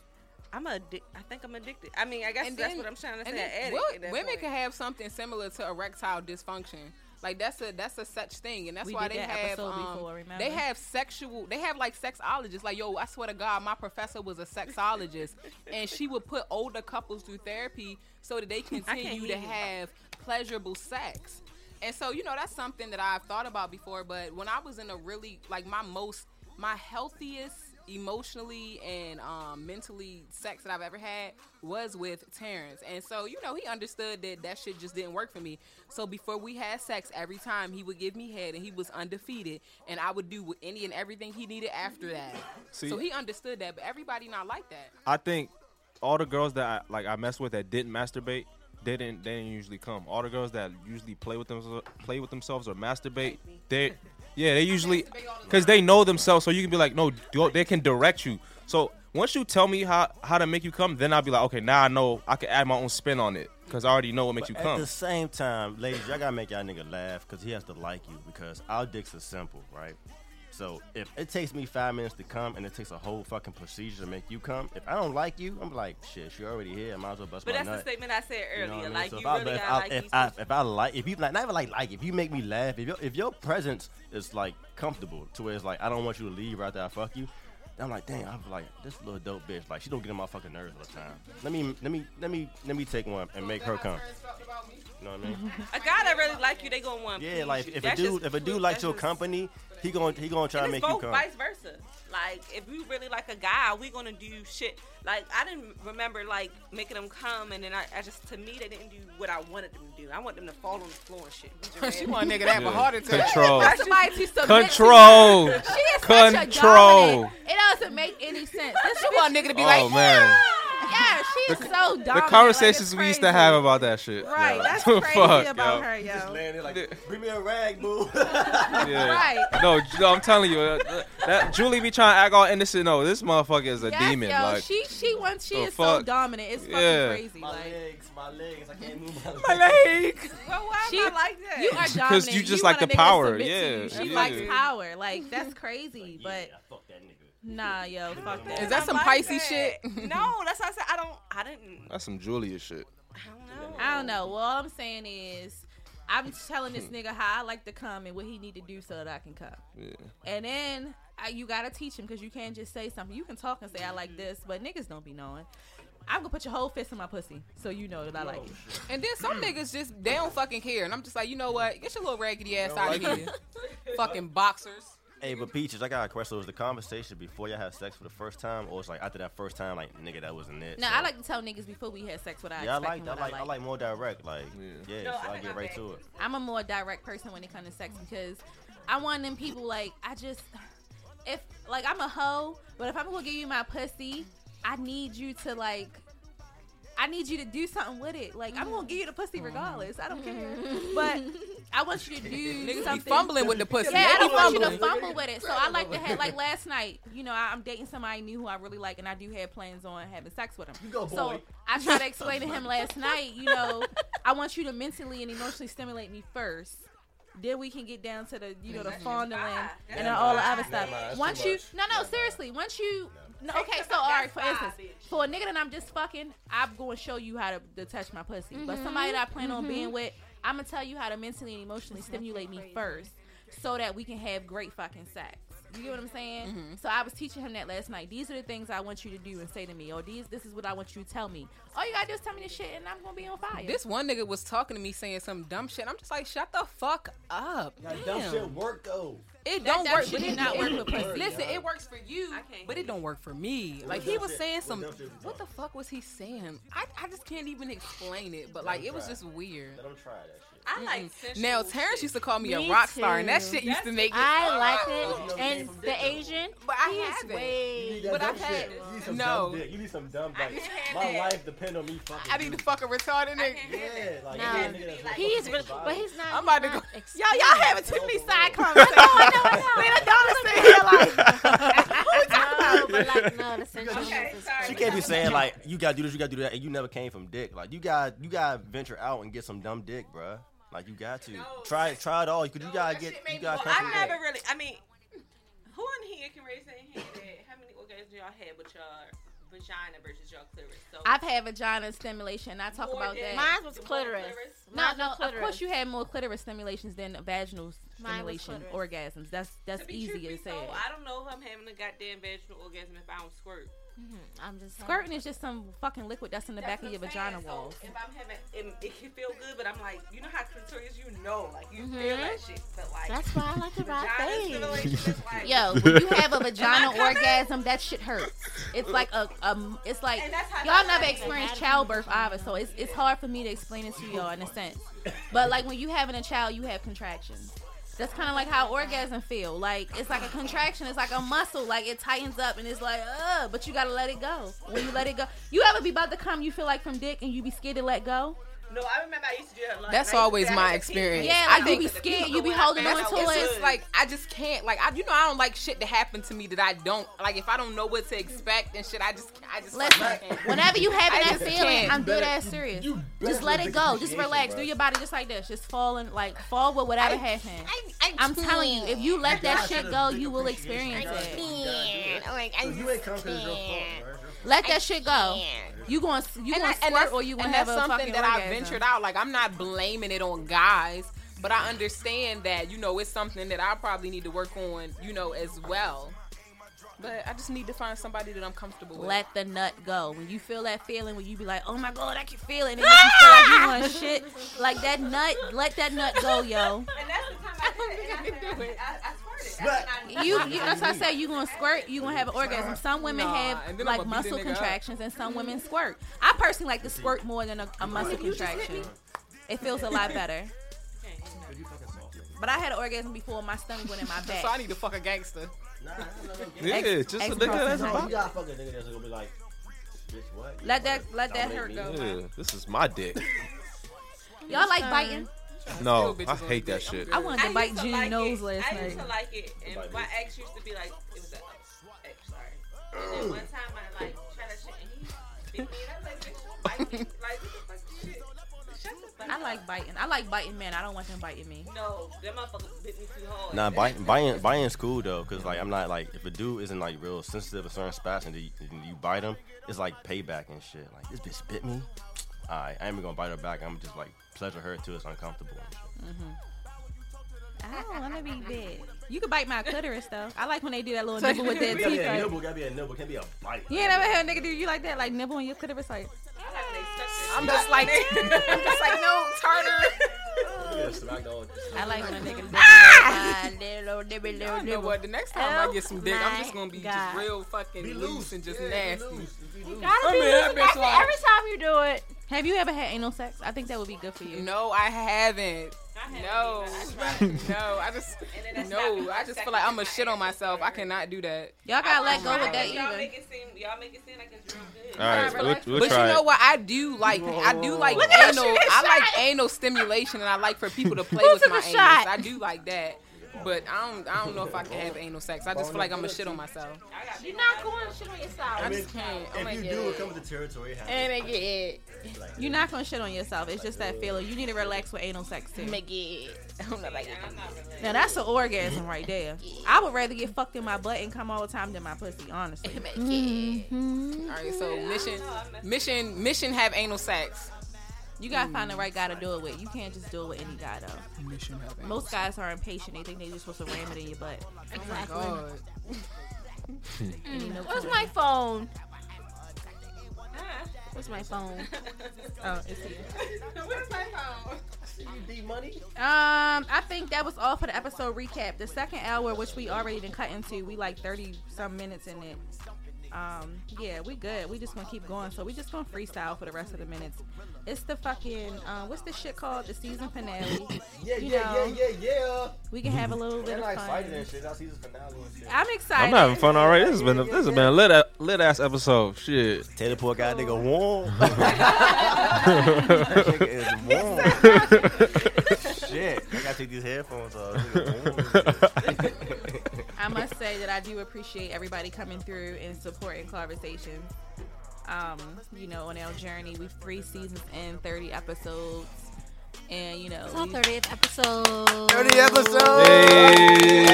Speaker 9: I'm a addic- I think I'm addicted. I mean, I guess
Speaker 6: And
Speaker 9: that's
Speaker 6: then-
Speaker 9: what I'm trying to say.
Speaker 6: and then
Speaker 9: addict
Speaker 6: wo-
Speaker 9: at that
Speaker 6: women
Speaker 9: point.
Speaker 6: can have something similar to erectile dysfunction. Like that's a that's a such thing, and that's
Speaker 2: We
Speaker 6: why
Speaker 2: did
Speaker 6: they
Speaker 2: that
Speaker 6: have
Speaker 2: episode
Speaker 6: um,
Speaker 2: before, remember?
Speaker 6: they have sexual they have like sexologists. Like yo, I swear to God, my professor was a sexologist, and she would put older couples through therapy so that they continue
Speaker 9: hear you.
Speaker 6: to have pleasurable sex. And so you know that's something that I've thought about before. But when I was in a really like my most my healthiest emotionally and um, mentally sex that I've ever had was with Terrence. And so, you know, he understood that that shit just didn't work for me. So before we had sex, every time he would give me head and he was undefeated and I would do any and everything he needed after that.
Speaker 8: See-
Speaker 6: so he understood that, but everybody not like that.
Speaker 8: I think all the girls that I, like I mess with that didn't masturbate, they didn't they didn't usually come. All the girls that usually play with them play with themselves or masturbate, they yeah they usually because they know themselves. So you can be like, no, do- they can direct you. So once you tell me how how to make you come, then I'll be like, okay, now I know I can add my own spin on it because I already know what makes
Speaker 7: But
Speaker 8: you
Speaker 7: At
Speaker 8: come.
Speaker 7: the same time, ladies, y'all gotta make y'all nigga laugh because he has to like you because our dicks are simple, right? So if it takes me five minutes to come and it takes a whole fucking procedure to make you come, if I don't like you, I'm like, shit, you already here. I might as well bust
Speaker 9: But
Speaker 7: my
Speaker 9: that's
Speaker 7: nut.
Speaker 9: the statement I said
Speaker 7: You
Speaker 9: earlier.
Speaker 7: know what I mean?
Speaker 9: Like
Speaker 7: So
Speaker 9: you
Speaker 7: if I-
Speaker 9: really
Speaker 7: if
Speaker 9: gotta
Speaker 7: I-
Speaker 9: like
Speaker 7: if
Speaker 9: these
Speaker 7: I- if I like if you like not even like like if you make me laugh if your if your presence is like comfortable to where it's like I don't want you to leave right after I fuck you, then I'm like damn I'm like this little dope bitch like she don't get on my fucking nerves all the time. Let me let me let me let me take one and make her come. You know what I mean?
Speaker 9: A guy that really like you, they gonna want.
Speaker 7: Yeah, like if a
Speaker 9: That's
Speaker 7: dude
Speaker 9: just
Speaker 7: if a dude
Speaker 9: proof.
Speaker 7: likes
Speaker 9: That's
Speaker 7: your
Speaker 9: just-
Speaker 7: company, he gonna he gonna try to
Speaker 9: and
Speaker 7: make
Speaker 9: it's
Speaker 7: you
Speaker 9: both
Speaker 7: come.
Speaker 9: vice versa. Like if you really like a guy, we gonna do shit. Like I didn't remember like making them come, and then I, I just to me they didn't do what I wanted them to do. I want them to fall on the floor and shit. Be
Speaker 6: She
Speaker 9: dramatic.
Speaker 6: want a nigga to have a Yeah. heart attack.
Speaker 8: Control.
Speaker 2: That's somebody to submit to.
Speaker 8: Control.
Speaker 2: She is Such a
Speaker 8: Control.
Speaker 2: dominant. it doesn't make any sense. This
Speaker 6: You want a nigga to be
Speaker 8: Oh,
Speaker 6: like,
Speaker 8: man.
Speaker 2: yeah, she is so dominant.
Speaker 8: The
Speaker 2: like,
Speaker 8: conversations
Speaker 2: it's
Speaker 8: we used to
Speaker 2: crazy.
Speaker 8: have about that shit.
Speaker 2: Right,
Speaker 8: Yeah.
Speaker 2: that's
Speaker 8: Fuck,
Speaker 2: crazy about
Speaker 8: yo.
Speaker 2: her, yo.
Speaker 7: Bring me a rag, boo.
Speaker 8: Yeah.
Speaker 2: Right.
Speaker 8: No, Ju- I'm telling you, uh, uh, that Julie be trying to act all innocent. No, this motherfucker is a
Speaker 2: Yes,
Speaker 8: demon.
Speaker 2: yo,
Speaker 8: like,
Speaker 2: she she wants she
Speaker 8: the
Speaker 2: is so
Speaker 8: fuck?
Speaker 2: dominant. It's fucking
Speaker 8: Yeah.
Speaker 2: crazy.
Speaker 7: My
Speaker 2: like
Speaker 7: legs, my legs, I can't move my legs.
Speaker 9: Well, why
Speaker 2: she,
Speaker 9: am I like that?
Speaker 2: You are dominant.
Speaker 8: Because you just
Speaker 2: want
Speaker 8: like
Speaker 2: a
Speaker 8: the
Speaker 2: nigga to
Speaker 8: power,
Speaker 2: submit to
Speaker 8: yeah,
Speaker 2: you. She
Speaker 8: yeah.
Speaker 2: likes power. Like that's crazy. But nah, yo, fuck that.
Speaker 6: Is that some
Speaker 9: I like
Speaker 6: Pisces
Speaker 9: that.
Speaker 6: shit?
Speaker 9: no, that's why I said I don't. I didn't.
Speaker 8: that's some Julia shit.
Speaker 2: I don't know. Well, all I'm saying is, I'm telling this nigga how I like to come and what he need to do so that I can come.
Speaker 8: Yeah.
Speaker 2: And then uh, you gotta teach him because you can't just say something. You can talk and say I like this, but niggas don't be knowing. I'm gonna put your whole fist in my pussy so you know that I like you.
Speaker 6: And then some niggas just they don't fucking care, and I'm just like, you know what? Get your little raggedy ass out of here, fucking boxers.
Speaker 7: Hey, but Peaches, I got a question. Was the conversation before y'all have sex for the first time, or it's like after that first time, like nigga, that wasn't it?
Speaker 2: Now
Speaker 7: so-
Speaker 2: I like to tell niggas before we had sex what I
Speaker 7: yeah, I
Speaker 2: expect
Speaker 7: like
Speaker 2: and
Speaker 7: that.
Speaker 2: what
Speaker 7: I like, I like more direct. Like, yeah,
Speaker 2: No,
Speaker 7: so
Speaker 2: I
Speaker 7: I,
Speaker 2: think
Speaker 7: get
Speaker 2: I'm
Speaker 7: right
Speaker 2: back.
Speaker 7: to it.
Speaker 2: I'm a more direct person when it comes to sex because I'm one of them people like I just if like I'm a hoe, but if I'm gonna give you my pussy, I need you to like I need you to do something with it. Like I'm gonna give you the pussy regardless. I don't care. But I want you to do
Speaker 6: Mm-hmm. Niggas be
Speaker 2: something.
Speaker 6: fumbling with the pussy.
Speaker 2: Yeah,
Speaker 6: They
Speaker 2: I don't
Speaker 6: be
Speaker 2: want you to
Speaker 6: fumbling.
Speaker 2: fumble with it. So I like to have like last night. You know, I, I'm dating somebody new who I really like, and I do have plans on having sex with him.
Speaker 9: go,
Speaker 2: so
Speaker 9: boy.
Speaker 2: I tried to explain to him last night. You know, I want you to mentally and emotionally stimulate me first. Then we can get down to the you know the fondling and
Speaker 9: Never
Speaker 2: all the
Speaker 9: mind.
Speaker 2: other
Speaker 9: Never
Speaker 2: stuff.
Speaker 9: mind. That's
Speaker 2: once
Speaker 9: too
Speaker 2: you
Speaker 9: much.
Speaker 2: no no seriously once you no,
Speaker 9: Take
Speaker 2: okay
Speaker 9: some
Speaker 2: so
Speaker 9: of
Speaker 2: all
Speaker 9: that
Speaker 2: right for
Speaker 9: fire,
Speaker 2: instance for a nigga that I'm just fucking I'm going to show you how to, to touch my pussy but
Speaker 9: Mhm.
Speaker 2: somebody that I plan on
Speaker 9: Mhm.
Speaker 2: being with I'm gonna tell you how to mentally and emotionally stimulate me first so that we can have great fucking sex. You get what I'm saying?
Speaker 9: Mm-hmm.
Speaker 2: So I was teaching him that last night. These are the things I want you to do and say to me, or these this is what I want you to tell me. All you gotta do is tell me this shit, and I'm gonna be on fire.
Speaker 6: This one nigga was talking to me saying some dumb shit. I'm just like, shut the fuck up.
Speaker 7: That dumb
Speaker 6: Damn.
Speaker 7: shit work though.
Speaker 6: It
Speaker 7: That
Speaker 6: don't
Speaker 7: dumb
Speaker 6: work.
Speaker 7: shit
Speaker 6: But it
Speaker 7: did
Speaker 6: not
Speaker 7: not
Speaker 6: work
Speaker 7: work
Speaker 6: for
Speaker 7: for
Speaker 6: pussy.
Speaker 7: her,
Speaker 6: Listen,
Speaker 7: y'all.
Speaker 6: it works for you, but it don't work for me. Like he
Speaker 7: dumb
Speaker 6: was
Speaker 7: shit-
Speaker 6: saying
Speaker 7: what
Speaker 6: some.
Speaker 7: dumb shit was
Speaker 6: What the fuck was he saying? I I just can't even explain it. But like it was just weird.
Speaker 7: Let him try that shit.
Speaker 6: I like now. Terrence used to call me,
Speaker 3: Me
Speaker 6: a rock star, and that
Speaker 3: too.
Speaker 6: shit used to make me.
Speaker 3: I liked it. And the Asian,
Speaker 6: but I
Speaker 3: he is
Speaker 6: haven't.
Speaker 3: way-
Speaker 7: You need that
Speaker 6: But
Speaker 7: dumb
Speaker 6: I've had-
Speaker 7: shit. You need some
Speaker 6: no.
Speaker 7: dumb dick. You need some dumb
Speaker 6: I
Speaker 7: dick.
Speaker 6: can't have
Speaker 7: My
Speaker 6: that.
Speaker 7: life depend on me fucking.
Speaker 6: I need to fuck a retarded nigga.
Speaker 7: Yeah, like
Speaker 3: No.
Speaker 7: you need a nigga that's like
Speaker 3: He is,
Speaker 7: fucking
Speaker 3: but,
Speaker 7: violent.
Speaker 3: but he's not.
Speaker 6: I'm about to go. Y'all, y'all having too many side conversations.
Speaker 3: No, but like no, the sensual.
Speaker 7: She can't be saying like you gotta do this, you gotta do that, and you never came from dick. Like you got you gotta venture out and get some dumb dick, bruh. Like you got to try it, try it all. Cause you gotta get you gotta come
Speaker 9: I
Speaker 7: from
Speaker 9: never
Speaker 7: dick.
Speaker 9: really. I mean, who in here can raise their hand at how many orgasms y'all had with y'all vagina versus y'all clitoris? So
Speaker 2: I've had vagina stimulation. I talk
Speaker 9: More
Speaker 2: about that.
Speaker 9: than-
Speaker 3: Mine was
Speaker 9: More
Speaker 3: clitoris.
Speaker 9: clitoris?
Speaker 2: No,
Speaker 3: Mine was
Speaker 2: no. Of
Speaker 3: clitoris.
Speaker 2: course, you had more clitoris stimulations than vaginal
Speaker 3: Mine was
Speaker 2: stimulation orgasms. That's that's
Speaker 9: to be
Speaker 2: easier
Speaker 9: truthfully
Speaker 2: to say.
Speaker 9: told, I don't know if I'm having a goddamn vaginal orgasm if I don't squirt.
Speaker 3: I'm just
Speaker 2: Squirting is just some fucking liquid that's in the back
Speaker 9: That's
Speaker 2: of
Speaker 9: what
Speaker 2: your
Speaker 9: I'm
Speaker 2: vagina
Speaker 9: saying. So,
Speaker 2: wall.
Speaker 9: if I'm having, it, it can feel good, but I'm like, you know how clitoris, you know, like you feel
Speaker 3: Mhm.
Speaker 2: Mm-hmm.
Speaker 9: that shit, but like
Speaker 3: That's why I like to ride
Speaker 9: vagina
Speaker 3: things.
Speaker 9: stimulation is like,
Speaker 2: Yo, when you have a vagina orgasm, that shit hurts. It's like a um, it's like
Speaker 9: And that's how
Speaker 2: y'all
Speaker 9: that
Speaker 2: never
Speaker 9: happens.
Speaker 2: experienced childbirth either, so it's it's hard for me to explain it to y'all in a sense. But like when you having a child, you have contractions. That's kind of like how orgasm feel. Like it's like a contraction. It's like a muscle. Like it tightens up and it's like, uh, but you gotta let it go. When you let it go, you ever be about to come, you feel like from dick and you be scared to let go.
Speaker 9: No, I remember I used to do that. a lot,
Speaker 6: That's
Speaker 9: and I used to
Speaker 6: always
Speaker 9: say I
Speaker 6: my
Speaker 9: had a
Speaker 6: experience.
Speaker 9: team.
Speaker 2: Yeah, like
Speaker 6: I
Speaker 2: you
Speaker 6: think
Speaker 2: be
Speaker 6: that the
Speaker 2: scared,
Speaker 9: people
Speaker 2: you be
Speaker 9: when I
Speaker 2: holding
Speaker 9: found
Speaker 2: on
Speaker 9: out
Speaker 2: to
Speaker 9: it
Speaker 2: it.
Speaker 9: was-
Speaker 6: It's like I just can't. Like I, you know, I don't like shit to happen to me that I don't like. If I don't know what to expect and shit, I just, I just.
Speaker 2: Listen, whenever you having
Speaker 6: I
Speaker 2: that
Speaker 6: just
Speaker 2: feeling,
Speaker 6: can't.
Speaker 2: I'm
Speaker 6: You
Speaker 2: dead
Speaker 6: better-
Speaker 2: ass
Speaker 6: you-
Speaker 2: serious.
Speaker 6: you
Speaker 2: just
Speaker 6: better
Speaker 2: let it
Speaker 6: take
Speaker 2: go. Just
Speaker 6: appreciation,
Speaker 2: relax.
Speaker 6: bruh.
Speaker 2: Do your body just like this. Just fall in, like fall with whatever happened. I, am telling you, if you let that shit go, you will experience it.
Speaker 10: So you ain't come 'cause it's your fault, bro.
Speaker 2: Let that shit go. You going you going
Speaker 6: And that- and
Speaker 2: squirt
Speaker 6: that's-
Speaker 2: or you going
Speaker 6: and
Speaker 2: have
Speaker 6: that's
Speaker 2: a
Speaker 6: something
Speaker 2: fucking
Speaker 6: that I
Speaker 2: orgasm.
Speaker 6: ventured out. Like I'm not blaming it on guys, but I understand that you know it's something that I probably need to work on. You know as well. But I just need to find somebody that I'm comfortable with.
Speaker 2: Let the nut go. When you feel that feeling, when you be like, oh my god, I can feel it, and it makes you feel like you want shit, like that nut, let that nut go, yo.
Speaker 9: And that's the time I did it. And I, said- I, I squirted. That's when I-
Speaker 2: you, you that's why I say you gonna squirt, you gonna have an orgasm. Some women
Speaker 6: Nah, and
Speaker 2: have
Speaker 6: then
Speaker 2: like
Speaker 6: I'ma beat
Speaker 2: muscle
Speaker 6: the nigga up.
Speaker 2: contractions, and some women squirt. I personally like to squirt more than a, a muscle contraction. It feels a lot better. But I had an orgasm before my stomach went in my
Speaker 6: So I
Speaker 2: back.
Speaker 6: need to fuck a gangster.
Speaker 8: Yeah, just a nigga that's
Speaker 7: No, you
Speaker 8: about.
Speaker 7: gotta fuck a nigga that's gonna be like, bitch, what? You
Speaker 2: Let
Speaker 7: gonna
Speaker 2: that let that
Speaker 7: dominate
Speaker 2: hurt
Speaker 7: me?
Speaker 2: go.
Speaker 8: Yeah, this is my dick.
Speaker 2: Y'all like biting?
Speaker 8: No, Oh, I hate that shit.
Speaker 2: I wanted to
Speaker 9: I
Speaker 2: bite
Speaker 9: used to
Speaker 2: Judy
Speaker 9: like
Speaker 2: nose
Speaker 9: it.
Speaker 2: last
Speaker 9: I used
Speaker 2: night.
Speaker 9: to like it, and my ex used to be like, it was an ex, sorry. And then one time I like tried that shit, and he bit me, and I was like, bitch, don't bite me. Like, what the fuck you did? Shut the fuck
Speaker 2: I like biting. I like biting men. I don't want them biting me.
Speaker 9: No, that motherfucker bit me too hard.
Speaker 7: Nah, buying buying buying's cool though, cause like I'm not like if a dude isn't like real sensitive to certain spots and you, and you bite him, it's like payback and shit. Like this bitch bit me. Alright, I ain't even gonna bite her back. I'm just like pleasure her till it's uncomfortable. and shit.
Speaker 2: I don't want to be big. You could bite my clitoris though. I like when they do that little nibble with their
Speaker 7: Gotta be
Speaker 2: teeth.
Speaker 7: a
Speaker 2: Like,
Speaker 7: nibble, gotta be a nibble, can't be a bite.
Speaker 2: you ain't never had a nigga do you like that, like nibble on your clitoris, like.
Speaker 6: I'm just like, I'm just like, no, Turner.
Speaker 2: I like "Ah, when a nigga
Speaker 6: I know what. The next time I get some dick, I'm just gonna be just real fucking loose. and just nasty.
Speaker 3: Gotta be
Speaker 6: mean,
Speaker 3: loose
Speaker 6: that
Speaker 3: and
Speaker 6: bitch
Speaker 3: nasty
Speaker 6: like-
Speaker 3: every time you do it.
Speaker 2: Have you ever had anal sex? I think that would be good for you.
Speaker 6: No, I haven't. No, no, I just no. I just feel like I'm a shit on myself. I cannot do that.
Speaker 2: Y'all gotta let go with that
Speaker 9: Y'all
Speaker 2: either.
Speaker 9: make it seem, y'all make it seem like it's real good.
Speaker 8: All right, we'll, we'll
Speaker 6: but
Speaker 8: try
Speaker 6: you know
Speaker 8: it.
Speaker 6: what? I do like I do like
Speaker 2: Look at how
Speaker 6: anal.
Speaker 2: she get
Speaker 6: I like
Speaker 2: shot.
Speaker 6: anal stimulation, and I like for people to play
Speaker 2: Who
Speaker 6: with
Speaker 2: took
Speaker 6: my
Speaker 2: a
Speaker 6: anus.
Speaker 2: shot?
Speaker 6: I do like that. But I don't. I don't know if I can have anal sex. I just feel like I'm a shit on myself.
Speaker 3: You're not going shit on
Speaker 6: I
Speaker 3: yourself.
Speaker 6: just can't.
Speaker 2: oh
Speaker 6: I'm
Speaker 10: If
Speaker 6: gonna
Speaker 10: you
Speaker 6: get
Speaker 10: do, it
Speaker 6: it.
Speaker 10: comes with the territory. it happens.
Speaker 6: I'm gonna get it.
Speaker 2: You're not gonna shit on yourself. It's just that feeling. You need to relax with anal sex too.
Speaker 6: I'm gonna get it. I'm not like it.
Speaker 2: Now that's an orgasm right there. I would rather get fucked in my butt and come all the time than my pussy, honestly.
Speaker 6: All right, so mission, mission, mission have anal sex.
Speaker 2: You gotta find the right guy to do it with. You can't just do it with any guy though.
Speaker 12: Mission happens.
Speaker 2: Most guys are impatient. They think they're just supposed to ram it in your butt.
Speaker 3: Exactly.
Speaker 2: Oh my
Speaker 3: Mm.
Speaker 2: god.
Speaker 3: Where's my phone? Where's my phone?
Speaker 2: Oh, it's here.
Speaker 9: Where's my phone?
Speaker 7: money?
Speaker 2: Um, I think that was all for the episode recap. The second hour, which we already did cut into, we like thirty some minutes in it. Um, yeah, we good. We just gonna keep going. So we just gonna freestyle for the rest of the minutes. It's the fucking um, what's this shit called? The season finale.
Speaker 7: Yeah,
Speaker 2: You
Speaker 7: yeah,
Speaker 2: know,
Speaker 7: yeah, yeah, yeah.
Speaker 2: We can have a little bit
Speaker 7: They're
Speaker 2: of
Speaker 7: not
Speaker 2: fun.
Speaker 7: excited and shit. That's season finale and shit.
Speaker 2: I'm excited.
Speaker 8: I'm having fun already. This has been a, this has been a lit lit ass episode. Shit.
Speaker 7: Taylor poor guy
Speaker 2: Oh.
Speaker 7: nigga warm. nigga is warm. Shit, I gotta take these headphones off. Nigga warm.
Speaker 2: I must say that I do appreciate everybody coming through and supporting conversations. Um, you know, on our journey, we've three seasons and 30 episodes. And, you know,
Speaker 3: It's our
Speaker 2: we-
Speaker 3: 30th episode.
Speaker 2: 30 episodes.
Speaker 8: Hey.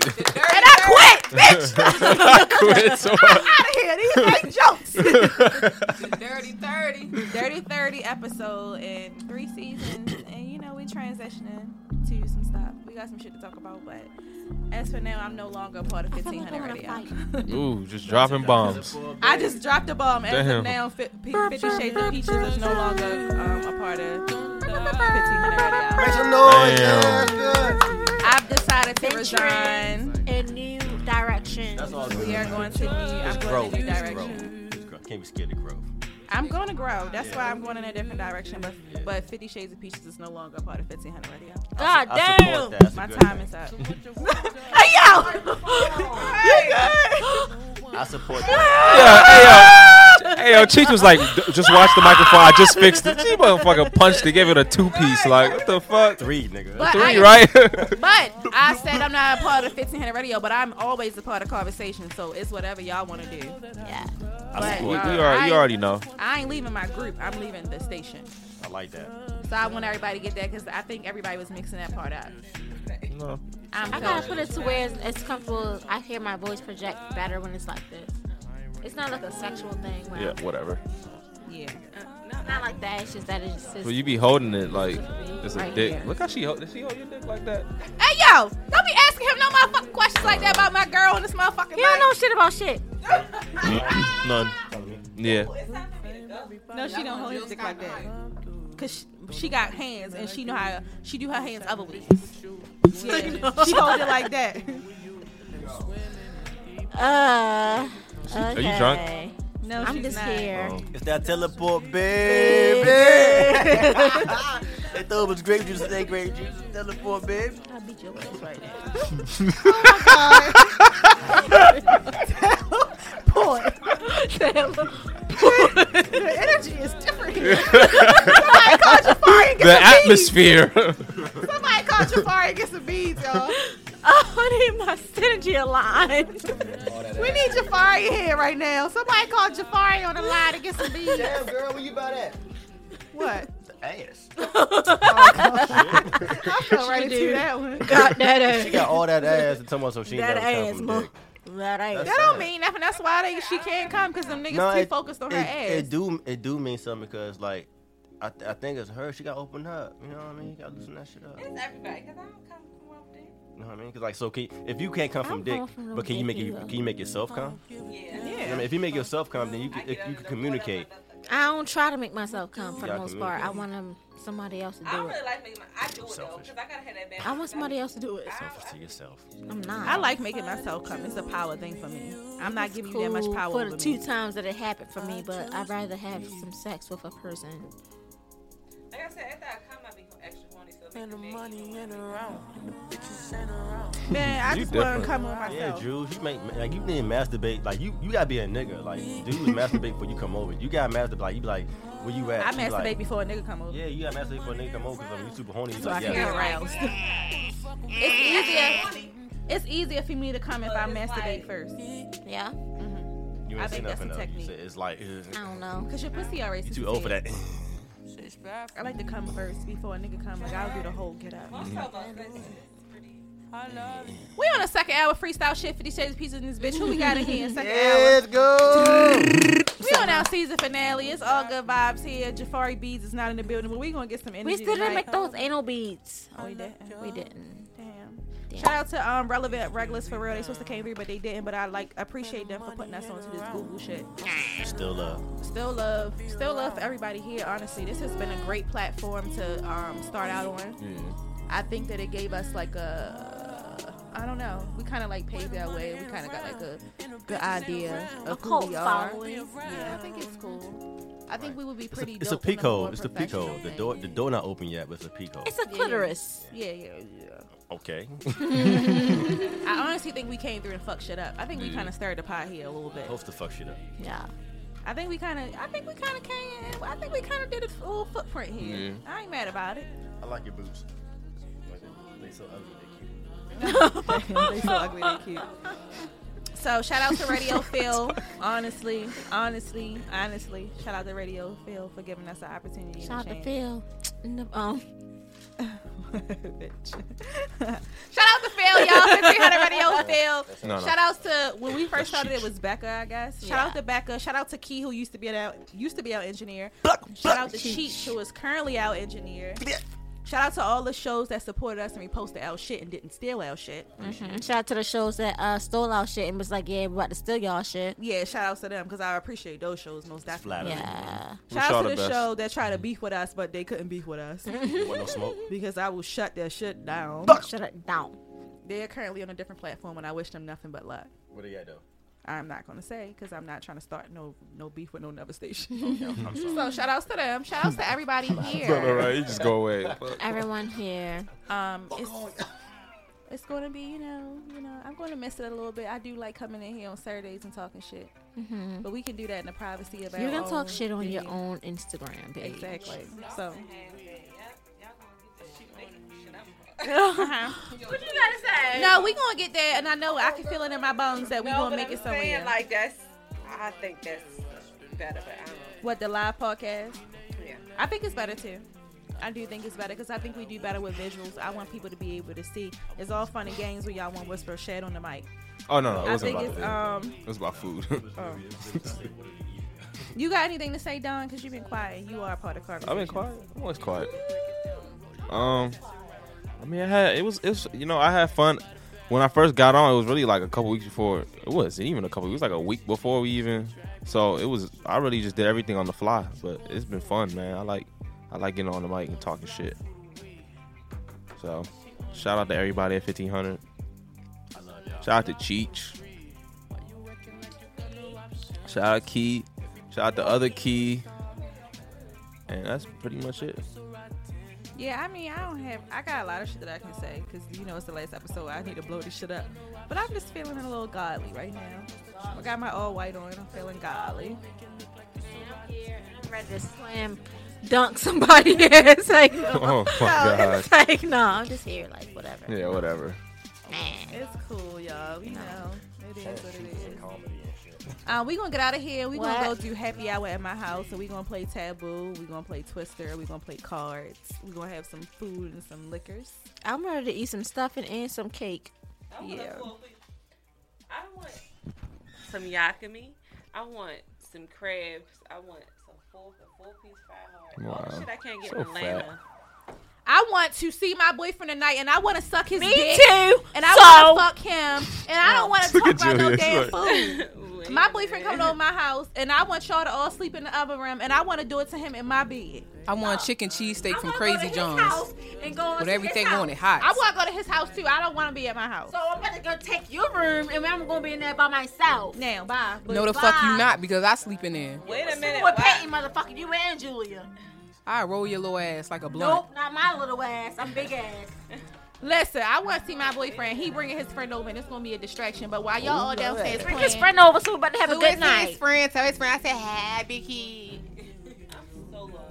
Speaker 2: And I quit, bitch!
Speaker 8: I quit, so-
Speaker 2: I'm out of here. These ain't jokes.
Speaker 6: Dirty 30.
Speaker 2: Dirty 30 episode and three seasons. And, you know, we transitioning to some stuff. We got some shit to talk about, but as for now, I'm no longer a part of 1500 Radio.
Speaker 8: Ooh, just dropping bombs.
Speaker 2: I just dropped a bomb. As
Speaker 8: Damn.
Speaker 2: of now, Fi- P- Fifty Shades of Peaches is no longer um, a part of the 1500 Radio.
Speaker 7: Make some noise.
Speaker 8: Damn.
Speaker 2: I've decided to resign.
Speaker 3: A new direction.
Speaker 7: That's all
Speaker 2: We are going to new.
Speaker 7: It's
Speaker 2: I'm going
Speaker 7: growth.
Speaker 2: to a new
Speaker 7: It's
Speaker 2: direction.
Speaker 7: growth. It's growth. Can't be scared of growth.
Speaker 2: I'm going to grow. That's
Speaker 7: Yeah.
Speaker 2: why I'm going in a different direction. But but Fifty Shades of Peaches is no longer a part of 1500 Radio.
Speaker 3: God I support damn. that. That's a
Speaker 2: My
Speaker 3: good
Speaker 2: time
Speaker 3: thing.
Speaker 2: is up. hey yo, you good?
Speaker 7: I support
Speaker 8: that. Yeah, hey, yo, Cheech was like, "D- just watch the microphone. I just fixed it. She motherfucker punched it, gave it a two piece. Like, what the fuck?
Speaker 7: Three, nigga.
Speaker 2: But
Speaker 8: Three,
Speaker 2: I-
Speaker 8: right?
Speaker 2: But I said I'm not a part of 1500 Radio, but I'm always a part of conversation. So it's whatever y'all want to do.
Speaker 3: Yeah.
Speaker 8: I
Speaker 2: But,
Speaker 8: support.
Speaker 2: uh,
Speaker 8: You already, you
Speaker 2: I-
Speaker 8: already know.
Speaker 2: I ain't leaving my group. I'm leaving the station.
Speaker 7: I like that.
Speaker 2: So I want everybody to get that because I think everybody was mixing that part up.
Speaker 8: No.
Speaker 2: I'm
Speaker 3: I gotta put it to where it's, it's comfortable. I hear my voice project better when it's like this. It's not like a sexual thing. Where
Speaker 8: Yeah, whatever.
Speaker 2: yeah.
Speaker 3: Not like that. It's just that it's just.
Speaker 8: But you be holding it like it's a
Speaker 3: Right
Speaker 8: dick.
Speaker 3: here.
Speaker 8: Look how she hold. Did she hold your dick like that?
Speaker 2: Hey yo, don't be asking him no motherfucking questions like that about my girl and this motherfucking. He don't know
Speaker 3: shit about shit.
Speaker 8: None. Yeah.
Speaker 2: No, she don't hold his dick like that. Cause she, she got hands and she know how she do her hands other ways. Yeah. she hold it like that.
Speaker 3: Uh.
Speaker 7: Are you drunk?
Speaker 3: okay.
Speaker 2: No,
Speaker 3: I'm
Speaker 2: she's
Speaker 3: just
Speaker 2: not.
Speaker 3: here.
Speaker 7: It's that teleport, baby. Oh. they thought it was grape juice. It ain't grape juice. It's teleport, baby.
Speaker 2: I beat your ass right now. Boy, the energy is different here. Somebody call Jafari and get
Speaker 8: The
Speaker 2: some
Speaker 8: atmosphere.
Speaker 2: beads. Somebody call Jafari and get some beads, y'all.
Speaker 3: Oh, I need my synergy aligned.
Speaker 2: We need Jafari here right now. Somebody call Jafari on the line to get some beads.
Speaker 7: Damn, girl, where you about at?
Speaker 2: What?
Speaker 7: Ass.
Speaker 3: Oh,
Speaker 2: I feel ready to do that one.
Speaker 3: Got that ass.
Speaker 7: She got all that ass and someone so she ain't
Speaker 3: That
Speaker 7: got time
Speaker 3: ass,
Speaker 7: from
Speaker 3: mo.
Speaker 7: dick.
Speaker 3: That ass.
Speaker 2: That don't mean nothing. That's why they, she can't come because them niggas too focused on her
Speaker 7: it,
Speaker 2: ass.
Speaker 7: It do it do mean something because like I, th- I think it's her. She got to open up. You know what I mean? You got to loosen that shit up.
Speaker 9: It's everybody, because I don't come from up there.
Speaker 7: You know what I mean? Because like so, can, if you can't come from dick,
Speaker 9: come from no
Speaker 7: but can you
Speaker 9: dick
Speaker 7: make you,
Speaker 9: either.
Speaker 7: can you make yourself come?
Speaker 9: Yeah.
Speaker 7: You know what I mean? If you make yourself come, then you can, you can communicate.
Speaker 3: I don't try to make myself come for the
Speaker 7: Y'all
Speaker 3: most
Speaker 7: can
Speaker 3: part.
Speaker 7: make
Speaker 3: I
Speaker 7: it.
Speaker 3: want um, somebody else to
Speaker 9: I
Speaker 3: do
Speaker 9: don't
Speaker 3: it.
Speaker 9: really like making my. I do it though, because I gotta have that back.
Speaker 3: I want somebody else to do it.
Speaker 7: Selfish to yourself.
Speaker 3: I'm not.
Speaker 2: I like making myself come. It's a power thing for me. I'm not giving you that much
Speaker 3: cool
Speaker 2: power
Speaker 3: for
Speaker 2: over
Speaker 3: the two
Speaker 2: me.
Speaker 3: times that it happened for me, but I'd rather have some sex with a person.
Speaker 9: Like I said, after I come, I be extra horny. So
Speaker 13: And the money in around. Bitches in around.
Speaker 2: Man, I
Speaker 7: You
Speaker 2: just want
Speaker 7: different.
Speaker 2: to come on
Speaker 7: Yeah,
Speaker 2: myself.
Speaker 7: Drew, you make like you need to masturbate. Like you, you gotta be a nigga. Like dudes masturbate before you come over. You gotta masturbate. Like you be like, where you at?
Speaker 2: I
Speaker 7: You be
Speaker 2: masturbate
Speaker 7: like,
Speaker 2: before a nigga come over.
Speaker 7: Yeah, you gotta masturbate before a nigga come over because I'm super horny. You
Speaker 2: so I
Speaker 7: like,
Speaker 2: can
Speaker 7: yeah.
Speaker 2: get aroused. It's easier. It's easier for me to come if I masturbate first.
Speaker 3: Yeah.
Speaker 7: You
Speaker 2: I
Speaker 7: ain't seen
Speaker 2: think that's
Speaker 7: nothing
Speaker 2: a
Speaker 7: though. You
Speaker 2: technique.
Speaker 7: said It's like it's,
Speaker 3: I don't know.
Speaker 2: Cause your pussy already.
Speaker 7: you too old for that.
Speaker 2: I like to come first before a nigga come. Like I'll do the whole get up. We on a second hour freestyle shit. Fifty Shades of Pieces in this bitch. Who we got in here? Second hour.
Speaker 7: Let's go.
Speaker 2: We on our season finale. It's all good vibes here. Jafari Beads is not in the building, but we gonna get some energy.
Speaker 3: We still didn't
Speaker 2: tonight.
Speaker 3: make those anal beads.
Speaker 2: Oh, we didn't.
Speaker 3: We didn't.
Speaker 2: Damn. Shout out to um relevant regulars for real. They supposed to came through, but they didn't. But I like appreciate them for putting us onto this Google shit.
Speaker 7: Still uh, love.
Speaker 2: Still love, still love for everybody here. Honestly, this has been a great platform to um start out on. I think that it gave us like a, I don't know. We kind of like paved our way. We kind of got like a good idea of who
Speaker 3: cult
Speaker 2: we are.
Speaker 3: following.
Speaker 2: Yeah, I think it's cool. I think we would be
Speaker 7: It's a,
Speaker 2: pretty.
Speaker 7: it's a
Speaker 2: dope in whole
Speaker 7: pico. It's the pico.
Speaker 2: professional
Speaker 7: The
Speaker 2: thing.
Speaker 7: door, the door not open yet, but it's a pico.
Speaker 3: It's a clitoris.
Speaker 2: Yeah, yeah, yeah.
Speaker 7: Okay.
Speaker 2: I honestly think we came through and fucked shit up. I think we
Speaker 7: Mm.
Speaker 2: kind of stirred the pot here a little bit.
Speaker 7: Hope the fuck shit up.
Speaker 3: Yeah.
Speaker 2: I think we kind of, I think we kind of came. I think we kind of did a full footprint here.
Speaker 7: Yeah.
Speaker 2: I ain't mad about it.
Speaker 7: I like your boots. Like they, they so ugly,
Speaker 2: They
Speaker 7: they
Speaker 2: so ugly, they cute. So shout out to Radio Phil. Honestly, honestly, honestly, shout out to Radio Phil for giving us the opportunity. and
Speaker 3: Shout out
Speaker 2: the
Speaker 3: to
Speaker 2: chance.
Speaker 3: Phil. No, um,
Speaker 2: Bitch. Shout out to Phil, y'all. for 300 Radio
Speaker 3: That's
Speaker 2: Phil.
Speaker 3: not-
Speaker 2: Shout outs to when we first
Speaker 3: That's
Speaker 2: started, it was Becca, I guess. Shout out
Speaker 3: Yeah.
Speaker 2: to Becca. Shout out to Key, who used to be our used to be our engineer. Shout out to Cheech, who is currently our engineer. Shout out to all the shows that supported us and reposted our shit and didn't steal our shit.
Speaker 3: mhm. Shout out to the shows that uh, stole our shit and was like, yeah, we're about to steal y'all shit.
Speaker 2: Yeah, shout outs to them because I appreciate those shows most definitely.
Speaker 3: flattering. Yeah.
Speaker 7: We
Speaker 2: Shout out
Speaker 7: try
Speaker 2: to the,
Speaker 7: the best.
Speaker 2: show that tried to beef with us, but they couldn't beef with us.
Speaker 7: Want no smoke?
Speaker 2: Because I will shut their shit down.
Speaker 3: Shut it down.
Speaker 2: They are currently on a different platform, and I wish them nothing but luck.
Speaker 7: What are you at though?
Speaker 2: I'm not gonna say because I'm not trying to start no no beef with no never station.
Speaker 7: Okay, I'm- I'm sorry.
Speaker 2: so shout outs to them. Shout outs to everybody here.
Speaker 4: All right, you just go away.
Speaker 3: Everyone here.
Speaker 2: Um, it's, it's going to be, you know, you know, I'm going to miss it a little bit. I do like coming in here on Saturdays and talking shit,
Speaker 3: Mhm.
Speaker 2: but we can do that in the privacy of our
Speaker 3: You can
Speaker 2: own
Speaker 3: talk shit on your
Speaker 2: venue.
Speaker 3: own Instagram page.
Speaker 2: Exactly. So. uh-huh.
Speaker 9: What you gotta say?
Speaker 2: No, we gonna get there, and I know I can feel it in my bones that we
Speaker 9: No,
Speaker 2: gonna
Speaker 9: but
Speaker 2: make
Speaker 9: I'm
Speaker 2: it
Speaker 9: saying,
Speaker 2: somewhere.
Speaker 9: Like that's, I think that's better. But I don't.
Speaker 2: what the live podcast?
Speaker 9: Yeah.
Speaker 2: I think it's better too. I do think it's better because I think we do better with visuals. I want people to be able to see. It's all fun and games where y'all want whisper shade on the mic.
Speaker 8: Oh no, no, it
Speaker 2: I
Speaker 8: wasn't
Speaker 2: think
Speaker 8: about
Speaker 2: it's
Speaker 8: that.
Speaker 2: um.
Speaker 8: it was about food.
Speaker 2: Oh. You got anything to say, Don? Because you've been quiet. You are a part of Carver.
Speaker 8: I've been quiet. I'm always quiet. Um, I mean, I had it was it's you know I had fun when I first got on. It was really like a couple weeks before. It was even a couple. It was like a week before we even. So it was. I really just did everything on the fly. But it's been fun, man. I like I like getting on the mic and talking shit. So shout out to everybody at fifteen hundred. Shout out to Cheech. Shout out Key. Shout out to other Key. And that's pretty much it.
Speaker 2: Yeah, I mean, I don't have. I got a lot of shit that I can say because you know it's the last episode. I need to blow this shit up. But I'm just feeling a little godly right now. I got my all white on. I'm feeling godly.
Speaker 3: I'm ready to slam dunk somebody. it's like, no,
Speaker 8: Oh, my God.
Speaker 3: It's like, no, I'm just here, like, whatever.
Speaker 8: Yeah, whatever.
Speaker 2: It's cool, y'all. You know, it is what it is.
Speaker 7: Comedy and shit.
Speaker 2: Uh, we gonna get out of here. We gonna go
Speaker 3: What?
Speaker 2: do happy hour at my house. So we gonna play Taboo. We gonna play Twister. We gonna play cards. We gonna have some food and some liquors.
Speaker 3: I'm ready to eat some stuffing and some cake.
Speaker 9: I want
Speaker 2: Yeah.
Speaker 9: a full week. I want some yakami. I want some crabs. I want some full, a full piece fried
Speaker 2: Wow.
Speaker 9: heart. Oh shit, I can't get
Speaker 2: So
Speaker 9: in Atlanta.
Speaker 2: I want to see my boyfriend tonight, and I want to suck his
Speaker 3: Me
Speaker 2: dick.
Speaker 3: too.
Speaker 2: And I
Speaker 3: So-
Speaker 2: want to fuck him, and I don't want to
Speaker 3: Look
Speaker 2: talk
Speaker 3: at
Speaker 2: about no
Speaker 3: Julia,
Speaker 2: damn
Speaker 3: she's like-
Speaker 2: food. my boyfriend coming over my house, and I want y'all to all sleep in the other room, and I want to do it to him in my bed.
Speaker 6: I want chicken cheese steak from Crazy
Speaker 2: house
Speaker 6: John's.
Speaker 2: and go
Speaker 6: With
Speaker 2: to his
Speaker 6: everything
Speaker 2: house.
Speaker 6: on it, hot.
Speaker 2: I want to go to his house too. I don't want to be at my house.
Speaker 3: So I'm about to go take your room and I'm gonna be in there by myself.
Speaker 2: Now, bye.
Speaker 6: No, the fuck you not because I sleep in there.
Speaker 9: Wait a minute.
Speaker 3: With Peyton, motherfucker, you and Julia.
Speaker 6: I roll your little ass like a blunt.
Speaker 3: Nope, not my little ass. I'm big ass.
Speaker 2: Listen, I want to see my boyfriend. He bringing his friend over, and it's gonna be a distraction. But while y'all all downstairs,
Speaker 3: Bring his friend over so we about to have a good night.
Speaker 2: His friend, tell his friend I said, "Hi, Big Kid."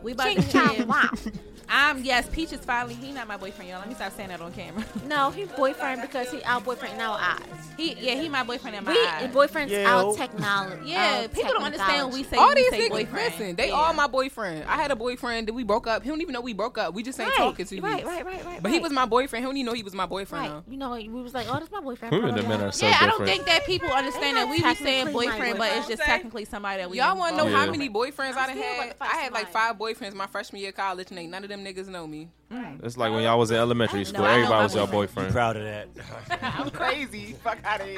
Speaker 2: We about to have I'm yes, Peach is finally he not my boyfriend, y'all. Let me stop saying that on camera.
Speaker 3: No, he boyfriend because he our boyfriend in our eyes.
Speaker 2: He yeah, he my boyfriend in my
Speaker 3: we um,
Speaker 2: eyes.
Speaker 3: boyfriend's
Speaker 2: Yeah.
Speaker 3: our technology.
Speaker 2: Yeah,
Speaker 3: our
Speaker 2: people don't understand we
Speaker 3: technology.
Speaker 2: say
Speaker 6: all
Speaker 2: we
Speaker 6: these
Speaker 2: say
Speaker 6: niggas,
Speaker 2: boyfriend.
Speaker 6: listen, they
Speaker 2: Yeah.
Speaker 6: all my boyfriend. I had a boyfriend that we broke up. He don't even know we broke up. We just ain't
Speaker 3: Right,
Speaker 6: talking to you.
Speaker 3: right, right, right, right,
Speaker 6: But he
Speaker 3: right.
Speaker 6: was my boyfriend. He don't even know he was my boyfriend.
Speaker 3: Right. You know, we was like, oh, that's my boyfriend.
Speaker 6: Women
Speaker 3: blah,
Speaker 6: and
Speaker 3: blah,
Speaker 6: men
Speaker 3: blah.
Speaker 6: are so Yeah, I don't
Speaker 2: I think that people understand that we be saying boyfriend, but it's just technically somebody that we.
Speaker 6: Y'all want to know how
Speaker 2: involved.
Speaker 6: many boyfriends I done had? I had like five boyfriends my freshman year of college, and ain't none of them niggas know me.
Speaker 8: It's like when y'all was in elementary school.
Speaker 6: I know
Speaker 8: Everybody
Speaker 6: my
Speaker 8: was your boyfriend.
Speaker 7: boyfriend. Proud of that.
Speaker 6: I'm crazy. Fuck out of here.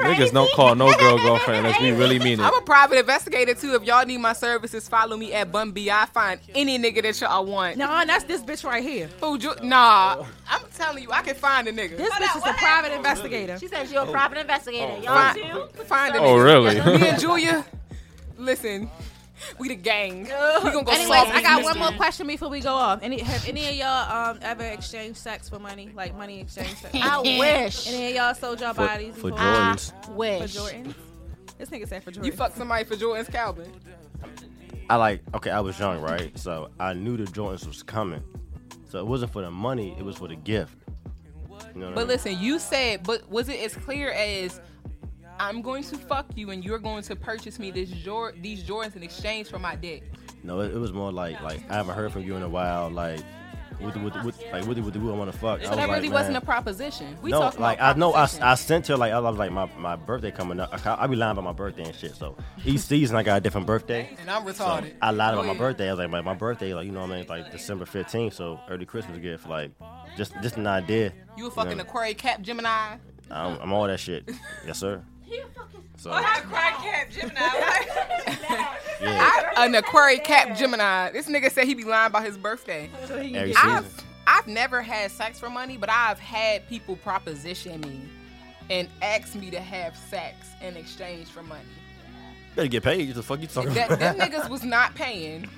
Speaker 8: Niggas don't call no girl girlfriend unless we really mean it.
Speaker 6: I'm a private investigator too. If y'all need my services, follow me at Bun B. I find any nigga that y'all want.
Speaker 2: Nah, that's this bitch right here.
Speaker 6: Who you,
Speaker 8: Oh.
Speaker 6: nah, I'm telling you, I can find a nigga.
Speaker 2: This bitch is a private investigator.
Speaker 3: She says you're a private investigator.
Speaker 6: Oh.
Speaker 3: Y'all
Speaker 6: Fine.
Speaker 3: too.
Speaker 6: Find a
Speaker 8: Oh,
Speaker 6: nigga.
Speaker 8: really?
Speaker 6: Me and Julia, listen, we the gang. We gonna go
Speaker 2: Anyways,
Speaker 6: solve this
Speaker 2: I got one
Speaker 6: mystery.
Speaker 2: more question before we go off. Any have any of y'all um ever exchanged sex for money, like money exchange sex?
Speaker 3: I wish.
Speaker 2: Any of y'all sold y'all
Speaker 6: For-
Speaker 2: bodies
Speaker 6: for
Speaker 2: before?
Speaker 6: Jordans.
Speaker 3: I wish.
Speaker 2: For Jordans. This nigga said for Jordans.
Speaker 6: You fuck somebody for Jordan's Calvin.
Speaker 7: I like okay, I was young, right? So I knew the Jordans was coming. So it wasn't for the money, it was for the gift. You know what I
Speaker 6: But
Speaker 7: mean?
Speaker 6: listen, you said, but was it as clear as I'm going to fuck you and you're going to purchase me this Jor- these Jordans in exchange for my dick?
Speaker 7: No, it, it was more like like I haven't heard from you in a while, like what the- what the- what- like what the- what the- who I want to fuck. I
Speaker 6: So
Speaker 7: was
Speaker 6: that
Speaker 7: like,
Speaker 6: really
Speaker 7: man,
Speaker 6: wasn't a proposition. We
Speaker 7: no,
Speaker 6: talking
Speaker 7: like
Speaker 6: about
Speaker 7: I know I, I sent her like I was like my, my birthday coming up. I, I be lying about my birthday and shit. So each season I got a different birthday.
Speaker 6: And I'm
Speaker 7: So
Speaker 6: retarded.
Speaker 7: I lied about
Speaker 6: Go
Speaker 7: my
Speaker 6: ahead.
Speaker 7: birthday. I was like my, my birthday, like you know what I mean, like December fifteenth. So early Christmas gift, like just just an idea.
Speaker 6: you a fucking
Speaker 7: know?
Speaker 6: Aquarius cap Gemini.
Speaker 7: I'm, I'm all that shit. Yes, sir. So
Speaker 9: I cry cap Gemini.
Speaker 7: yeah,
Speaker 6: I, an Aquarius cap Gemini. This nigga said he be lying about his birthday.
Speaker 7: every season.
Speaker 6: I've, I've never had sex for money, but I've had people proposition me and ask me to have sex in exchange for money.
Speaker 7: Better get paid. What the fuck you talking
Speaker 6: That
Speaker 7: about?
Speaker 6: them niggas was not paying.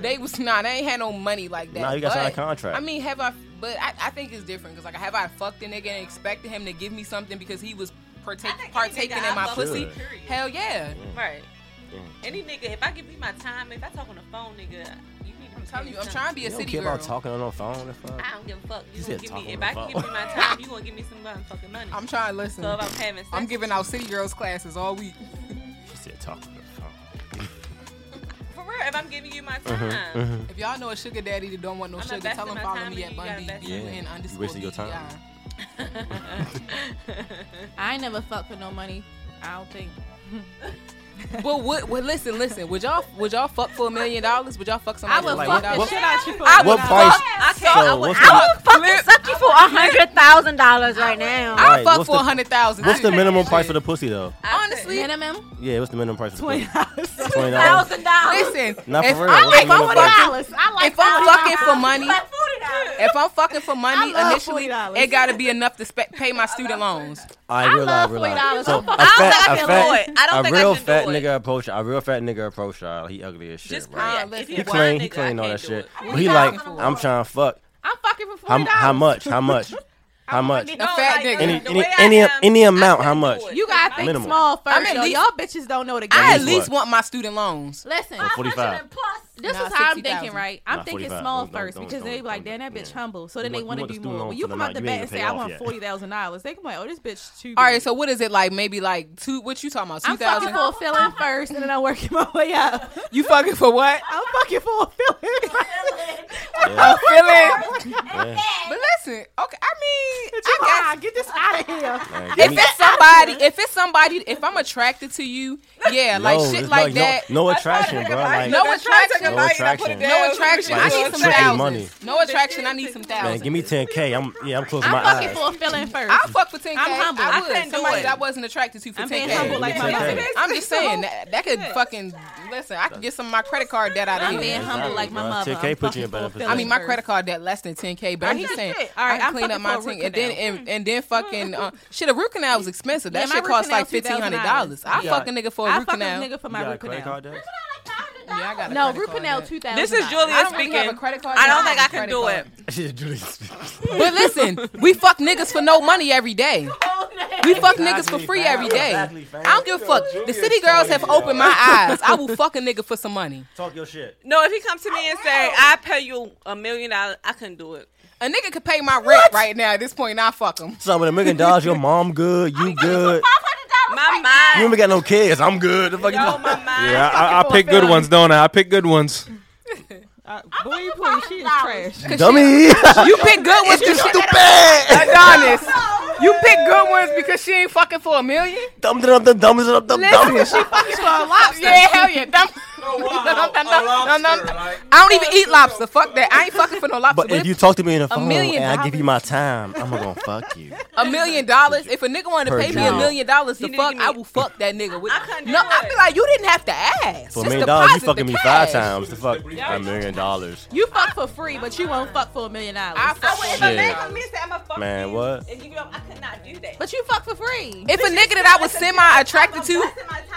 Speaker 6: They was not. They ain't had no money like that.
Speaker 7: Nah, you gotta sign a
Speaker 6: But,
Speaker 7: contract.
Speaker 6: I mean, have I? But I, I think it's different because like, have I fucked a nigga and expected him to give me something because he was partake, partaking in
Speaker 9: I
Speaker 6: my
Speaker 9: fuck
Speaker 6: pussy?
Speaker 9: with, period.
Speaker 6: Hell yeah.
Speaker 9: Right. Any nigga, if I give you my time, if I talk on the phone, nigga, you need I'm telling
Speaker 6: you, I'm trying to be
Speaker 7: you don't care about talking on the phone. and fuck.
Speaker 9: I don't give a fuck. You,
Speaker 7: You
Speaker 9: gonna
Speaker 7: said
Speaker 9: give me
Speaker 7: talking
Speaker 9: if
Speaker 7: on
Speaker 9: I
Speaker 7: the
Speaker 9: give you
Speaker 7: phone.
Speaker 9: my time, you gonna give me some motherfucking money.
Speaker 6: I'm trying to listen.
Speaker 9: So if I'm having sex,
Speaker 6: I'm giving out city girls classes all week.
Speaker 7: She said talking on the phone.
Speaker 9: for real, if I'm giving you my time,
Speaker 7: Mhm, mhm.
Speaker 6: If y'all know a sugar daddy that don't want no
Speaker 9: I'm
Speaker 6: sugar,
Speaker 9: investing
Speaker 6: tell him
Speaker 9: my
Speaker 6: follow
Speaker 9: time
Speaker 6: me
Speaker 9: in
Speaker 6: at
Speaker 9: you, you gotta
Speaker 6: Bundy
Speaker 9: invest
Speaker 7: in me.
Speaker 6: and
Speaker 7: Yeah.
Speaker 6: underscore E
Speaker 7: You wasting your
Speaker 6: DDI.
Speaker 7: time.
Speaker 2: I ain't never fucked for no money. I don't think.
Speaker 6: well, what, well, listen, listen. Would y'all would y'all fuck for a million dollars? Would y'all fuck
Speaker 2: I
Speaker 6: somebody?
Speaker 2: would
Speaker 6: for a
Speaker 2: fuck
Speaker 6: million
Speaker 2: the
Speaker 6: dollars?
Speaker 2: shit out you for.
Speaker 6: I
Speaker 2: a
Speaker 6: would
Speaker 2: million
Speaker 6: fuck-
Speaker 2: dollars.
Speaker 6: I can't- I would-
Speaker 7: what's
Speaker 6: I
Speaker 7: the-
Speaker 6: would
Speaker 3: Fucking suck you for a hundred thousand dollars right now.
Speaker 7: Right, what's the-
Speaker 6: thousand.
Speaker 7: What's the minimum price for the pussy though?
Speaker 6: Honestly,
Speaker 2: minimum
Speaker 7: Yeah, what's the minimum price for the pussy? Twenty dollars.
Speaker 3: thousand dollars.
Speaker 6: Listen,
Speaker 7: Not for
Speaker 6: if
Speaker 7: real.
Speaker 6: I'm,
Speaker 7: What's
Speaker 6: if
Speaker 7: the
Speaker 6: I'm
Speaker 7: minimum price?
Speaker 6: fucking,
Speaker 3: dollars. I like
Speaker 6: if I'm
Speaker 3: $40.
Speaker 6: fucking for money,
Speaker 3: Like $40.
Speaker 6: if I'm fucking for money,
Speaker 3: I love
Speaker 6: initially
Speaker 3: $40.
Speaker 6: it gotta be enough to spe- pay my student loans.
Speaker 7: I, realize,
Speaker 6: love
Speaker 7: realize.
Speaker 6: $40.
Speaker 7: So
Speaker 6: I
Speaker 7: a
Speaker 6: don't
Speaker 7: fat,
Speaker 6: think I
Speaker 7: a
Speaker 6: can
Speaker 7: fat,
Speaker 6: do it. I don't
Speaker 7: a
Speaker 6: think I
Speaker 7: real
Speaker 6: can do
Speaker 7: fat
Speaker 6: it.
Speaker 7: nigga approach. A real fat nigga approach. y'all. He ugly as shit.
Speaker 6: Just
Speaker 7: right?
Speaker 6: pray. If
Speaker 7: he
Speaker 6: you
Speaker 7: clean,
Speaker 6: want
Speaker 7: he
Speaker 6: a nigga,
Speaker 7: clean
Speaker 6: I
Speaker 7: all
Speaker 6: can't
Speaker 7: that
Speaker 6: do
Speaker 7: shit.
Speaker 6: it.
Speaker 7: But he like, I'm trying to fuck.
Speaker 2: I'm fucking for
Speaker 7: How,
Speaker 2: forty dollars.
Speaker 7: how much? How much? How much?
Speaker 2: A fat nigga.
Speaker 7: Any any any, any amount? How much?
Speaker 2: You gotta think
Speaker 7: Minimum.
Speaker 2: small first.
Speaker 6: I'm at
Speaker 2: yo.
Speaker 6: least-
Speaker 2: y'all bitches don't know the game.
Speaker 6: I at least want my student loans.
Speaker 2: Listen,
Speaker 7: Or 45.
Speaker 2: This
Speaker 6: Nah,
Speaker 2: is how I'm
Speaker 6: 60,000.
Speaker 2: thinking, right? I'm
Speaker 7: Nah,
Speaker 2: thinking
Speaker 7: 45.
Speaker 2: small
Speaker 7: Don't- don't-
Speaker 2: 1st
Speaker 7: don't-
Speaker 2: because they be like, damn, that bitch humble. So then
Speaker 7: You
Speaker 2: they want to
Speaker 7: want- you want
Speaker 2: do
Speaker 7: the student
Speaker 2: more.
Speaker 7: loan
Speaker 2: When
Speaker 7: for
Speaker 2: you
Speaker 7: the
Speaker 2: come
Speaker 7: night.
Speaker 2: out the
Speaker 7: You ain't
Speaker 2: bed
Speaker 7: even
Speaker 2: and say,
Speaker 7: pay
Speaker 2: I
Speaker 7: off
Speaker 2: want
Speaker 7: yet.
Speaker 2: forty thousand dollars, they can be like, oh, this bitch too.
Speaker 6: All
Speaker 2: big.
Speaker 6: right, so what is it like? Maybe like two? What you talking about? Two
Speaker 2: I'm fucking
Speaker 6: thousand?
Speaker 2: for a feeling first, and then I'm working my way up.
Speaker 6: You fucking for what?
Speaker 2: I'm fucking for a feeling.
Speaker 6: I'm feeling.
Speaker 7: Yeah.
Speaker 6: But listen, okay. I mean, I guess
Speaker 2: I get this out of here.
Speaker 7: Man, give
Speaker 6: if
Speaker 7: me-
Speaker 6: it's somebody, if it's somebody, if I'm attracted to you, yeah, like
Speaker 7: No,
Speaker 6: shit
Speaker 7: it's
Speaker 6: like that.
Speaker 7: No, no attraction, bro. Like,
Speaker 6: no attraction.
Speaker 7: No attraction.
Speaker 6: No attraction.
Speaker 7: Like,
Speaker 6: I need
Speaker 7: it's
Speaker 6: some
Speaker 7: strictly
Speaker 6: thousands.
Speaker 7: money.
Speaker 6: No attraction. I need some
Speaker 7: Man,
Speaker 6: thousands.
Speaker 7: give me 10k. I'm yeah, I'm closing
Speaker 2: I'm
Speaker 7: my
Speaker 2: fucking
Speaker 7: eyes.
Speaker 2: for a feeling first.
Speaker 6: I fuck for 10k.
Speaker 2: I'm humble.
Speaker 6: I
Speaker 2: I
Speaker 6: would.
Speaker 2: couldn't do
Speaker 6: Somebody
Speaker 2: it.
Speaker 6: that I wasn't attracted to for
Speaker 2: I'm
Speaker 6: 10k.
Speaker 2: being humble like my mother.
Speaker 6: I'm just saying that that could fucking listen. I could get some of my credit card debt out of
Speaker 2: I'm
Speaker 6: here.
Speaker 2: being humble like my mother.
Speaker 7: 10k put you in better position.
Speaker 6: I mean, my credit card debt less than 10k, but
Speaker 2: I
Speaker 6: I'm
Speaker 2: hear
Speaker 6: just saying,
Speaker 2: shit.
Speaker 6: all
Speaker 2: All right,
Speaker 6: right, I
Speaker 2: I'm
Speaker 6: can clean
Speaker 2: fucking
Speaker 6: up my
Speaker 2: for a root
Speaker 6: thing, and then
Speaker 2: canal.
Speaker 6: and, and then fucking uh, shit. A root canal was expensive. That
Speaker 2: Yeah, my
Speaker 6: shit
Speaker 2: root
Speaker 6: cost like
Speaker 2: canal's
Speaker 6: fifteen hundred dollars. I
Speaker 7: You
Speaker 6: fuck a
Speaker 7: got-
Speaker 6: nigga for a
Speaker 2: I
Speaker 6: root
Speaker 2: fuck this
Speaker 6: canal.
Speaker 2: nigga for my root canal.
Speaker 6: Yeah, I got a
Speaker 2: No,
Speaker 6: credit
Speaker 2: root
Speaker 6: card
Speaker 2: canal
Speaker 6: debt.
Speaker 2: two thousand.
Speaker 9: This is Julia
Speaker 6: I don't
Speaker 9: speaking.
Speaker 6: really have a credit card
Speaker 9: I don't
Speaker 6: debt.
Speaker 9: think I can do
Speaker 6: Credit
Speaker 9: it.
Speaker 7: She's Julie speaking.
Speaker 6: But listen, we fuck niggas for no money every day. We fuck niggas for free every day. I don't give a fuck. The city girls have opened my eyes. I will fuck a nigga for some money.
Speaker 7: Talk your shit.
Speaker 9: No, if he comes to me and say, "I pay you a million dollars," I couldn't do it.
Speaker 6: A nigga could pay my rent right now. At this point, I fuck him.
Speaker 7: So with a million dollars, your mom good, you good.
Speaker 9: My mind.
Speaker 7: You ain't got no kids. I'm good. The fuck you
Speaker 9: Yo,
Speaker 7: talking-
Speaker 9: my mind.
Speaker 8: Yeah, I, I pick good ones, don't I? I pick good ones.
Speaker 5: Boy, you playing shit is trash.
Speaker 8: Dummy.
Speaker 6: You pick good ones because
Speaker 7: stupid.
Speaker 6: Adonis. You pick good ones because she ain't fucking for a million.
Speaker 7: Dumb it up, dumb dumb it up, dumb dumb.
Speaker 6: Listen, she fucking for a lobster. Yeah, hell yeah. Dumb. No, no, no. I don't even eat lobster. Fuck that. I ain't fucking for no lobster.
Speaker 7: But if you talk to me in
Speaker 6: a
Speaker 7: the phone
Speaker 6: million
Speaker 7: and I give you my time, I'm gonna fuck you.
Speaker 6: a million dollars, if a nigga wanted to
Speaker 7: Per
Speaker 6: pay me a
Speaker 7: job.
Speaker 6: million dollars to fuck, I will fuck that nigga. With, I couldn't no, I feel like you didn't have to ask.
Speaker 7: For a
Speaker 6: Just
Speaker 7: million dollars, you
Speaker 6: deposit
Speaker 7: fucking
Speaker 6: the
Speaker 7: me five
Speaker 6: cash.
Speaker 7: times to fuck a million dollars.
Speaker 2: You fuck for free, but you won't fuck for a million dollars. I
Speaker 9: fuck
Speaker 7: for a million dollars.
Speaker 9: He said, "I'm a fuck
Speaker 7: Man, what?
Speaker 9: and give you up." I could not do that.
Speaker 2: But you fuck for free.
Speaker 6: If a nigga that I was semi attracted to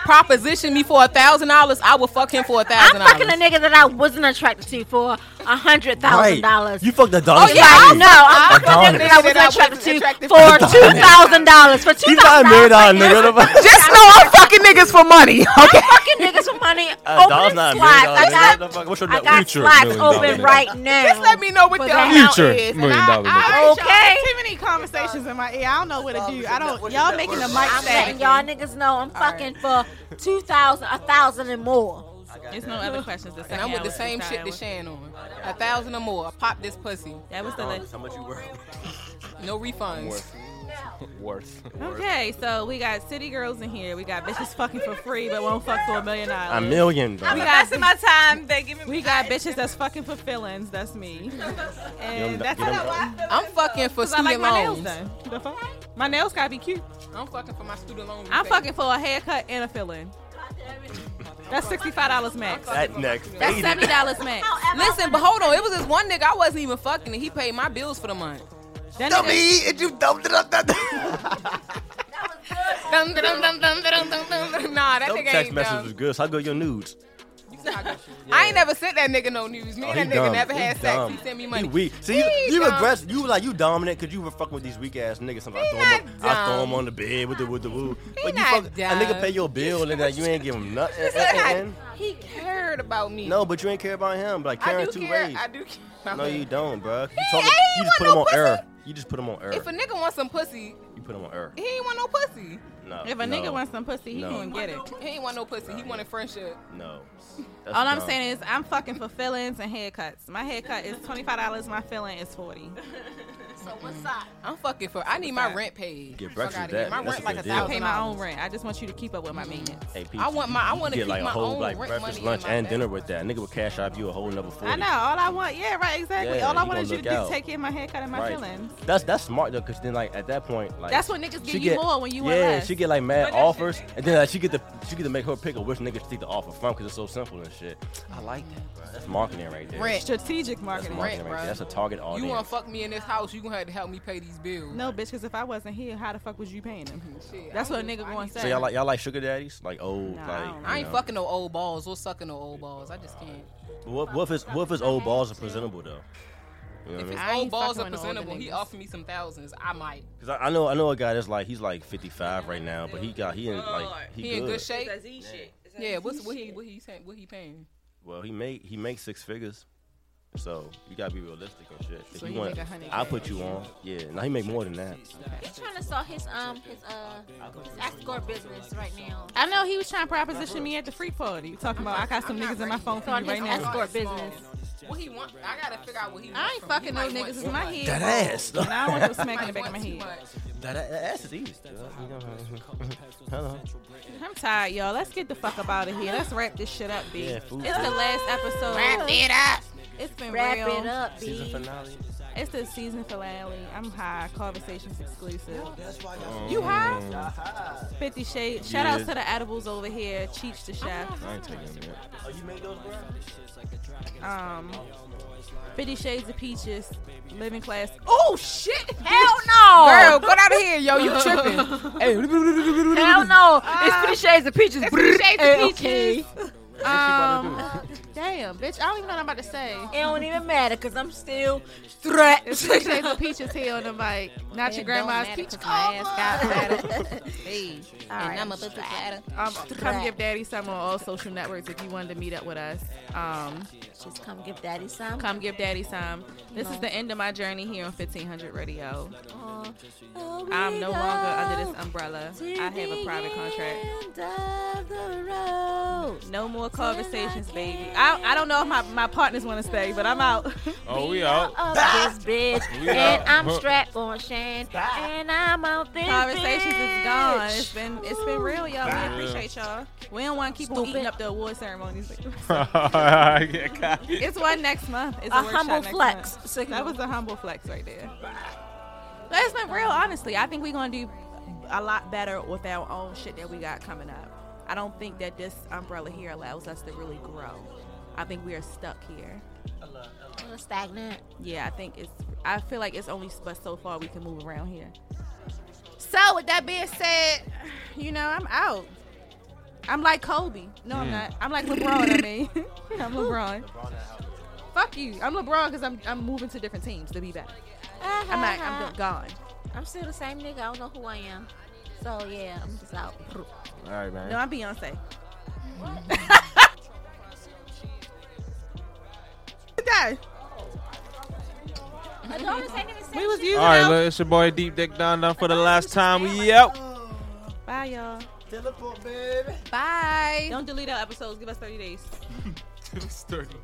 Speaker 6: propositioned me for a thousand dollars, I would fuck him for
Speaker 3: I'm
Speaker 6: a thousand
Speaker 3: fucking a
Speaker 6: dollars.
Speaker 3: nigga that I wasn't attracted to for a hundred thousand dollars. Oh,
Speaker 7: You
Speaker 6: Oh,
Speaker 7: fucked the dollars.
Speaker 3: no, I'm fucking a nigga that I wasn't attracted to for two thousand dollars. For two
Speaker 7: He's not
Speaker 3: thousand
Speaker 7: a million
Speaker 3: dollars,
Speaker 7: dollar nigga.
Speaker 6: Just know I'm fucking niggas for money.
Speaker 3: I'm fucking niggas for money.
Speaker 7: Uh,
Speaker 3: open
Speaker 7: dollars not a
Speaker 3: slots.
Speaker 7: million dollar
Speaker 3: I got,
Speaker 7: nigga. Motherfucker, What's your
Speaker 3: I
Speaker 7: net
Speaker 3: got
Speaker 7: future
Speaker 3: slots
Speaker 7: million dollar
Speaker 3: open
Speaker 7: nigga?
Speaker 3: right now.
Speaker 2: Just let me know what
Speaker 3: For
Speaker 2: the
Speaker 3: that
Speaker 2: amount
Speaker 8: Future
Speaker 2: is. and
Speaker 8: million
Speaker 2: I-
Speaker 8: dollar
Speaker 2: I
Speaker 8: nigga.
Speaker 2: already y'all
Speaker 3: Okay.
Speaker 2: had Too many conversations in my ear. I don't know
Speaker 9: Oh,
Speaker 2: what to do. I don't. Y'all making the mic
Speaker 3: I'm letting
Speaker 2: sad.
Speaker 3: y'all niggas know I'm fucking for two thousand, a thousand and more.
Speaker 2: There's no other questions.
Speaker 6: And I'm with the same shit that Shan on. A thousand or more. Pop this pussy.
Speaker 2: That was the last.
Speaker 7: How much you worth?
Speaker 6: No refunds.
Speaker 7: Worth.
Speaker 2: Okay, so we got city girls in here. We got bitches fucking for free, but won't fuck for a million
Speaker 7: A
Speaker 2: dollars.
Speaker 7: million
Speaker 2: We
Speaker 7: dollars.
Speaker 2: got
Speaker 9: That's my time. They give me.
Speaker 2: we got bitches that's fucking for feelings. That's me. And that's
Speaker 7: Get 'em done.
Speaker 6: I'm fucking for
Speaker 2: 'Cause I
Speaker 6: student
Speaker 2: like my nails
Speaker 6: loans.
Speaker 2: done. The fuck? My nails gotta be cute.
Speaker 6: I'm fucking for my student loan.
Speaker 2: I'm
Speaker 6: repayment.
Speaker 2: fucking for a haircut and a filling. That's sixty-five dollars max.
Speaker 7: That neck
Speaker 2: That's
Speaker 7: faded.
Speaker 2: seventy dollars max.
Speaker 6: Listen, but hold on. It was this one nigga I wasn't even fucking, and he paid my bills for the month.
Speaker 2: That nigga,
Speaker 7: Dummy, and you dumped it up. That
Speaker 6: Dum, dum, dum, dum, dum, dum, dum, dum, dum. Nah, that
Speaker 7: Them
Speaker 6: nigga
Speaker 7: text
Speaker 6: ain't
Speaker 7: messages
Speaker 6: dumb.
Speaker 7: was good. So I go your nudes.
Speaker 6: I ain't never sent that nigga no news. Me
Speaker 7: Oh,
Speaker 6: and
Speaker 7: he
Speaker 6: that nigga
Speaker 7: dumb.
Speaker 6: never
Speaker 7: He
Speaker 6: had sex.
Speaker 7: dumb.
Speaker 6: He sent me
Speaker 7: You
Speaker 6: money.
Speaker 7: weak. See, you,
Speaker 6: He
Speaker 7: you
Speaker 6: dumb.
Speaker 7: regress. You were like you dominant because you were fucking with these weak ass niggas. Sometimes I throw,
Speaker 6: not
Speaker 7: 'em on, I throw
Speaker 6: dumb.
Speaker 7: 'em on the bed with the with the woo. But you
Speaker 6: not
Speaker 7: fuck, a
Speaker 6: dumb.
Speaker 7: nigga pay your bill and that you ain't give him nothing.
Speaker 6: He said I- He cared about me.
Speaker 7: No, but you ain't care about him. Like
Speaker 6: I
Speaker 7: Karen
Speaker 6: do
Speaker 7: two
Speaker 6: care.
Speaker 7: ways.
Speaker 6: I do care. about
Speaker 7: No,
Speaker 6: him.
Speaker 7: you don't, bro. You,
Speaker 6: He
Speaker 7: talking,
Speaker 6: ain't
Speaker 7: you
Speaker 6: want
Speaker 7: just put
Speaker 6: no
Speaker 7: him on
Speaker 6: pussy.
Speaker 7: air. You just put him on air.
Speaker 6: If a nigga wants some pussy,
Speaker 7: You put him on air.
Speaker 6: he ain't want no pussy.
Speaker 7: No.
Speaker 2: if a nigga
Speaker 7: no,
Speaker 2: wants some pussy, he
Speaker 7: No.
Speaker 2: gonna get it.
Speaker 6: He ain't want no pussy. He wanted friendship.
Speaker 7: No.
Speaker 2: All I'm saying is I'm fucking for fillings and haircuts. My haircut is twenty five dollars. My filling is forty.
Speaker 3: So what's up?
Speaker 6: I'm fucking for. I need my rent paid.
Speaker 7: Get
Speaker 6: Fuck
Speaker 7: breakfast
Speaker 6: outta
Speaker 7: with
Speaker 6: here.
Speaker 7: that.
Speaker 6: My
Speaker 7: That's
Speaker 6: rent
Speaker 7: a
Speaker 6: like a
Speaker 7: good deal.
Speaker 2: I pay
Speaker 6: thousand.
Speaker 2: my own rent. I just want you to keep up with my maintenance.
Speaker 7: Hey,
Speaker 6: I want my- I wanna
Speaker 7: you
Speaker 6: keep
Speaker 7: get like
Speaker 6: my
Speaker 7: a whole
Speaker 6: own
Speaker 7: like
Speaker 6: rent
Speaker 7: breakfast,
Speaker 6: money
Speaker 7: lunch,
Speaker 6: in my
Speaker 7: and
Speaker 6: back.
Speaker 7: dinner with that. Nigga would cash out you a whole another forty.
Speaker 2: I know. All I want, yeah, right, exactly.
Speaker 7: Yeah,
Speaker 2: all I
Speaker 7: you
Speaker 2: wanted you
Speaker 7: gonna
Speaker 2: to do
Speaker 7: look
Speaker 2: is
Speaker 7: out.
Speaker 2: take care of my haircut and my fillings.
Speaker 7: That's that's smart though, cause then like at that point, like
Speaker 2: That's when niggas give
Speaker 7: she
Speaker 2: you more when you
Speaker 7: yeah,
Speaker 2: want less.
Speaker 7: she get like
Speaker 2: But
Speaker 7: mad
Speaker 2: that's
Speaker 7: offers, and then like, she get the she get to make her pick of which nigga she take the offer from, cause it's so simple and shit. I like that. Bro. That's marketing right there.
Speaker 6: Rent.
Speaker 2: Strategic
Speaker 7: That's
Speaker 2: marketing.
Speaker 7: marketing
Speaker 6: Rent,
Speaker 7: right
Speaker 6: bruh.
Speaker 7: there. That's a target
Speaker 6: You
Speaker 7: audience.
Speaker 6: want to fuck me in this house? You gonna have to help me pay these bills.
Speaker 2: No, bitch, because if I wasn't here, how the fuck was you paying them? That's what a nigga going to say.
Speaker 7: so y'all like y'all like sugar daddies, like old,
Speaker 2: Nah, I
Speaker 7: like
Speaker 2: don't
Speaker 7: you
Speaker 6: I ain't
Speaker 7: know.
Speaker 6: fucking no old balls or sucking no old balls. I just can't.
Speaker 7: What what if his what if his old balls are presentable though? You
Speaker 6: If
Speaker 7: know what I
Speaker 6: his
Speaker 7: mean?
Speaker 2: I
Speaker 6: old
Speaker 2: ain't
Speaker 6: balls
Speaker 2: fucking
Speaker 6: are
Speaker 2: with no older
Speaker 6: presentable, he
Speaker 2: niggas.
Speaker 6: offered me some thousands. I might.
Speaker 7: Cause I, I know I know a guy that's like he's like 55 right now, but he got he in like he,
Speaker 6: He, in good
Speaker 7: good.
Speaker 6: shape.
Speaker 9: That's Z shit.
Speaker 6: Yeah, what's what he what he saying? What he paying?
Speaker 7: Well, he make he makes six figures, so you gotta be realistic and shit. If
Speaker 6: So
Speaker 7: you
Speaker 6: he
Speaker 7: want,
Speaker 6: make a hundred
Speaker 7: I put you on. Yeah, now he make more than that.
Speaker 3: He's trying to start his um his uh his escort business right now.
Speaker 2: I know he was trying to proposition me at the free party. You talking about I got some niggas in my phone for
Speaker 3: Start
Speaker 2: you
Speaker 3: his
Speaker 2: right now.
Speaker 3: escort business.
Speaker 6: What he want? I gotta figure out what he.
Speaker 2: I ain't fucking no niggas in my head.
Speaker 7: That ass.
Speaker 2: And I don't want to smack in the back of my head.
Speaker 7: That, that, that ass is easy. Dude. Hello.
Speaker 2: I'm tired, y'all. Let's get the fuck up out of here. Let's wrap this shit up, B.
Speaker 7: Yeah,
Speaker 2: it's the
Speaker 7: food.
Speaker 2: last episode. Wrap it up. It's been
Speaker 3: Wrap
Speaker 2: real.
Speaker 3: it up, B.
Speaker 7: finale.
Speaker 2: It's the season finale. I'm high. Conversations exclusive.
Speaker 8: You
Speaker 2: high? Fifty Shades. Shout out
Speaker 8: Yeah.
Speaker 2: to the edibles over here. Cheech the chef.
Speaker 8: I ain't taking it.
Speaker 7: Oh, you made those, bro?
Speaker 2: Um, Fifty Shades of Peaches. Living class. Oh shit!
Speaker 3: Hell no!
Speaker 6: Girl, go out of here, yo. You tripping?
Speaker 3: Hell no! It's pretty shades of peaches.
Speaker 2: Uh, Fifty Shades
Speaker 3: Eh,
Speaker 2: of
Speaker 3: okay.
Speaker 2: Peaches. Um, damn, bitch. I don't even know what I'm about to say.
Speaker 3: It don't even matter because I'm still threat.
Speaker 2: It's Fifty Shades of Peaches here on the mic. Not your
Speaker 6: It
Speaker 2: grandma's
Speaker 6: don't matter
Speaker 2: peach
Speaker 6: 'cause
Speaker 2: cobbler.
Speaker 6: my ass got fatter. Hey, and
Speaker 2: Alright,
Speaker 6: I'm a big fatter.
Speaker 2: Um, come give daddy some on all social networks if you wanted to meet up with us. Um,
Speaker 3: just come give daddy some.
Speaker 2: Come give daddy some. This is
Speaker 3: No.
Speaker 2: the end of my journey here on 1500 Radio.
Speaker 3: Aw.
Speaker 2: I'm no longer under this umbrella. I have a private contract. No more conversations, baby. I, I don't know if my, my partners want to stay, but I'm out.
Speaker 8: Oh, we out.
Speaker 3: Up this bitch,
Speaker 8: We
Speaker 3: and
Speaker 8: out.
Speaker 3: I'm strapped on Shan, and I'm out this
Speaker 2: Conversations is gone. It's
Speaker 3: bitch.
Speaker 2: been it's been real, y'all.
Speaker 8: Yeah.
Speaker 2: We appreciate y'all. We don't want to keep on eating up the award ceremonies.
Speaker 8: Yeah, got it.
Speaker 2: It's one next month. It's a,
Speaker 3: A
Speaker 2: workshop
Speaker 3: humble
Speaker 2: next
Speaker 3: flex
Speaker 2: month.
Speaker 3: signal.
Speaker 2: That was a humble flex right there. That's not real, honestly. I think we're gonna do a lot better with our own shit that we got coming up. I don't think that this umbrella here allows us to really grow. I think we are stuck here.
Speaker 3: We're stagnant.
Speaker 2: Yeah, I think it's. I feel like it's only but so far we can move around here. So with that being said, you know I'm out. I'm like Kobe. No,
Speaker 8: Hmm.
Speaker 2: I'm
Speaker 3: Mm.
Speaker 2: not. I'm like LeBron. I mean, I'm LeBron. Fuck you. I'm LeBron because I'm I'm moving to different teams to be better. I'm not. I'm go- gone.
Speaker 3: I'm still the same nigga. I don't know who I am. So yeah, I'm just out.
Speaker 8: All right, man.
Speaker 2: No, I'm Beyonce. Today. We was using
Speaker 8: All right,
Speaker 2: our-
Speaker 8: look, it's your boy Deep Dick Don Don for the last time. We out.
Speaker 2: Bye, y'all. Teleport, baby. Bye. Don't delete our episodes. Give us 30 days.
Speaker 8: It's 30.